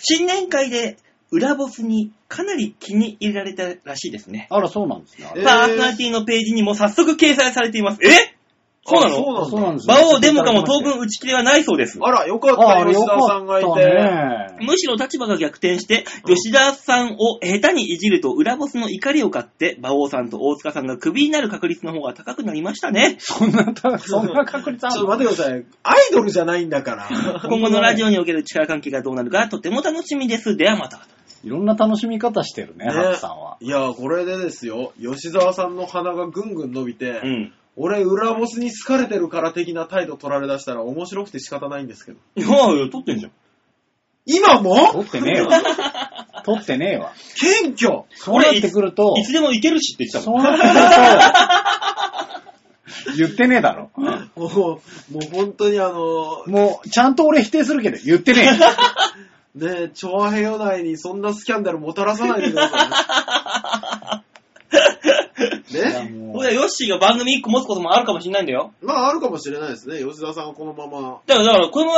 B: 新年会で裏ボスにかなり気に入られたらしいですね。
D: あら、そうなんですね。
C: え
B: パーソナリティのページにも早速掲載されています。え [laughs] そうな
C: あ
B: の
D: そうなんですよ
B: 馬王デモカも当分打ち切りはないそうです。
C: あら、よかっ
D: あ
C: た、
D: あ、
C: 吉
D: よ
C: 田
D: か
C: さんがい。
D: ってたね。
B: むしろ立場が逆転して、吉田さんを下手にいじると裏ボスの怒りを買って、馬王さんと大塚さんがクビになる確率の方が高くなりましたね。
D: そんな、
C: [laughs]
D: そんな確率
C: ちょ
D: あ
C: っと待っ
D: るの
C: てください。アイドルじゃないんだ
D: [laughs]
C: から。
B: 今後のラジオにおける力関係がどうなるかとても楽しみです。ではまた。
D: いろんな楽しみ方してるね、
C: ね
D: ハクさんは。
C: いや、これでですよ、吉沢さんの鼻がぐんぐん伸びて、
B: うん。
C: 俺、裏ボスに好かれてるから的な態度取られだしたら面白くて仕方ないんですけど。
B: いやいや、撮ってんじゃん。
C: 今も
D: 取ってねえ
C: [laughs]
D: わ。取ってねえわ。
C: 謙虚
D: そうなってくると
B: い、つでもいけるしって言ってた
D: そ
B: も。
D: うんなってくると、言ってねえだろ。
C: もう、もう本当にあの、
D: もう、ちゃんと俺否定するけど、言ってねえ。
C: ねえ、長平与内にそんなスキャンダルもたらさないでください
D: [laughs]
C: ね。ね
D: も
B: そ
D: う
B: うだよヨッシーが番組1個持つこともあるかもしれないんだよ。
C: まああるかもしれないですね。吉田さんはこのまま。
B: だから、だからこれも、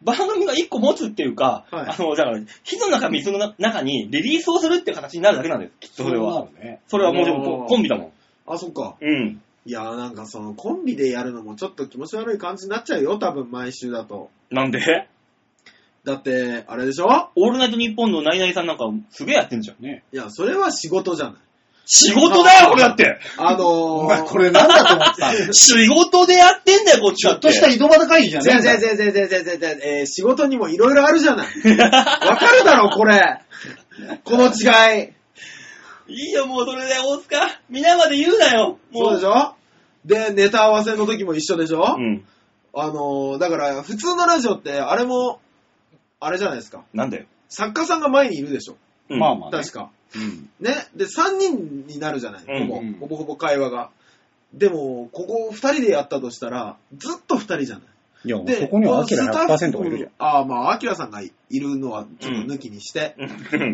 B: 番組が1個持つっていうか、
C: はい
B: あの、だから、火の中、水のな中にリリースをするっていう形になるだけなんです。きっとそれ
D: そう
B: は。
D: なるね。
B: それはもうでも
C: お
B: コ
C: ー
B: コンビだもん。
C: あ、そっか。
B: うん。
C: いやーなんかそのコンビでやるのもちょっと気持ち悪い感じになっちゃうよ、多分毎週だと。
B: なんで
C: だって、あれでしょ
B: [laughs] オールナイトニッポンのナイナイさんなんかすげえやってんじゃん。
D: ね
C: いや、それは仕事じゃ
D: [laughs]
C: ない。
B: 仕事だよ、これだって
C: あのー、
D: お前、これなんだと思ってた。ち
B: 仕事でやってんだよ、こっちだ
D: ょ
B: っ。
D: ってとした井戸端会議じゃ
C: じ
D: ねえ
C: ゃ
D: ん
C: じ
D: だ
C: ゃ
D: よ
C: じゃじゃじゃじゃじゃじゃ、えー仕事にもいろいろあるじゃない。わかるだろ、これ。この違
D: [laughs]
C: い。
B: [laughs] いいよ、もうそれで大塚、皆まで言うなよ。も
C: そうでしょで、ネタ合わせの時も一緒でしょ、
B: うん。
C: あのー、だから、普通のラジオって、あれも、あれじゃないですか。
B: なんだよ。
C: 作家さんが前にいるでしょ
B: うん
D: まあまあね。
C: 確か。
B: うん。
C: ね。で、3人になるじゃない。ほぼ、
B: うん
D: うん
C: ほぼほぼ会話が。でも、ここ2人でやったとしたら、ずっと2人じゃない。
D: いや、もう
C: で、
D: そこにはアキラ
C: スタッフ
D: 100%がいるじゃ
C: ああ、まあ、アキラさんがいいるのは、ちょっと抜きにして。
D: ん。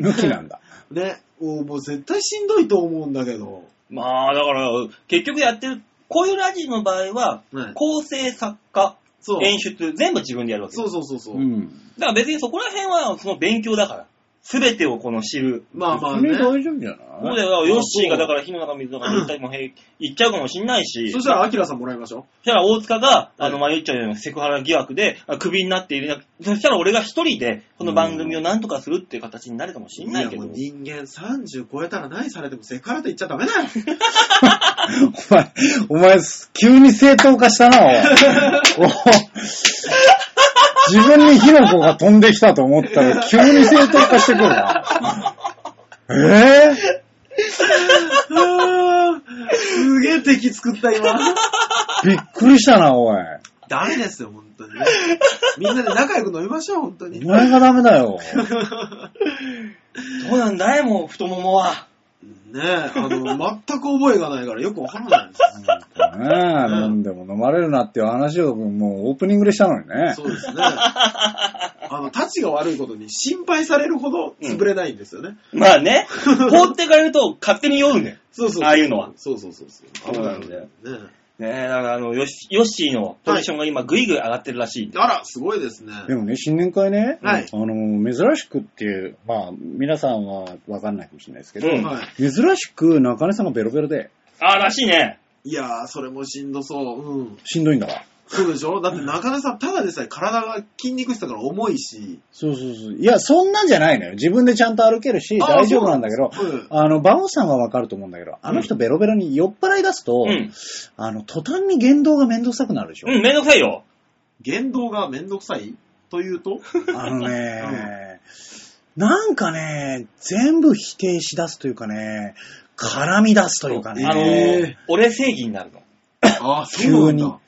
D: 抜きなんだ。
C: ね、もうもう絶対しんどいと思うんだけど。
B: [laughs] まあ、だから、結局やってる、こういうラジオの場合は、
C: はい
B: 構成作家、
C: そう。
B: 演出、全部自分でやるわけ。
C: そうそうそうそう。
D: うん。
B: だから別にそこら辺は、その勉強だから。すべてをこの知る。
C: まあまあ
D: 君
C: ね。
D: 大丈夫じゃ
B: そ
D: な
B: う
D: い
B: だよ、ヨッシーがだから火の中水の中に行ったりも平気行っちゃうかもしんないし、
C: そ
B: そし
C: したら、アキラさんもらいましょ
B: たら大塚が、あの、迷っちゃうようなセクハラ疑惑で、あクビになっていれなく、そしたら俺が一人で、この番組を何とかするっていう形になるかも
C: う。
B: しんないけど
C: もう。人間30超えたら何されてもセクハラって言っちゃダメだよ。 [laughs]
D: お前、お前、急に正当化したな、
C: [laughs]
D: おいお自分に火の粉が飛んできたと思ったら、急に正当化してくるな。えぇ、
C: あーすげえ敵作った今。
D: びっくりしたな、おい。
C: ダメですよ、本当にね。みんなで仲良く飲みましょう、本当に。
D: お前がダメだよ。
B: そうなんだよ、もう、太ももは。
C: ねえ、あの、全く覚えがないからよくわからないんですよ。
D: ねえ、飲んでも飲まれるなっていう話をもうオープニングでしたのにね。
C: そうですね。あの、立ちが悪いことに心配されるほど潰れないんですよね。
B: まあね、放ってかれると勝手に酔うんだよ。
C: そうそうそう
B: ああいうのは。
C: そうそうそうそう。
B: そうなんだよ
C: ねえ
B: ねえ、だからあの、ヨッシーヨッシーのポジションが今ぐいぐい上がってるらしい。
C: あら、すごいですね。
D: でもね、新年会ね、
C: はい
D: あの、珍しくっていう、まあ、皆さんはわかんないかもしれないですけど、
B: うん
C: はい。
D: 珍しく中根さんがベロベロで、
B: ああ、らしいね。
C: いやー、それもしんどそう。うん。
D: しんどいんだわ。
C: そうでしょだって中根さん、ただでさえ体が筋肉質だから重いし。
D: そうそうそう。いや、そんなんじゃないのよ。自分でちゃんと歩けるし、
C: あー
D: 大丈夫なんだけど、
C: そうなんです
D: あの、バオさんはわかると思うんだけど、あの人ベロベロに酔っ払い出すと、
B: うん。
D: あの、途端に言動がめんどくさくなるでしょ。
B: うん、めんどくさいよ。
C: 言動がめんどくさいというと
D: あのね、なんかね、全部否定し出すというかね、絡み出すというかね、
B: あの
C: えー
B: 俺正義になるの。
C: ああ、そうなん
D: 急に
C: だ。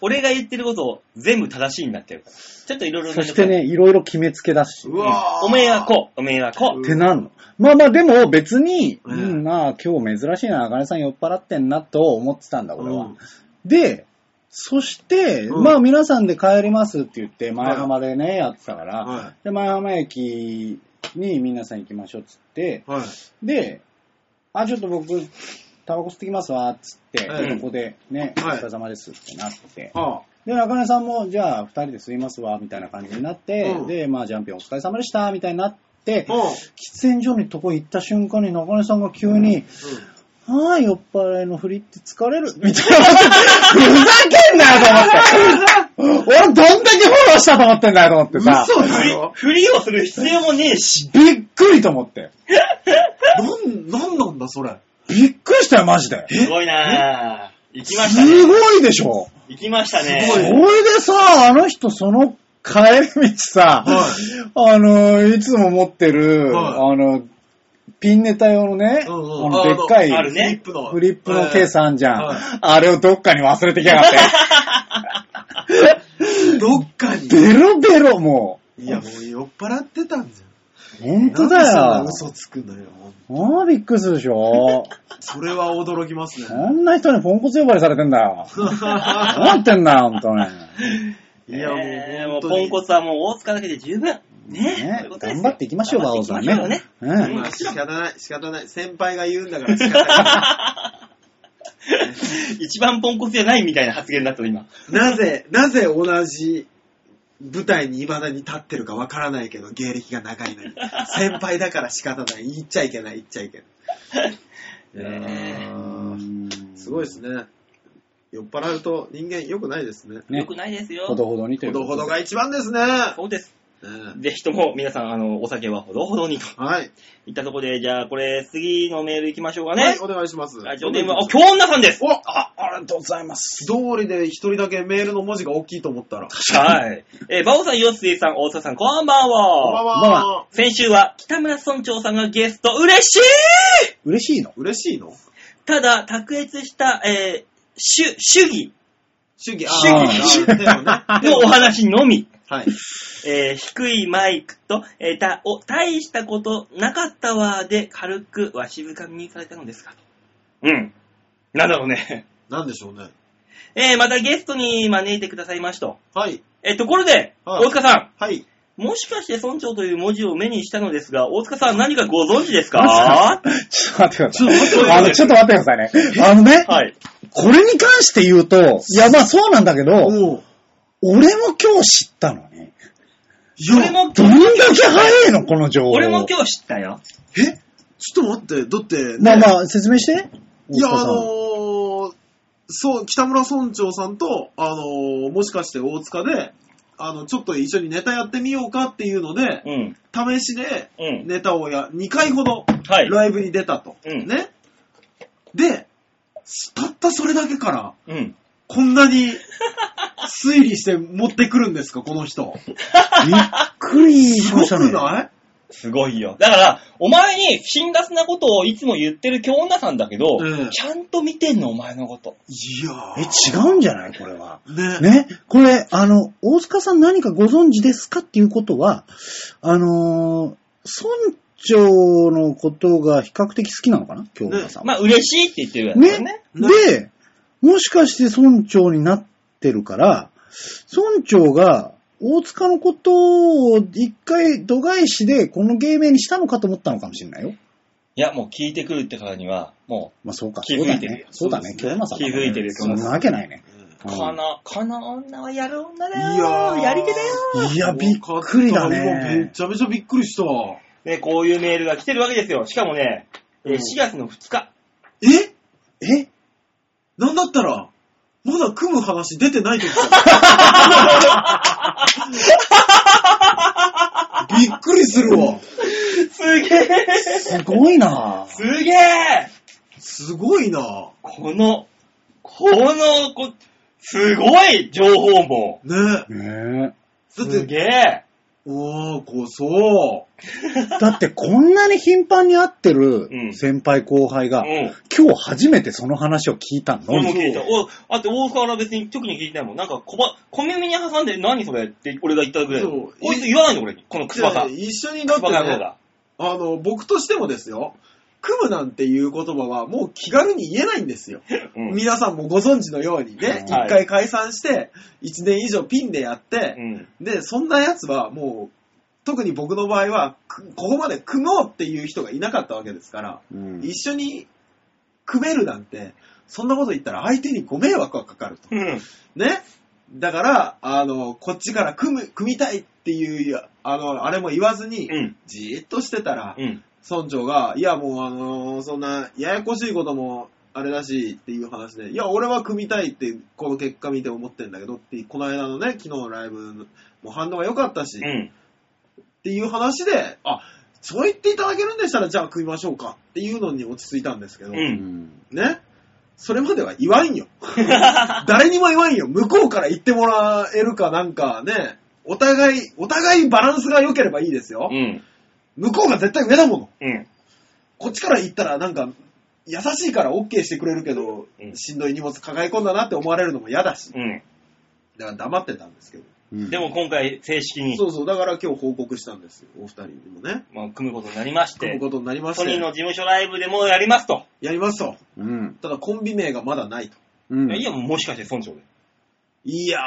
B: 俺が言ってることを全部正しいになってるから。ちょっといろいろ
D: そしてね、いろいろ決めつけ出すし、
C: うわー
B: おめえはこう、おめえはこ
D: ってなるの。まあまあ、でも別に、
C: う
D: うんん、まあ今日珍しいな、茜さん酔っ払ってんなと思ってたんだ、
C: う
D: 俺は。
C: ん。
D: で、そして、
C: うん
D: まあ皆さんで帰りますって言って、前浜でね、やってたから、
C: は
D: で、前浜駅に皆さん行きましょうっつって
C: い。、はい。
D: で、あ、ちょっと僕、タバコ吸ってきますわ、っつって、
C: はい
D: でここでね、
C: はい
D: お疲れ様ですってなって、
C: あ
D: で、中根さんも、じゃあ、二人で吸いますわ、みたいな感じになって、
C: うん
D: で、まあ、ジャンピオンお疲れ様でした、みたいになって、
C: あ。うん。
D: 喫煙所にとこ行った瞬間に中根さんが急に、はぁ、酔っ払いのふりって疲れる。みたいな。ふざけんなよと思って。俺どんだけフォローしたと思ってんだよと思ってさ。
C: 嘘だよ。
B: ふりをする必要もねえし。
D: びっくりと思って。
C: なん、なんなんだそれ。
D: びっくりしたよ、マジで。
B: すごいなぁ。行きました
D: す
B: ね。
D: ごいでしょ。
B: 行きましたね。
C: すごい
D: それでさ、あの人その帰り道さ、
C: はい
D: あの、いつも持ってる、
C: は
D: あの、ピンネタ用のね、
C: うんうん
D: あのでっかい
B: あるね
C: フリップの。
D: フリップのケースあんじゃん。
C: はい
D: あれをどっかに忘れてきやがって。
C: どっかに。
D: ベロベロ、も
C: いや、もう酔っ払ってたんじ
D: う。
C: ゃん。
D: 本当だ
C: なん
D: よ
C: で。そんな嘘つくのよ。
D: ああ、びっくりするでしょ。
C: それは驚きますね。
D: あんな人にポンコツ呼ばれされてんだよ。どうなってんだよ、ほんとね。
C: いや、もう
B: えーも
C: 本
B: う
C: 当
B: ポ
C: に
B: ン。コツはもう大塚だけで十分。ねそうい
D: ね
B: うことです
D: 頑
B: よ
D: 張っていきましょう、馬王さんね。
B: 頑張っていき
D: う
B: ね
D: ん
C: まあ仕方ない、仕方ない。先輩が言うんだから仕方な
B: ましょうね一番ポンコツじゃないみたいな発言だったの、今。
C: い。なぜ、なぜ同じ舞台に未だに立ってるかわからないけど、芸歴が長いのに。先輩だから仕方ない。言っちゃいけない、言っちゃいけない。
B: ね
C: いやーすごいですね。酔っ払うと人間良くないですね。
D: ね
B: よくないですよ。
D: ほどほどにとい
C: ほ
D: う
C: ど
D: ことで。
C: ほどが一番ですね。
B: そうです。
C: ね
B: ぜひとも皆さん、あの、お酒はほどほどにと。
C: はい。
B: いったとこで、じゃあこれ、次のメール行きましょうかね。
C: はい、お願いします。
B: ラジオネーム、あ、京女さんです。
C: お
D: あ、ありがとうございます。
C: 通りで一人だけメールの文字が大きいと思ったら。
B: はい。えー、バオさん、ヨッスイさん、大沢さん、こんばん
C: こんばん
B: は。
D: こんばん
C: は。
B: 先週は、北村村長さんがゲスト、嬉しい
D: 嬉しいの
C: 嬉しいの
B: ただ、卓越した、えー、主、主義
C: 主義、
D: 主義 [laughs]
C: あーで
B: の
C: も
B: お
C: ね
B: 話のみ。
C: はい。
B: えー低いマイクと、えーた、お、大したことなかったわで、軽くわしづかみにされたのですが。うん。なんだろうね。
C: なんでしょうね。
B: [laughs] えーまたゲストに招いてくださいましと。
C: はい。
B: えーところで、
C: はい
B: 大塚さん。
C: はい。
B: もしかして村長という文字を目にしたのですが、大塚さん何かご存知ですか
D: ちょっと待ってくださ
C: ちょっと待ってください
D: い。あの、ちょっと待ってくださいね。あのね、
B: はい。
D: これに関して言うと、いや、まあそうなんだけど、
C: おう
D: 俺も今日知ったのね。
C: い
B: 俺
C: や、
B: も、
D: どんだけ早いの、この情報。
B: 俺も今日知ったよ。
C: えちょっと待って、だって、ね
D: まあまあ、説明して。
C: いや、
D: 大塚
C: あ
D: さん
C: のーそう、北村村長さんと、あのーもしかして大塚で、あの、ちょっと一緒にネタやってみようかっていうので、
B: うん。
C: 試しで
B: うん
C: ネタをや、2回ほど
B: はい
C: ライブに出たと。
B: うん
C: ね。で、たったそれだけから、
B: うん。
C: こんなに推理して持ってくるんですか、この人。
D: びっくりし
C: す
D: ま
C: ご
D: した
C: く
D: ね。
C: ない
B: すごいよ。だから、お前に辛辣なことをいつも言ってる京女さんだけど、
C: うん
B: ちゃんと見てんの、お前のこと。
C: いや
D: え、違うんじゃないこれは。
C: ー。ね。
D: ね、これ、あの、大塚さん何かご存知ですかっていうことは、あのー村長のことが比較的好きなのかな京子さん
B: ま
D: は。
B: あ、嬉しいって言ってるやつだよ
D: ね
B: ね。
C: ね
D: で、もしかして村長になってるから、村長が大塚のことを一回度外視でこの芸名にしたのかと思ったのかもしれないよ。
B: いや、もう聞いてくるってからには、も
D: まあそうか。
B: 気づいてるよ
D: そうだね。
C: そう
D: 京
C: ですね
D: 子さんだから
B: 気づいてるよ
D: そんなわけないね。
B: う、かな、かな女はやる女だ
C: いや
B: よ
C: ー
B: やり手だよ
D: いや、びっくりだ
C: よかったもうめ
D: ね。
C: ちゃめちゃびっくりした。
B: ね、こういうメールが来てるわけですよ。しかもね、えー
C: うん
B: 4月の2日。
C: え
D: え
C: なんだったら、まだ組む話出てな
B: [laughs]
C: い時だよびっくりするわ。
B: すげえ
D: すごいな
B: すげえ
C: すごいな。
B: この、この、こすごい情報も。
C: ね。だ
D: ねえ
C: っ
B: すげ
C: て、
B: え
C: おー、こう、そ
D: だってこんなに頻繁に会って
B: うん
D: る先輩後輩
B: う
D: が、
B: ん。
D: 今日初めてその話を聞いたの
B: 俺も
D: に。
B: 聞いた。お、あって大沢は別に特に聞いてないもん。なんか小ば、小耳に挟んで何それって俺が言ったぐらいだもん。
C: そう
B: こいつ言わないの俺に。この
C: う。
B: クバさ。
C: 一緒にな
B: ク
C: って、
B: バ野郎
C: ね、
B: が。
C: あの、僕としてもですよ、組むなんていう言葉はもう気軽に言えないんですよ。
B: うん。
C: 皆さんもご存知のようにね、一、
B: はい
C: 回解散して、一年以上ピンでやって、
B: うん。
C: で、そんなやつはもう、特に僕の場合は、くここまで組もうっていう人がいなかったわけですから、
D: うん
C: 一緒に組めるなんて、そんなこと言ったら相手にご迷惑がかかると。
B: うん。
C: ね。だから、あの、こっちから組む、組みたいっていう、あの、あれも言わずに、
B: うん。
C: じーっとしてたら、
B: うん。
C: 村長が、いやもうあのーそんな、ややこしいことも、あれだしっていう話で、いや、俺は組みたいって、この結果見て思ってんだけどって、この間のね、昨日のライブの、もう反応が良かったし、
B: う
C: っ
B: ん。
C: ていう話で、あ、そう言っていただけるんでしたら、じゃあ組みましょうかっていうのに落ち着いたんですけど、
B: う。
D: うんん。
C: ね。それまでは言わんよ。 [laughs] 誰にも言わんよ。向こうから言ってもらえるかなんかね、お互い、お互いバランスが良ければいいですよ。
B: うん。
C: 向こうが絶対上だもの。
B: うん。
C: こっちから言ったらなんか、優しいから OK してくれるけど、
B: うん
C: しんどい荷物抱え込んだなって思われるのも嫌だし。
B: うん。
C: だから黙ってたんですけど。
D: うん
B: でも、今回、正式に、
C: そうそう、だから今日報告したんですよ。お二人にもね。
B: まあ、組むことになりまし
C: 組む
B: て、
C: ことになりまし
B: ソニーの
C: て、
B: 事務所ライブでもやりますと。
C: やりますと。
D: うん。
C: ただコンビ名がまだないと。
D: うん。
B: いや、もしかして村長で。
C: いや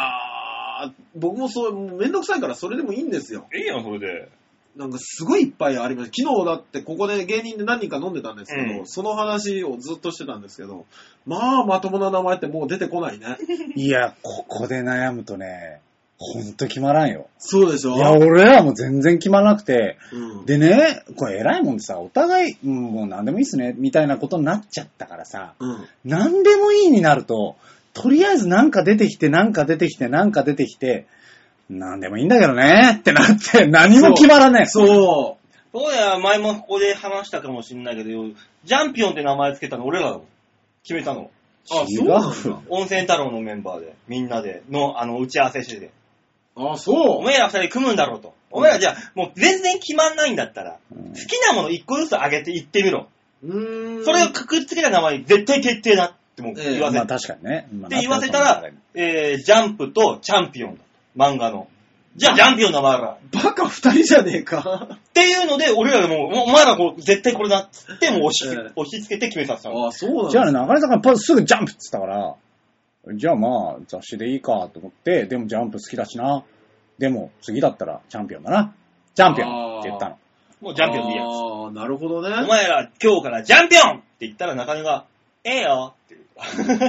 C: ー、僕もそう、もうめんどくさいからそれでもいいんですよ。
B: いいやん、それで。
C: なんかすごいいっぱいありました。昨日だってここで芸人で何人か飲んでたんですけど、
B: うん
C: その話をずっとしてたんですけど、まあまともな名前ってもう出てこな
B: [laughs]
C: いね。
D: いや、ここで悩むとね、ほんと決まらんよ。
C: そうでしょ
D: いや、俺らも全然決まらなくて、
C: うん、
D: でね、これ偉いもんでさ、お互い、うん、もう何でもいいっすね、みたいなことになっちゃったからさ、
C: うん。
D: 何でもいいになると、とりあえずなんか出てきて、なんか出てきて、なんか出てきて、何でもいいんだけどね、ってなって、何も決まらねえ。
C: そ
B: そうや、前もここで話したかもしれないけど、ジャンピオンって名前つけたの俺らだもん。決めたの。
C: う。あ、
D: 違
C: そう
D: う
C: なんだ。
B: 温泉太郎のメンバーで、みんなで、の、あの、打ち合わせしてて。
C: あ、
B: お
C: そう。
B: 前ら二人組むんだろうと。お前らじゃあ、もう全然決まんないんだったら、
D: うん
B: 好きなもの一個ずつ上げていってみろ。
C: うーん。
B: それをくくっつけた名前に絶対決定だってもう言わせ
D: ま
B: た。
D: あ確かにね。まあ
B: って言わせたら、えー、ジャンプとチャンピオンだと。漫画の。じゃあ、ジャンピオンの名前だ。
C: バカ二人じゃねえか。
B: っていうので、俺らでもう、おお前らこう、絶対これだっつって、もう押し,、
C: ええ
B: 押し付けて決めさせたの。
C: [laughs] あ、そうなん
D: じゃあ
C: だ。
D: ね、中根さんがパすぐジャンプっつったから、じゃあまあ、雑誌でいいかと思って、でもジャンプ好きだしな。でも、次だったらチャンピオンだな。チャンピオンって言ったの。
B: もうジャンピオンでいいやつ。
C: ああ、なるほど
B: お
C: ね。
B: 前ら今日からジャンピオンって言ったら中根が、ええよって言う。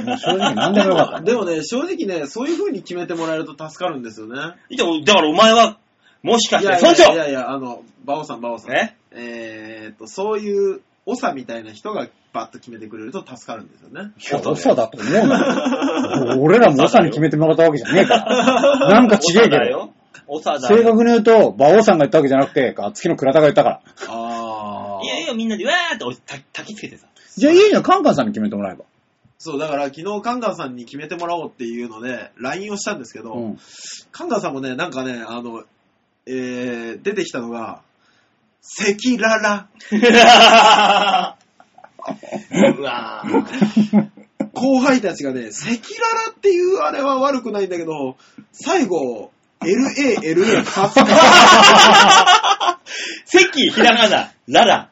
D: まあ正直何でもよかった。
C: でもね、正直ね、そういう風に決めてもらえると助かるんですよね。
B: いやだからお前は、もしか
C: い
B: して
C: やい
B: 村
C: やい
B: 長
C: やいや、あの、バオさん、バオさん。
B: ね
C: えーっと、そういう、長みたいな人がバッと決めてくれると助かるんですよね。
D: いや、オサだと思うな。 [laughs] 俺らもオサに決めてもらったわけじゃねえから。なんか違えけど。
B: よ。おさだ
D: 正
B: よ。
D: 確に言うと、馬王さんが言ったわけじゃなくて、ガッツキの倉田が言ったから。
C: あ
B: いやいや、みんなでわーって俺た焚きつけてさ。
D: じゃあいいじゃん、カンカンさんに決めてもらえば。
C: そう、だから昨日カンガンさんに決めてもらおうっていうので、LINE をしたんですけど、
D: [laughs] うん。
C: カンガンさんもね、なんかね、あの、えー、出てきたのが、セキララ、
B: うわー
C: 後輩たちがね、セキララっていうあれは悪くないんだけど、最後、LA、LA、20
B: [laughs] 関、ひらがな、ララ。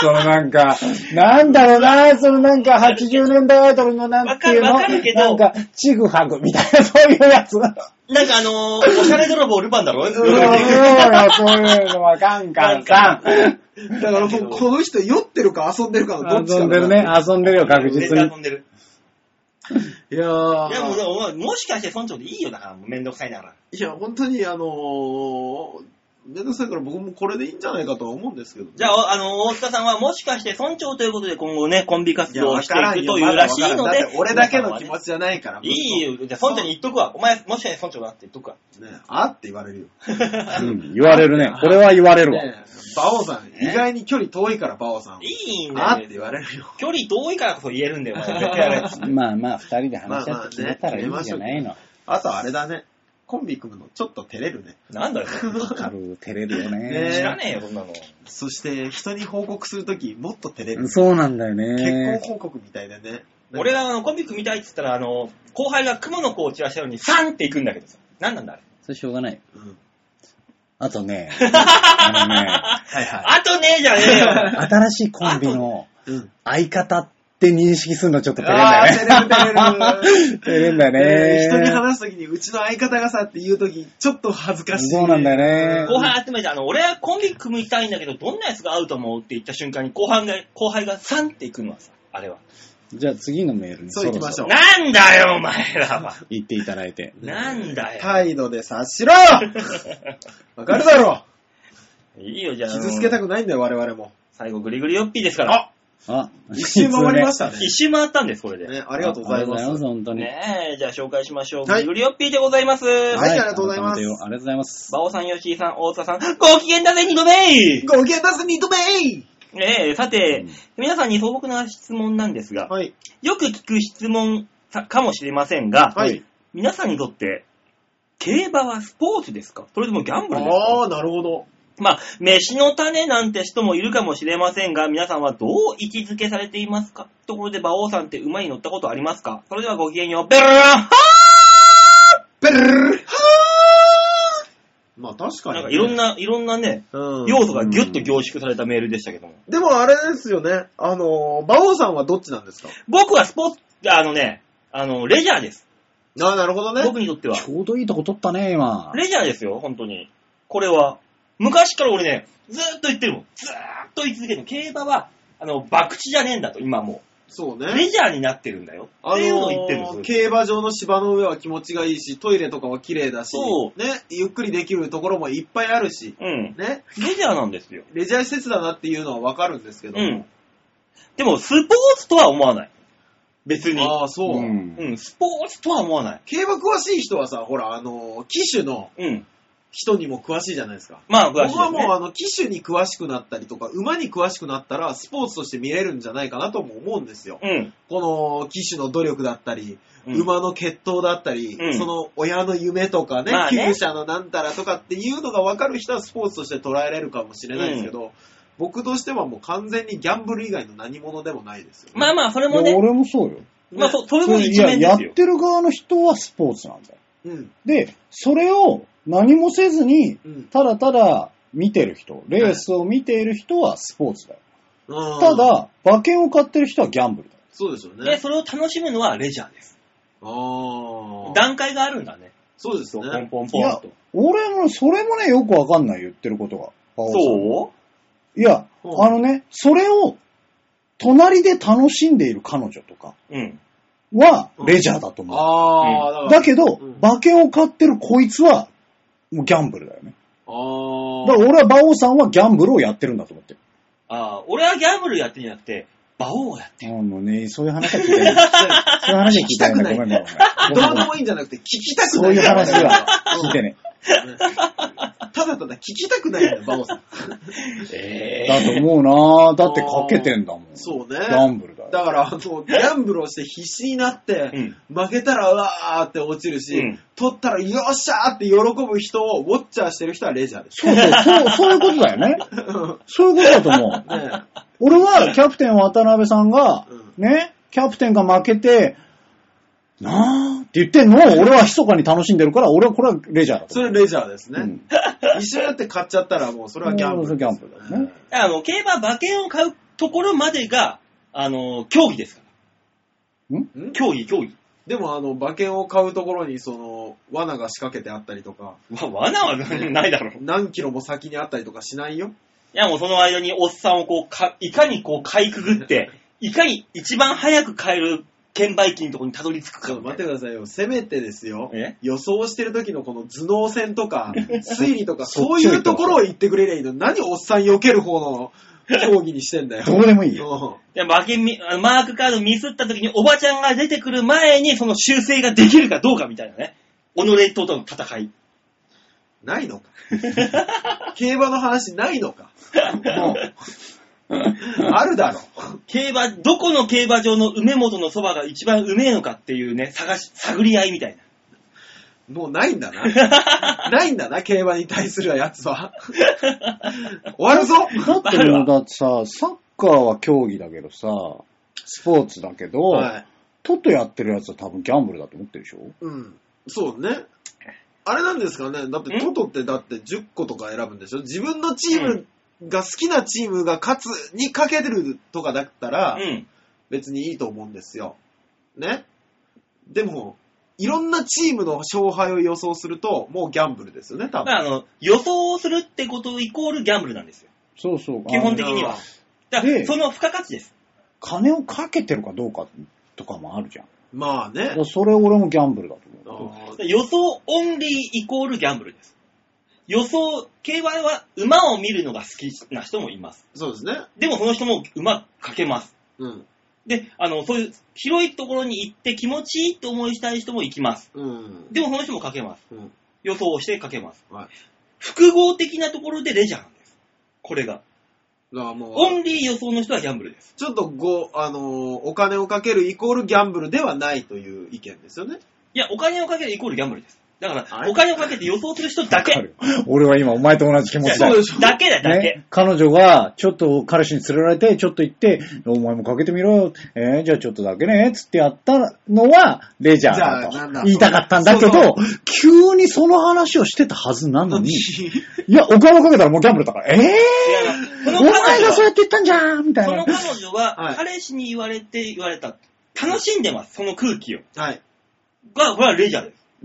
D: そのなんか、なんだろうな、そのなんか80年代アイドルのなんていうの、
B: わかるわかるけど
D: なんか、チグハグみたいな、そういう [laughs] やつ。う
B: なんかあのー、おしゃれ泥棒ルパンだろ
D: そうよ、そういうのはカンカンさん。
C: だからもうこの人酔ってるか遊んでるかのどっちか
D: 遊んでるね、遊んでるよ、確
B: 絶
D: 実
B: 対
D: に
B: 遊。んでる。
C: いやー
B: いやもう、お前もしかして村長でいいよだから、もうめんどくさいなら。
C: いや、本当に、あのー、めんどくさいから僕もこれでいいんじゃないかとは思うんですけど、
B: じゃあ、おあの、大塚さんはもしかして村長ということで今後ね、コンビ活
C: いや、
B: 動を
C: わ
B: して
C: か
B: い
C: らん
B: く
C: よ。
B: というらしいの
C: まだわからんだっ
B: で
C: て、俺だけの気持ちじゃないから。
B: いいよ。じゃあ村長に言っとくわ。お前、もしかして村長だって言っとくわ。
C: ねあって言われるよ。
D: うん言われ [laughs] るね。これは言われるわ。
C: ねバオさん、意外に距離遠いから、バオさん。
B: いいね。
C: あって言われるよ。
B: 距離遠いからこそ言えるんだよ、お前。絶対やれっつって
D: まあまあ、二人で話し合って決めたらいいんじゃないの。
C: あとあれだね。コンビ組むのちょっと照れるね。
B: なんだよ。
D: わかる、照れるよ
C: ね
B: 知
D: ね。
B: らねえよ、そんなの。
C: そして、人に報告するとき、もっと照れる。
D: そうなんだよ
C: 結婚
D: ね。
C: 報告みたいでね。
B: 俺があのコンビ組みたいって言ったら、あの、後輩が雲の子を散らしたのに、サンって行くんだけどさ。なんなんだあれ。
D: それしょうがない。
C: うん。
D: あ
C: [laughs]
D: とね、あのね、
C: はいは
B: あとねえじゃねえよ。
C: [laughs]
D: 新しいコンビの
C: い。うん。
D: 相方って認識するのちょっ [laughs] と照れん
C: あ
D: だ
C: あ、
D: よ
C: 照
D: ね。
C: れる照れる。
D: [laughs] 照れんだよね。
C: 人に話すときに、うちの相方がさって言うとき、ちょっと恥ずかしい。
D: そうなんだよね
B: 後輩集めて、あの、俺はコンビ組みたいんだけど、どんなやつが合うと思うって言った瞬間に、後半が、後輩がサンって行くのはさ、あれは。
D: じゃあ次のメールに
C: そう行きましょう
B: なんだよ、お前らは。
D: 行っていただいて。
B: なんだよ。
C: [laughs] 態度で察
D: [laughs]
C: しろわかるだろ
B: い、いよ、じゃあ。
C: 傷つけたくないんだよ、我々
D: [laughs]
C: も。
B: 最後、グリグリヨッピーですから。
D: あ、
C: 一周回りま
D: [laughs]
C: したね。
B: 一周回ったんです、これで。
C: ね、ありがとうございま
D: ありがとうございます
C: す。
D: 本当に。
B: ねえ、じゃあ紹介しましょう。
C: は
B: グ
C: い
B: リグリヨッピーでございます。
C: はいありがとうございます
D: 改めてありがとうございます。
B: バオさん、ヨッシーさん、大田さん、ご機嫌だぜ、二度目
C: ご機嫌出す認め
B: ええさて、
D: うん
B: 皆さんに素朴な質問なんですが、
C: はい。
B: よく聞く質問さかもしれませんが、
C: はい。
B: 皆さんにとって、競馬はスポーツですかそれともギャンブルですか
C: ああ、なるほど。
B: まあ、飯の種なんて人もいるかもしれませんが、皆さんはどう位置づけされていますかところで、馬王さんって馬に乗ったことありますかそれではごきげんよう。ベルラは
C: ベルルルはーまあ確
B: ー
C: かに、
B: なんかいろん、な、いろんなね、
C: うん、
B: 要素がギュッと凝縮されたメールでしたけども。
C: でもあれですよね。あのー、馬王さんはどっちなんですか
B: 僕はスポーツ、あのね、あの、レジャーです。
C: ああ、なるほどね。
B: 僕にとっては。
D: ちょうどいいとこ取ったね、今。
B: レジャーですよ、本当に。これは。昔から俺ね、ずーっと言ってるもん。ずーっと言い続けるの。競馬は、あの、博打じゃねえんだと、今も
C: そ
B: う。
C: うね。
B: レジャーになってるんだよ。
C: あ
B: っ
C: の
B: ていうのを言ってるんです
C: ー、競馬場の芝の上は気持ちがいいし、トイレとかは綺麗だし、
B: そ
C: ね、ゆっくりできるところもいっぱいあるし、
B: うん。
C: ね、
B: レジャーなんですよ。
C: レジャー施設だなっていうのはわかるんですけど、
B: うん。でも、スポーツとは思わない。別に。
C: ああ、そう、
D: うん
B: うん、スポーツとは思わない。
C: 競馬詳しい人はさ、ほら、あのー、機種の
B: うん。
C: 人にも詳しいじゃないですか。
B: まあ、詳しい
C: 僕
B: で
C: は
B: す、
C: もう、
B: ね。
C: あの、機種に詳しくなったりとか、馬に詳しくなったら、スポーツとして見れるんじゃないかなとも思うんですよ。
B: うん。
C: この、機種の努力だったり、
B: うん
C: 馬の血統だったり、
B: うん
C: その親の夢とかね、
B: まあね
C: 旧車のなんたらとかっていうのが分かる人はスポーツとして捉えられるかもしれないですけど、僕としてはもう完全にギャンブル以外の何者でもないですよ、ね。
B: まあまあ、それも
D: いや
B: ね、
D: 俺もそうよ。
B: まあ、そそれも
D: そうい
B: 一
D: や、
B: 面で
D: やっ
B: すよ。
D: てる側の人はスポーツなんだよ。
C: うん。
D: で、それを何もせずに、
C: うん。
D: ただただ見てる人、レースを見ている人はスポーツだよ。
C: うん
D: た、だ、馬券を買ってる人はギャンブルだよ。
C: そうですよ
B: で、
C: ね。
B: それを楽しむのはレジャーです。
C: ああ。
B: 段階があるんだね。
C: そうです
B: ポ
C: ね。
B: ンポン
D: い
B: ポン
D: や
B: と。
D: 俺も、それもね、よくわかんない、言ってることが。馬王さん
B: そう
D: いや、
C: うん
D: あのね、それを、隣で楽しんでいる彼女とか
B: うん。
D: は、レジャーだと思う。
C: ああ、
D: だけど、
C: うん
D: 馬券を買ってるこいつは、もうギャンブルだよね。
C: あ
D: だから俺は馬王さんはギャンブルをやってるんだと思ってる。
B: ああ、俺はギャンブルやってんじゃなくて、馬王をやって
D: あもうね、そういう話は聞い
C: [laughs]
D: てない。そういう話は聞いてない。ごめんごめん
C: あ。
D: ごめん。
C: どうでもいいんじゃなくて、聞きたく
D: そ
C: な
D: う
C: い。
D: いう話は聞いて
C: ね。
D: ね。
C: ただただ聞きたくないんだよ、バオさん。
B: る。え
D: だと思うなぁ。だってかけてんだもん。
C: そうね。
D: ギャンブルだよ。
C: だから、あの、ギャンブルをして必死になって、負けたらうわーって落ちるし、
B: うん
C: 取ったらよっしゃーって喜ぶ人をウォッチャーしてる人はレジャーです。
D: そうそ
C: [laughs]
D: う、そう、そういうことだよね。そういうことだと思う。
C: ね
D: 俺はキャプテン渡辺さんが
C: うん、
D: ね、キャプテンが負けて、なぁって言ってんのを俺は密かに楽しんでるから、俺はこれはレジャーだと
C: それレジャーですね。
D: 思う。うん
C: 一緒になって買っちゃったらもうそれはギャンブルですよ、
D: うんそれギャンブルだね
B: あの、競馬馬券を買うところまでが、あの、競技ですから。
C: うん
B: 競技、競技。
C: でもあの、馬券を買うところにその、罠が仕掛けてあったりとか、
B: わ、罠はないだろう。い
C: 何キロも先にあったりとかしないよ。
B: や、もうその間におっさんをこう、か、いかにこう、かいくぐって、いかに一番早く買える券売機のところにたどり着く
C: ち
B: か
C: ょっと待ってくださいよ。せめてですよ
B: え。
C: 予想してる時のこの頭脳戦と
D: [laughs]
C: か、推理とか、
D: そ
C: そ
D: っ
C: う
D: ちを
C: いうところを言ってくれりゃいいのに。何おっさん避ける方の競技にしてんだよ。
D: どうでもいいよ。
C: よ。
B: いや、馬券み、あのマークカードミスった時におばちゃんが出てくる前に、その修正ができるかどうかみたいなね。己との戦い。
C: ないのか。競馬の話ないのか。
D: もう
C: あるだろ。
B: 競馬、どこの競馬場の梅本のそばが一番うめえのかっていうね、探し、探り合いみたいな。
C: もうないんだ
D: [laughs]
C: な。ないんだな、競馬に対するやつは。終わるぞ
D: だってもうだってさ、サッカーは競技だけどさ、スポーツだけど、
C: はい。
D: トトやってるやつは多分ギャンブルだと思ってるでしょ
C: うん。そうね。あれなんですかねだって
B: ん
C: トトってだって10個とか選ぶんでしょ自分のチームが好きなチームが勝つにかけてるとかだったら
B: うん。
C: 別にいいと思うんですよ。ねでも、いろんなチームの勝敗を予想するともうギャンブルですよね、
B: だ
C: 多分
B: か。らあの、予想をするってことイコールギャンブルなんですよ。
D: そうそう。
B: 基本的には。だから、
D: で
B: その付加価値です。
D: 金をかけてるかどうかとかもあるじゃん。
C: まあね。
D: それ俺もギャンブルだと
C: あ
D: 思う。
C: ー
B: 予想オンリーイコールギャンブルです。予想、競馬は馬を見るのが好きな人もいます。
C: そうですね。
B: でもその人も馬かけます。
C: うん。
B: で、あの、そういう広いところに行って気持ちいいと思いしたい人も行きます。
C: うん。
B: でもその人もかけます。
C: うん
B: 予想をしてかけます。
C: はい
B: 複合的なところでレジャーなんです。これが。
C: だからもう、
B: オンリー予想の人はギャンブルです。
C: ちょっとご、あのーお金をかけるイコールギャンブルではないという意見ですよね。
B: いや、お金をかけるイコールギャンブルです。だか
C: あ
B: ら、
C: れ
B: お金をかけて予想する人だけ。
D: わかる俺は今お前と同じ気持ちだよ。
C: しょ
B: だけ
C: [laughs]
B: だ、だけ。
D: ね、彼女が、ちょっと彼氏に連れられて、ちょっと行って、お前もかけてみろよ、えーじゃあちょっとだけね、つってやったのは、レジャーだ
C: じゃあなん
D: と
C: だ
D: 言いたかったんだけど
C: そうそ、
D: 急にその話をしてたはずな
C: [laughs]
D: のに、い
C: い
D: や、お金をかけたらもうギャンブルだから、え
B: 違う
D: ぇ、ー、
B: なこ
D: お
B: の彼女
D: 前がそうやって言ったんじゃんみたい
B: その
D: な。
B: 彼女
C: は
B: は、
C: い
B: 彼氏に言われて言われた。楽しんでます、その空気を。
C: はい。
B: が、これはレジャーです。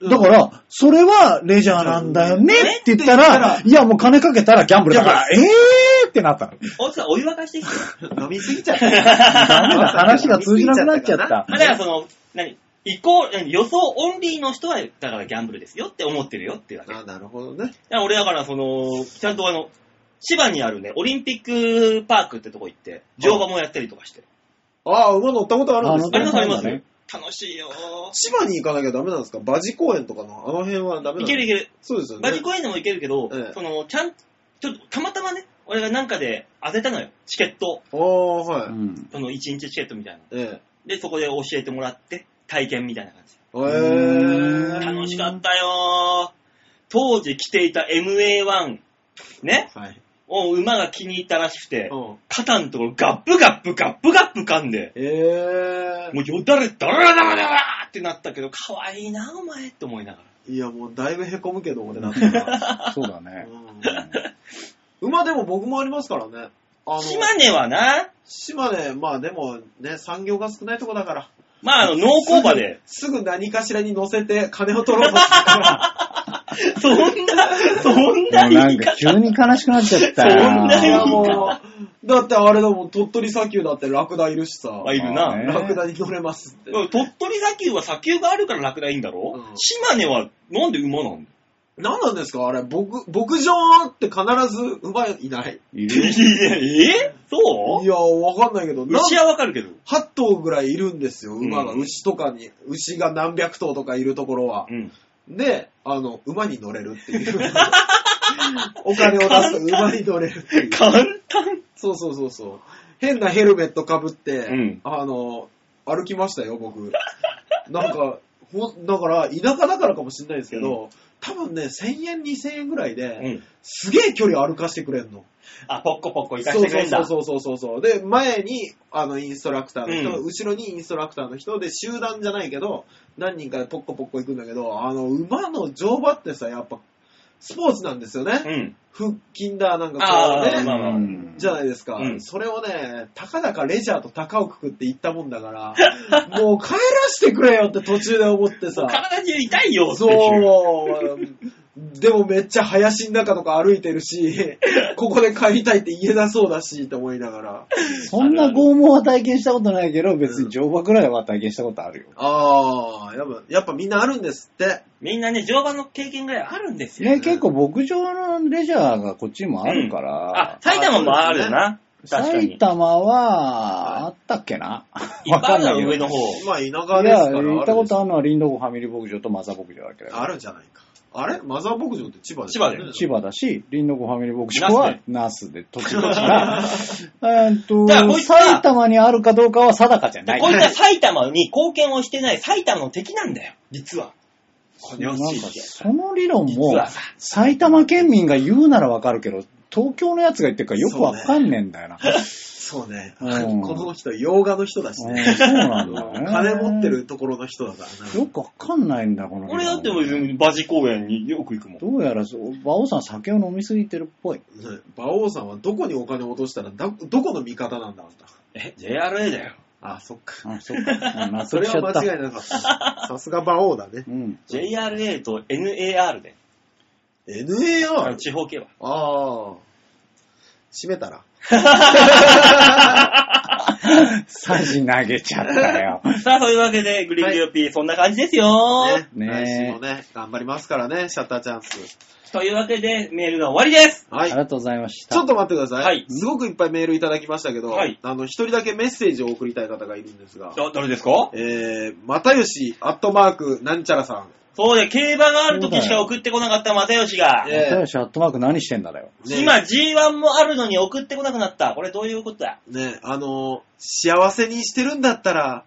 D: だか、ら、それはレジャーなんだよねって言ったら、いや、もう金かけたらギャンブルだから、えーってなったの。
B: 奥さん、お湯沸かしてきて。
C: 飲みすぎちゃった。
D: [laughs] ダメだ、話が通じなくなっちゃ [laughs] った。
B: あだからその、何イコール、何予想オンリーの人は、だからギャンブルですよって思ってるよっていうわけ。だか
C: あなるほどね。
B: ら俺だから、その、ちゃんとあの、千葉にあるね、オリンピックパークってとこ行って、乗馬もやったりとかして。
C: ああ、馬乗ったことあるんです
B: あ
C: か
B: りますありま
D: そうだね
B: す。楽しいよ
C: 千葉に行かなきゃダメなんですか馬事公園とかのあの辺はダメ
B: い
C: なんですか
B: けるいける。
C: そうですよね。
B: バジ公園でも行けるけど、
C: ええ
B: その、ちゃん、ちょっと、たまたまね、俺がなんかで当てたのよ。チケット。
C: ああ、は
D: う
C: い。
D: ん。
B: その、1日チケットみたいな。
C: え
B: で、そこで教えてもらって、体験みたいな感じ。
C: え。え
D: うん
C: え。
B: 楽しかったよー当時着ていた MA1、ね、
C: はい。
B: を馬が気に入ったらしくて
C: う、ん。
B: 肩のところガップガップガップガップ噛んで、
C: え
B: もうよだれダラダラダラってなったけど、可愛いな、お前って思いながら。
C: え。いや、もうだいぶ凹むけど、俺だったら。
D: そうだ
C: う
D: ね。
C: ん馬でも僕もありますからね。あの、
B: 島根はな、
C: 島根、まあでもね、産業が少ないとこだから。
B: まあ、あの、農耕馬で、
C: すぐ何かしらに乗せて金を取ろうとするから。
B: [laughs] そんな、そん
D: も
B: な言
D: うなん
B: い
D: か
B: 方。
D: 急に悲しくなっちゃ
B: [laughs]
D: った
B: そんな
C: いうや
B: 言
C: も、
B: いう
C: だってあれだもん、鳥取砂丘だってラクダいるしさ。
B: あいるな。
D: ね
C: ラクダに乗れますって。
B: うん鳥取砂丘は砂丘があるから楽だいいんだろ、
C: うん
B: 島根はなんで馬なんだ
C: 何なんですかあれ、僕、牧場って必ず馬いない。
D: い
B: いや
D: る
B: いやえそ
C: いうや、わかんないけど、なん
B: 牛はわかるけど。
C: 8頭ぐらいいるんですよ、馬が。
B: うん
C: 牛とかに、牛が何百頭とかいるところは
B: う。ん。
C: で、あの、馬に乗れるっていう。 [laughs] お金を出すと馬に乗れるっていう。
B: 簡単。
C: そうそうそうそう。変なヘルメットかぶって、
B: うん
C: あの、歩きましたよ、僕。なんか、ほんだから、田舎だからかもしれないですけど、多分ね、1000円、2000円ぐらいで、
B: うん。
C: すげえ距離歩かしてくれんの。
B: あ、ポッコポッコ行か
C: そ
B: せ
C: う
B: てくれんだ。
C: そうそうそうそうそう。で、前に、あの、インストラクターの人、
B: うん
C: 後ろにインストラクターの人で、集団じゃないけど、何人かでポッコポッコ行くんだけど、あの、馬の乗馬ってさ、やっぱ、スポーツなんですよね。
B: うん。
C: 腹筋だ、なんか
B: あ
C: こう
B: あ、
C: ね。
B: まあまあ。
D: うん
C: じゃないですか。
B: うん
C: それをね、たかだかレジャーと高をくくって行ったもんだから、もう帰らしてくれよって途中で思ってさ。
B: 体中痛いよっていう。
C: そう。でもめっちゃ林の中とか歩いてる [laughs] し、ここで帰りたいって言えなそうだし、と思いながら。
D: そんな拷問は体験したことないけど、別に乗馬くらいは体験したことあるよ。
C: ああ、やっぱ、やっぱみんなあるんですって。
B: みんなね、乗馬の経験ぐらいあるんですよ。
D: ね、結構牧場のレジャーがこっちにもあるから
B: あ、、埼玉もあるよな。確か
D: 埼
B: に。
D: 玉は、あったっけな
B: いっ
D: わ
B: ぱいあ
D: かん
B: る
D: な
B: だ
D: い
B: ろ、上
D: けど。
B: の方。
C: まあ田舎
D: い
C: です
D: や、
C: から。
D: 行ったこと
C: あ
D: あるのは林道湖ファミリー牧場とマザー牧場だけ
C: る
D: ど。
C: あるじゃないか。あれマザー牧場って千葉です
B: 千葉だよ
D: 千葉だし、林道湖ファミリー牧場はナスで、土地土地が。えーっ、
B: だからこといつは
D: 埼玉にあるかどうかは定かじゃない。
B: こいつは埼玉に貢献をしてない埼玉の敵なんだよ、実は。これ
D: な
B: は
D: ん
B: 地
D: か
B: 域だよ
D: その理論
B: 実
D: も
B: はさ
D: 埼玉県民が言うならわかるけど、東京のやつが言ってるからよくわかんねえんだよな。
C: そうね。こ
D: うん
C: の人、洋画の人だし
D: うん
C: ね。
D: そうなんだよね。
C: 金持って。るところの人だからな。
D: よくわかんないんだ、この人
B: 俺だってもうバジ公園によく行くもん。
D: どうやらそう、馬王さん酒を飲みすぎてるっぽい。
C: ね馬王さんはどこにお金を落としたらだ、どこの味方なんだあんた。
B: え、JRA だよ。
C: あそっか。
D: あ、そっか。あ納
C: [laughs] そ
D: 得
C: れ
D: しちゃ
C: は
D: った。
C: 間違いなか
D: [laughs]
C: った。さすが馬王だね。
D: うん。
B: JRA と NAR で。あの
C: NAR?
B: 地方競馬。
C: ああ。閉めたら。
D: サジ投げちゃっ
C: [laughs]
D: たよ。
B: さあ、そういうわけで、グリーンリオピー、そんな感じですよ、
C: ね。
D: ね
C: 来週もね、頑張りますからね、シャッターチャンス。
B: というわけで、メールが終わりです。
C: は
D: あ
C: い
D: り。がとうございました。
C: ちょっと待ってください。
B: はい
C: すごくいっぱいメールいただきましたけど、
B: はい
C: あの、一人だけメッセージを送りたい方がいるんですが、
B: ど、誰ですか
C: えー、またよし、アットマーク、なんちゃらさん。
B: そうで、競馬がある時しか送ってこなかった又吉が、
C: え
D: 又吉アットマーク何してんだだよ。
C: ね
B: 今 G1 もあるのに送ってこなくなった。これどういうことだ
C: ね、あの、幸せにしてるんだったら、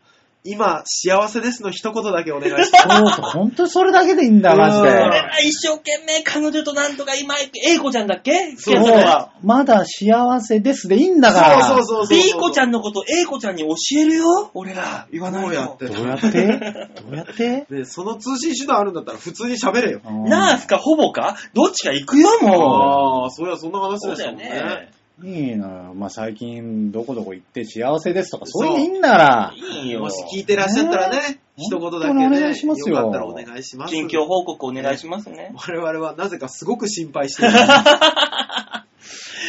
C: 今、幸せですの一言だけお願いし
D: [laughs]
C: ます。
D: そうそう、ほんとそれだけでいい
C: [laughs]
D: んだ、マジ
C: うん
B: 俺
D: で。
B: が一生懸命彼女となんとか今、A 子ちゃんだっけつ
C: そう
B: けたのは。
D: そう、まだ幸せですでいいんだから。
C: そうそうそうそう。
B: B 子ちゃんのこと A 子ちゃんに教えるよ俺ら。言わない
C: どうやっ
B: よ。
C: て。
D: どう
C: [laughs]
D: やってどうやって
C: ね、その通信手段あるんだったら普通に喋れよ。
B: ナースかほぼかどっちか行くよ、も
C: ああ、そりゃそんな話
B: う。そ
C: で
B: う
C: す
B: だよ
C: もん
B: ね
C: ね。。
D: いいなまあ最近どこどこ行って幸せですとか、それでいいんだから。
B: いいよ
C: も。し聞いてらっしゃったらね、
D: え
C: 一言だけ
D: 本
C: ね、
D: 当にお願いしますよ
C: かったらお願いします。
B: 近況報告お願いしますね。
C: 我々はなぜかすごく心配している。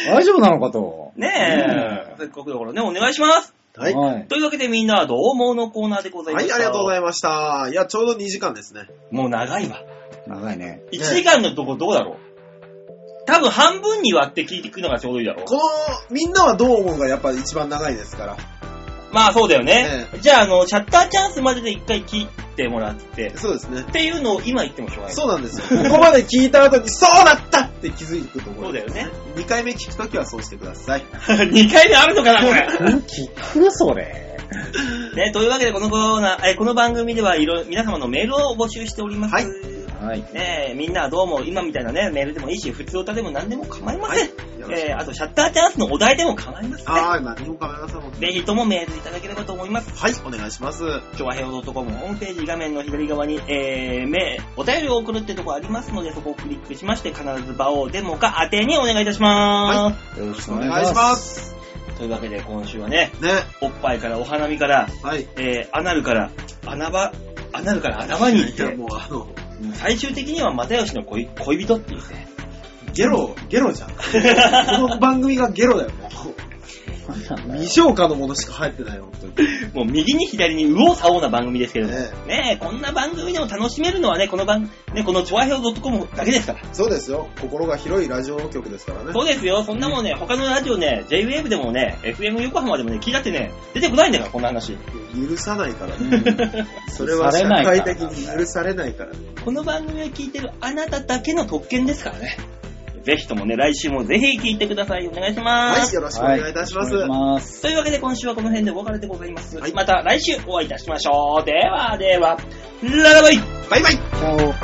D: 大丈夫なのかと。
B: ねえ。せっかくだからね、お願いします。
C: はい。は
D: はい。
B: というわけでみんなはどう思うのコーナーでございま
C: い、
B: した。
C: ありがとうござ
B: い
C: いました。いや、ちょうど2時間ですね。
B: ます。もう長いわ。
D: 長いね。
B: 1時間のとこどうだろう多分半分に割って聞いていくのがちょうどいいだろう。
C: この、みんなはどう思うがやっぱ一番長いですから。
B: まあそうだよね。じゃあ、あの、シャッターチャンスまでで一回切ってもらって、
C: そうですね
B: っ。ていうのを今言ってもしょうがない。
C: そうなんですよ。ここまで聞いた後に、そうだったって気づいてくると思う。
B: そうだよね。
C: 2回目聞くときはそうしてください。
B: [laughs] 2回目あるのかな、これ。
D: 聞くそれ。
B: ね、というわけでこのコーナー、えこの番組ではいろ、皆様のメールを募集しております。
C: はい
D: はい。
B: ねえ、みんなはどうも今みたいなね、メールでもいいし、普通歌でも何でも構いません。
C: よろしく
B: えーあと、シャッターチャンスのお題でも構いません。
C: あー、今、日本カメラさんも。
B: ぜひともメールいただければと思います。
C: はい、お願いします。
B: 今日はヘオドットコムホームページ画面の左側に、えー、め、お便りを送るってとこありますので、そこをクリックしまして、必ず場をデモか宛てにお願いいたします。
D: よろし
C: お
D: くお願
C: 願い
D: いし
C: し
D: ま。
C: ますす。
B: というわけで、今週はね、
C: ね。
B: おっぱいからお花見から、
C: はい。
B: えー、アナルから、穴場、アナルから穴場に行っ
C: [laughs] いや、
B: て、
C: もうあの、
B: 最終的には又吉の恋恋人っていうね。
C: ゲロ、ゲロじゃん。この番組がゲロだよ、もう。 [laughs] 未消化のものしか入ってないよ、本当に。
B: もう右に左に右往左往な番組ですけれども、
C: ね
B: ねえ、こんな番組でも楽しめるのはね、この番、ね、このチョアヘオ .com だけですから。
C: そうですよ。心が広いラジオ局ですからね。
B: そうですよ、そんなもんね、他のラジオね、JWAVE でもね、FM 横浜でもね、聞いたってね、出てこないんだから、こんな話。
C: 許さないからね。
D: うん
C: それは
D: 許さ
C: 社
D: れないから
C: 会的に許されないからね。
B: この番組を聞いてるあなただけの特権ですからね。ぜひともね、来週もぜひ聞いてください。お願いします。
C: はい、よろしくお願いいたします。
D: はいお願いします
B: というわけで今週はこの辺でお別れでございます。
C: はい
B: また来週お会いいたしましょう。ではでは、ララバイ
C: バイバイ
D: じゃあ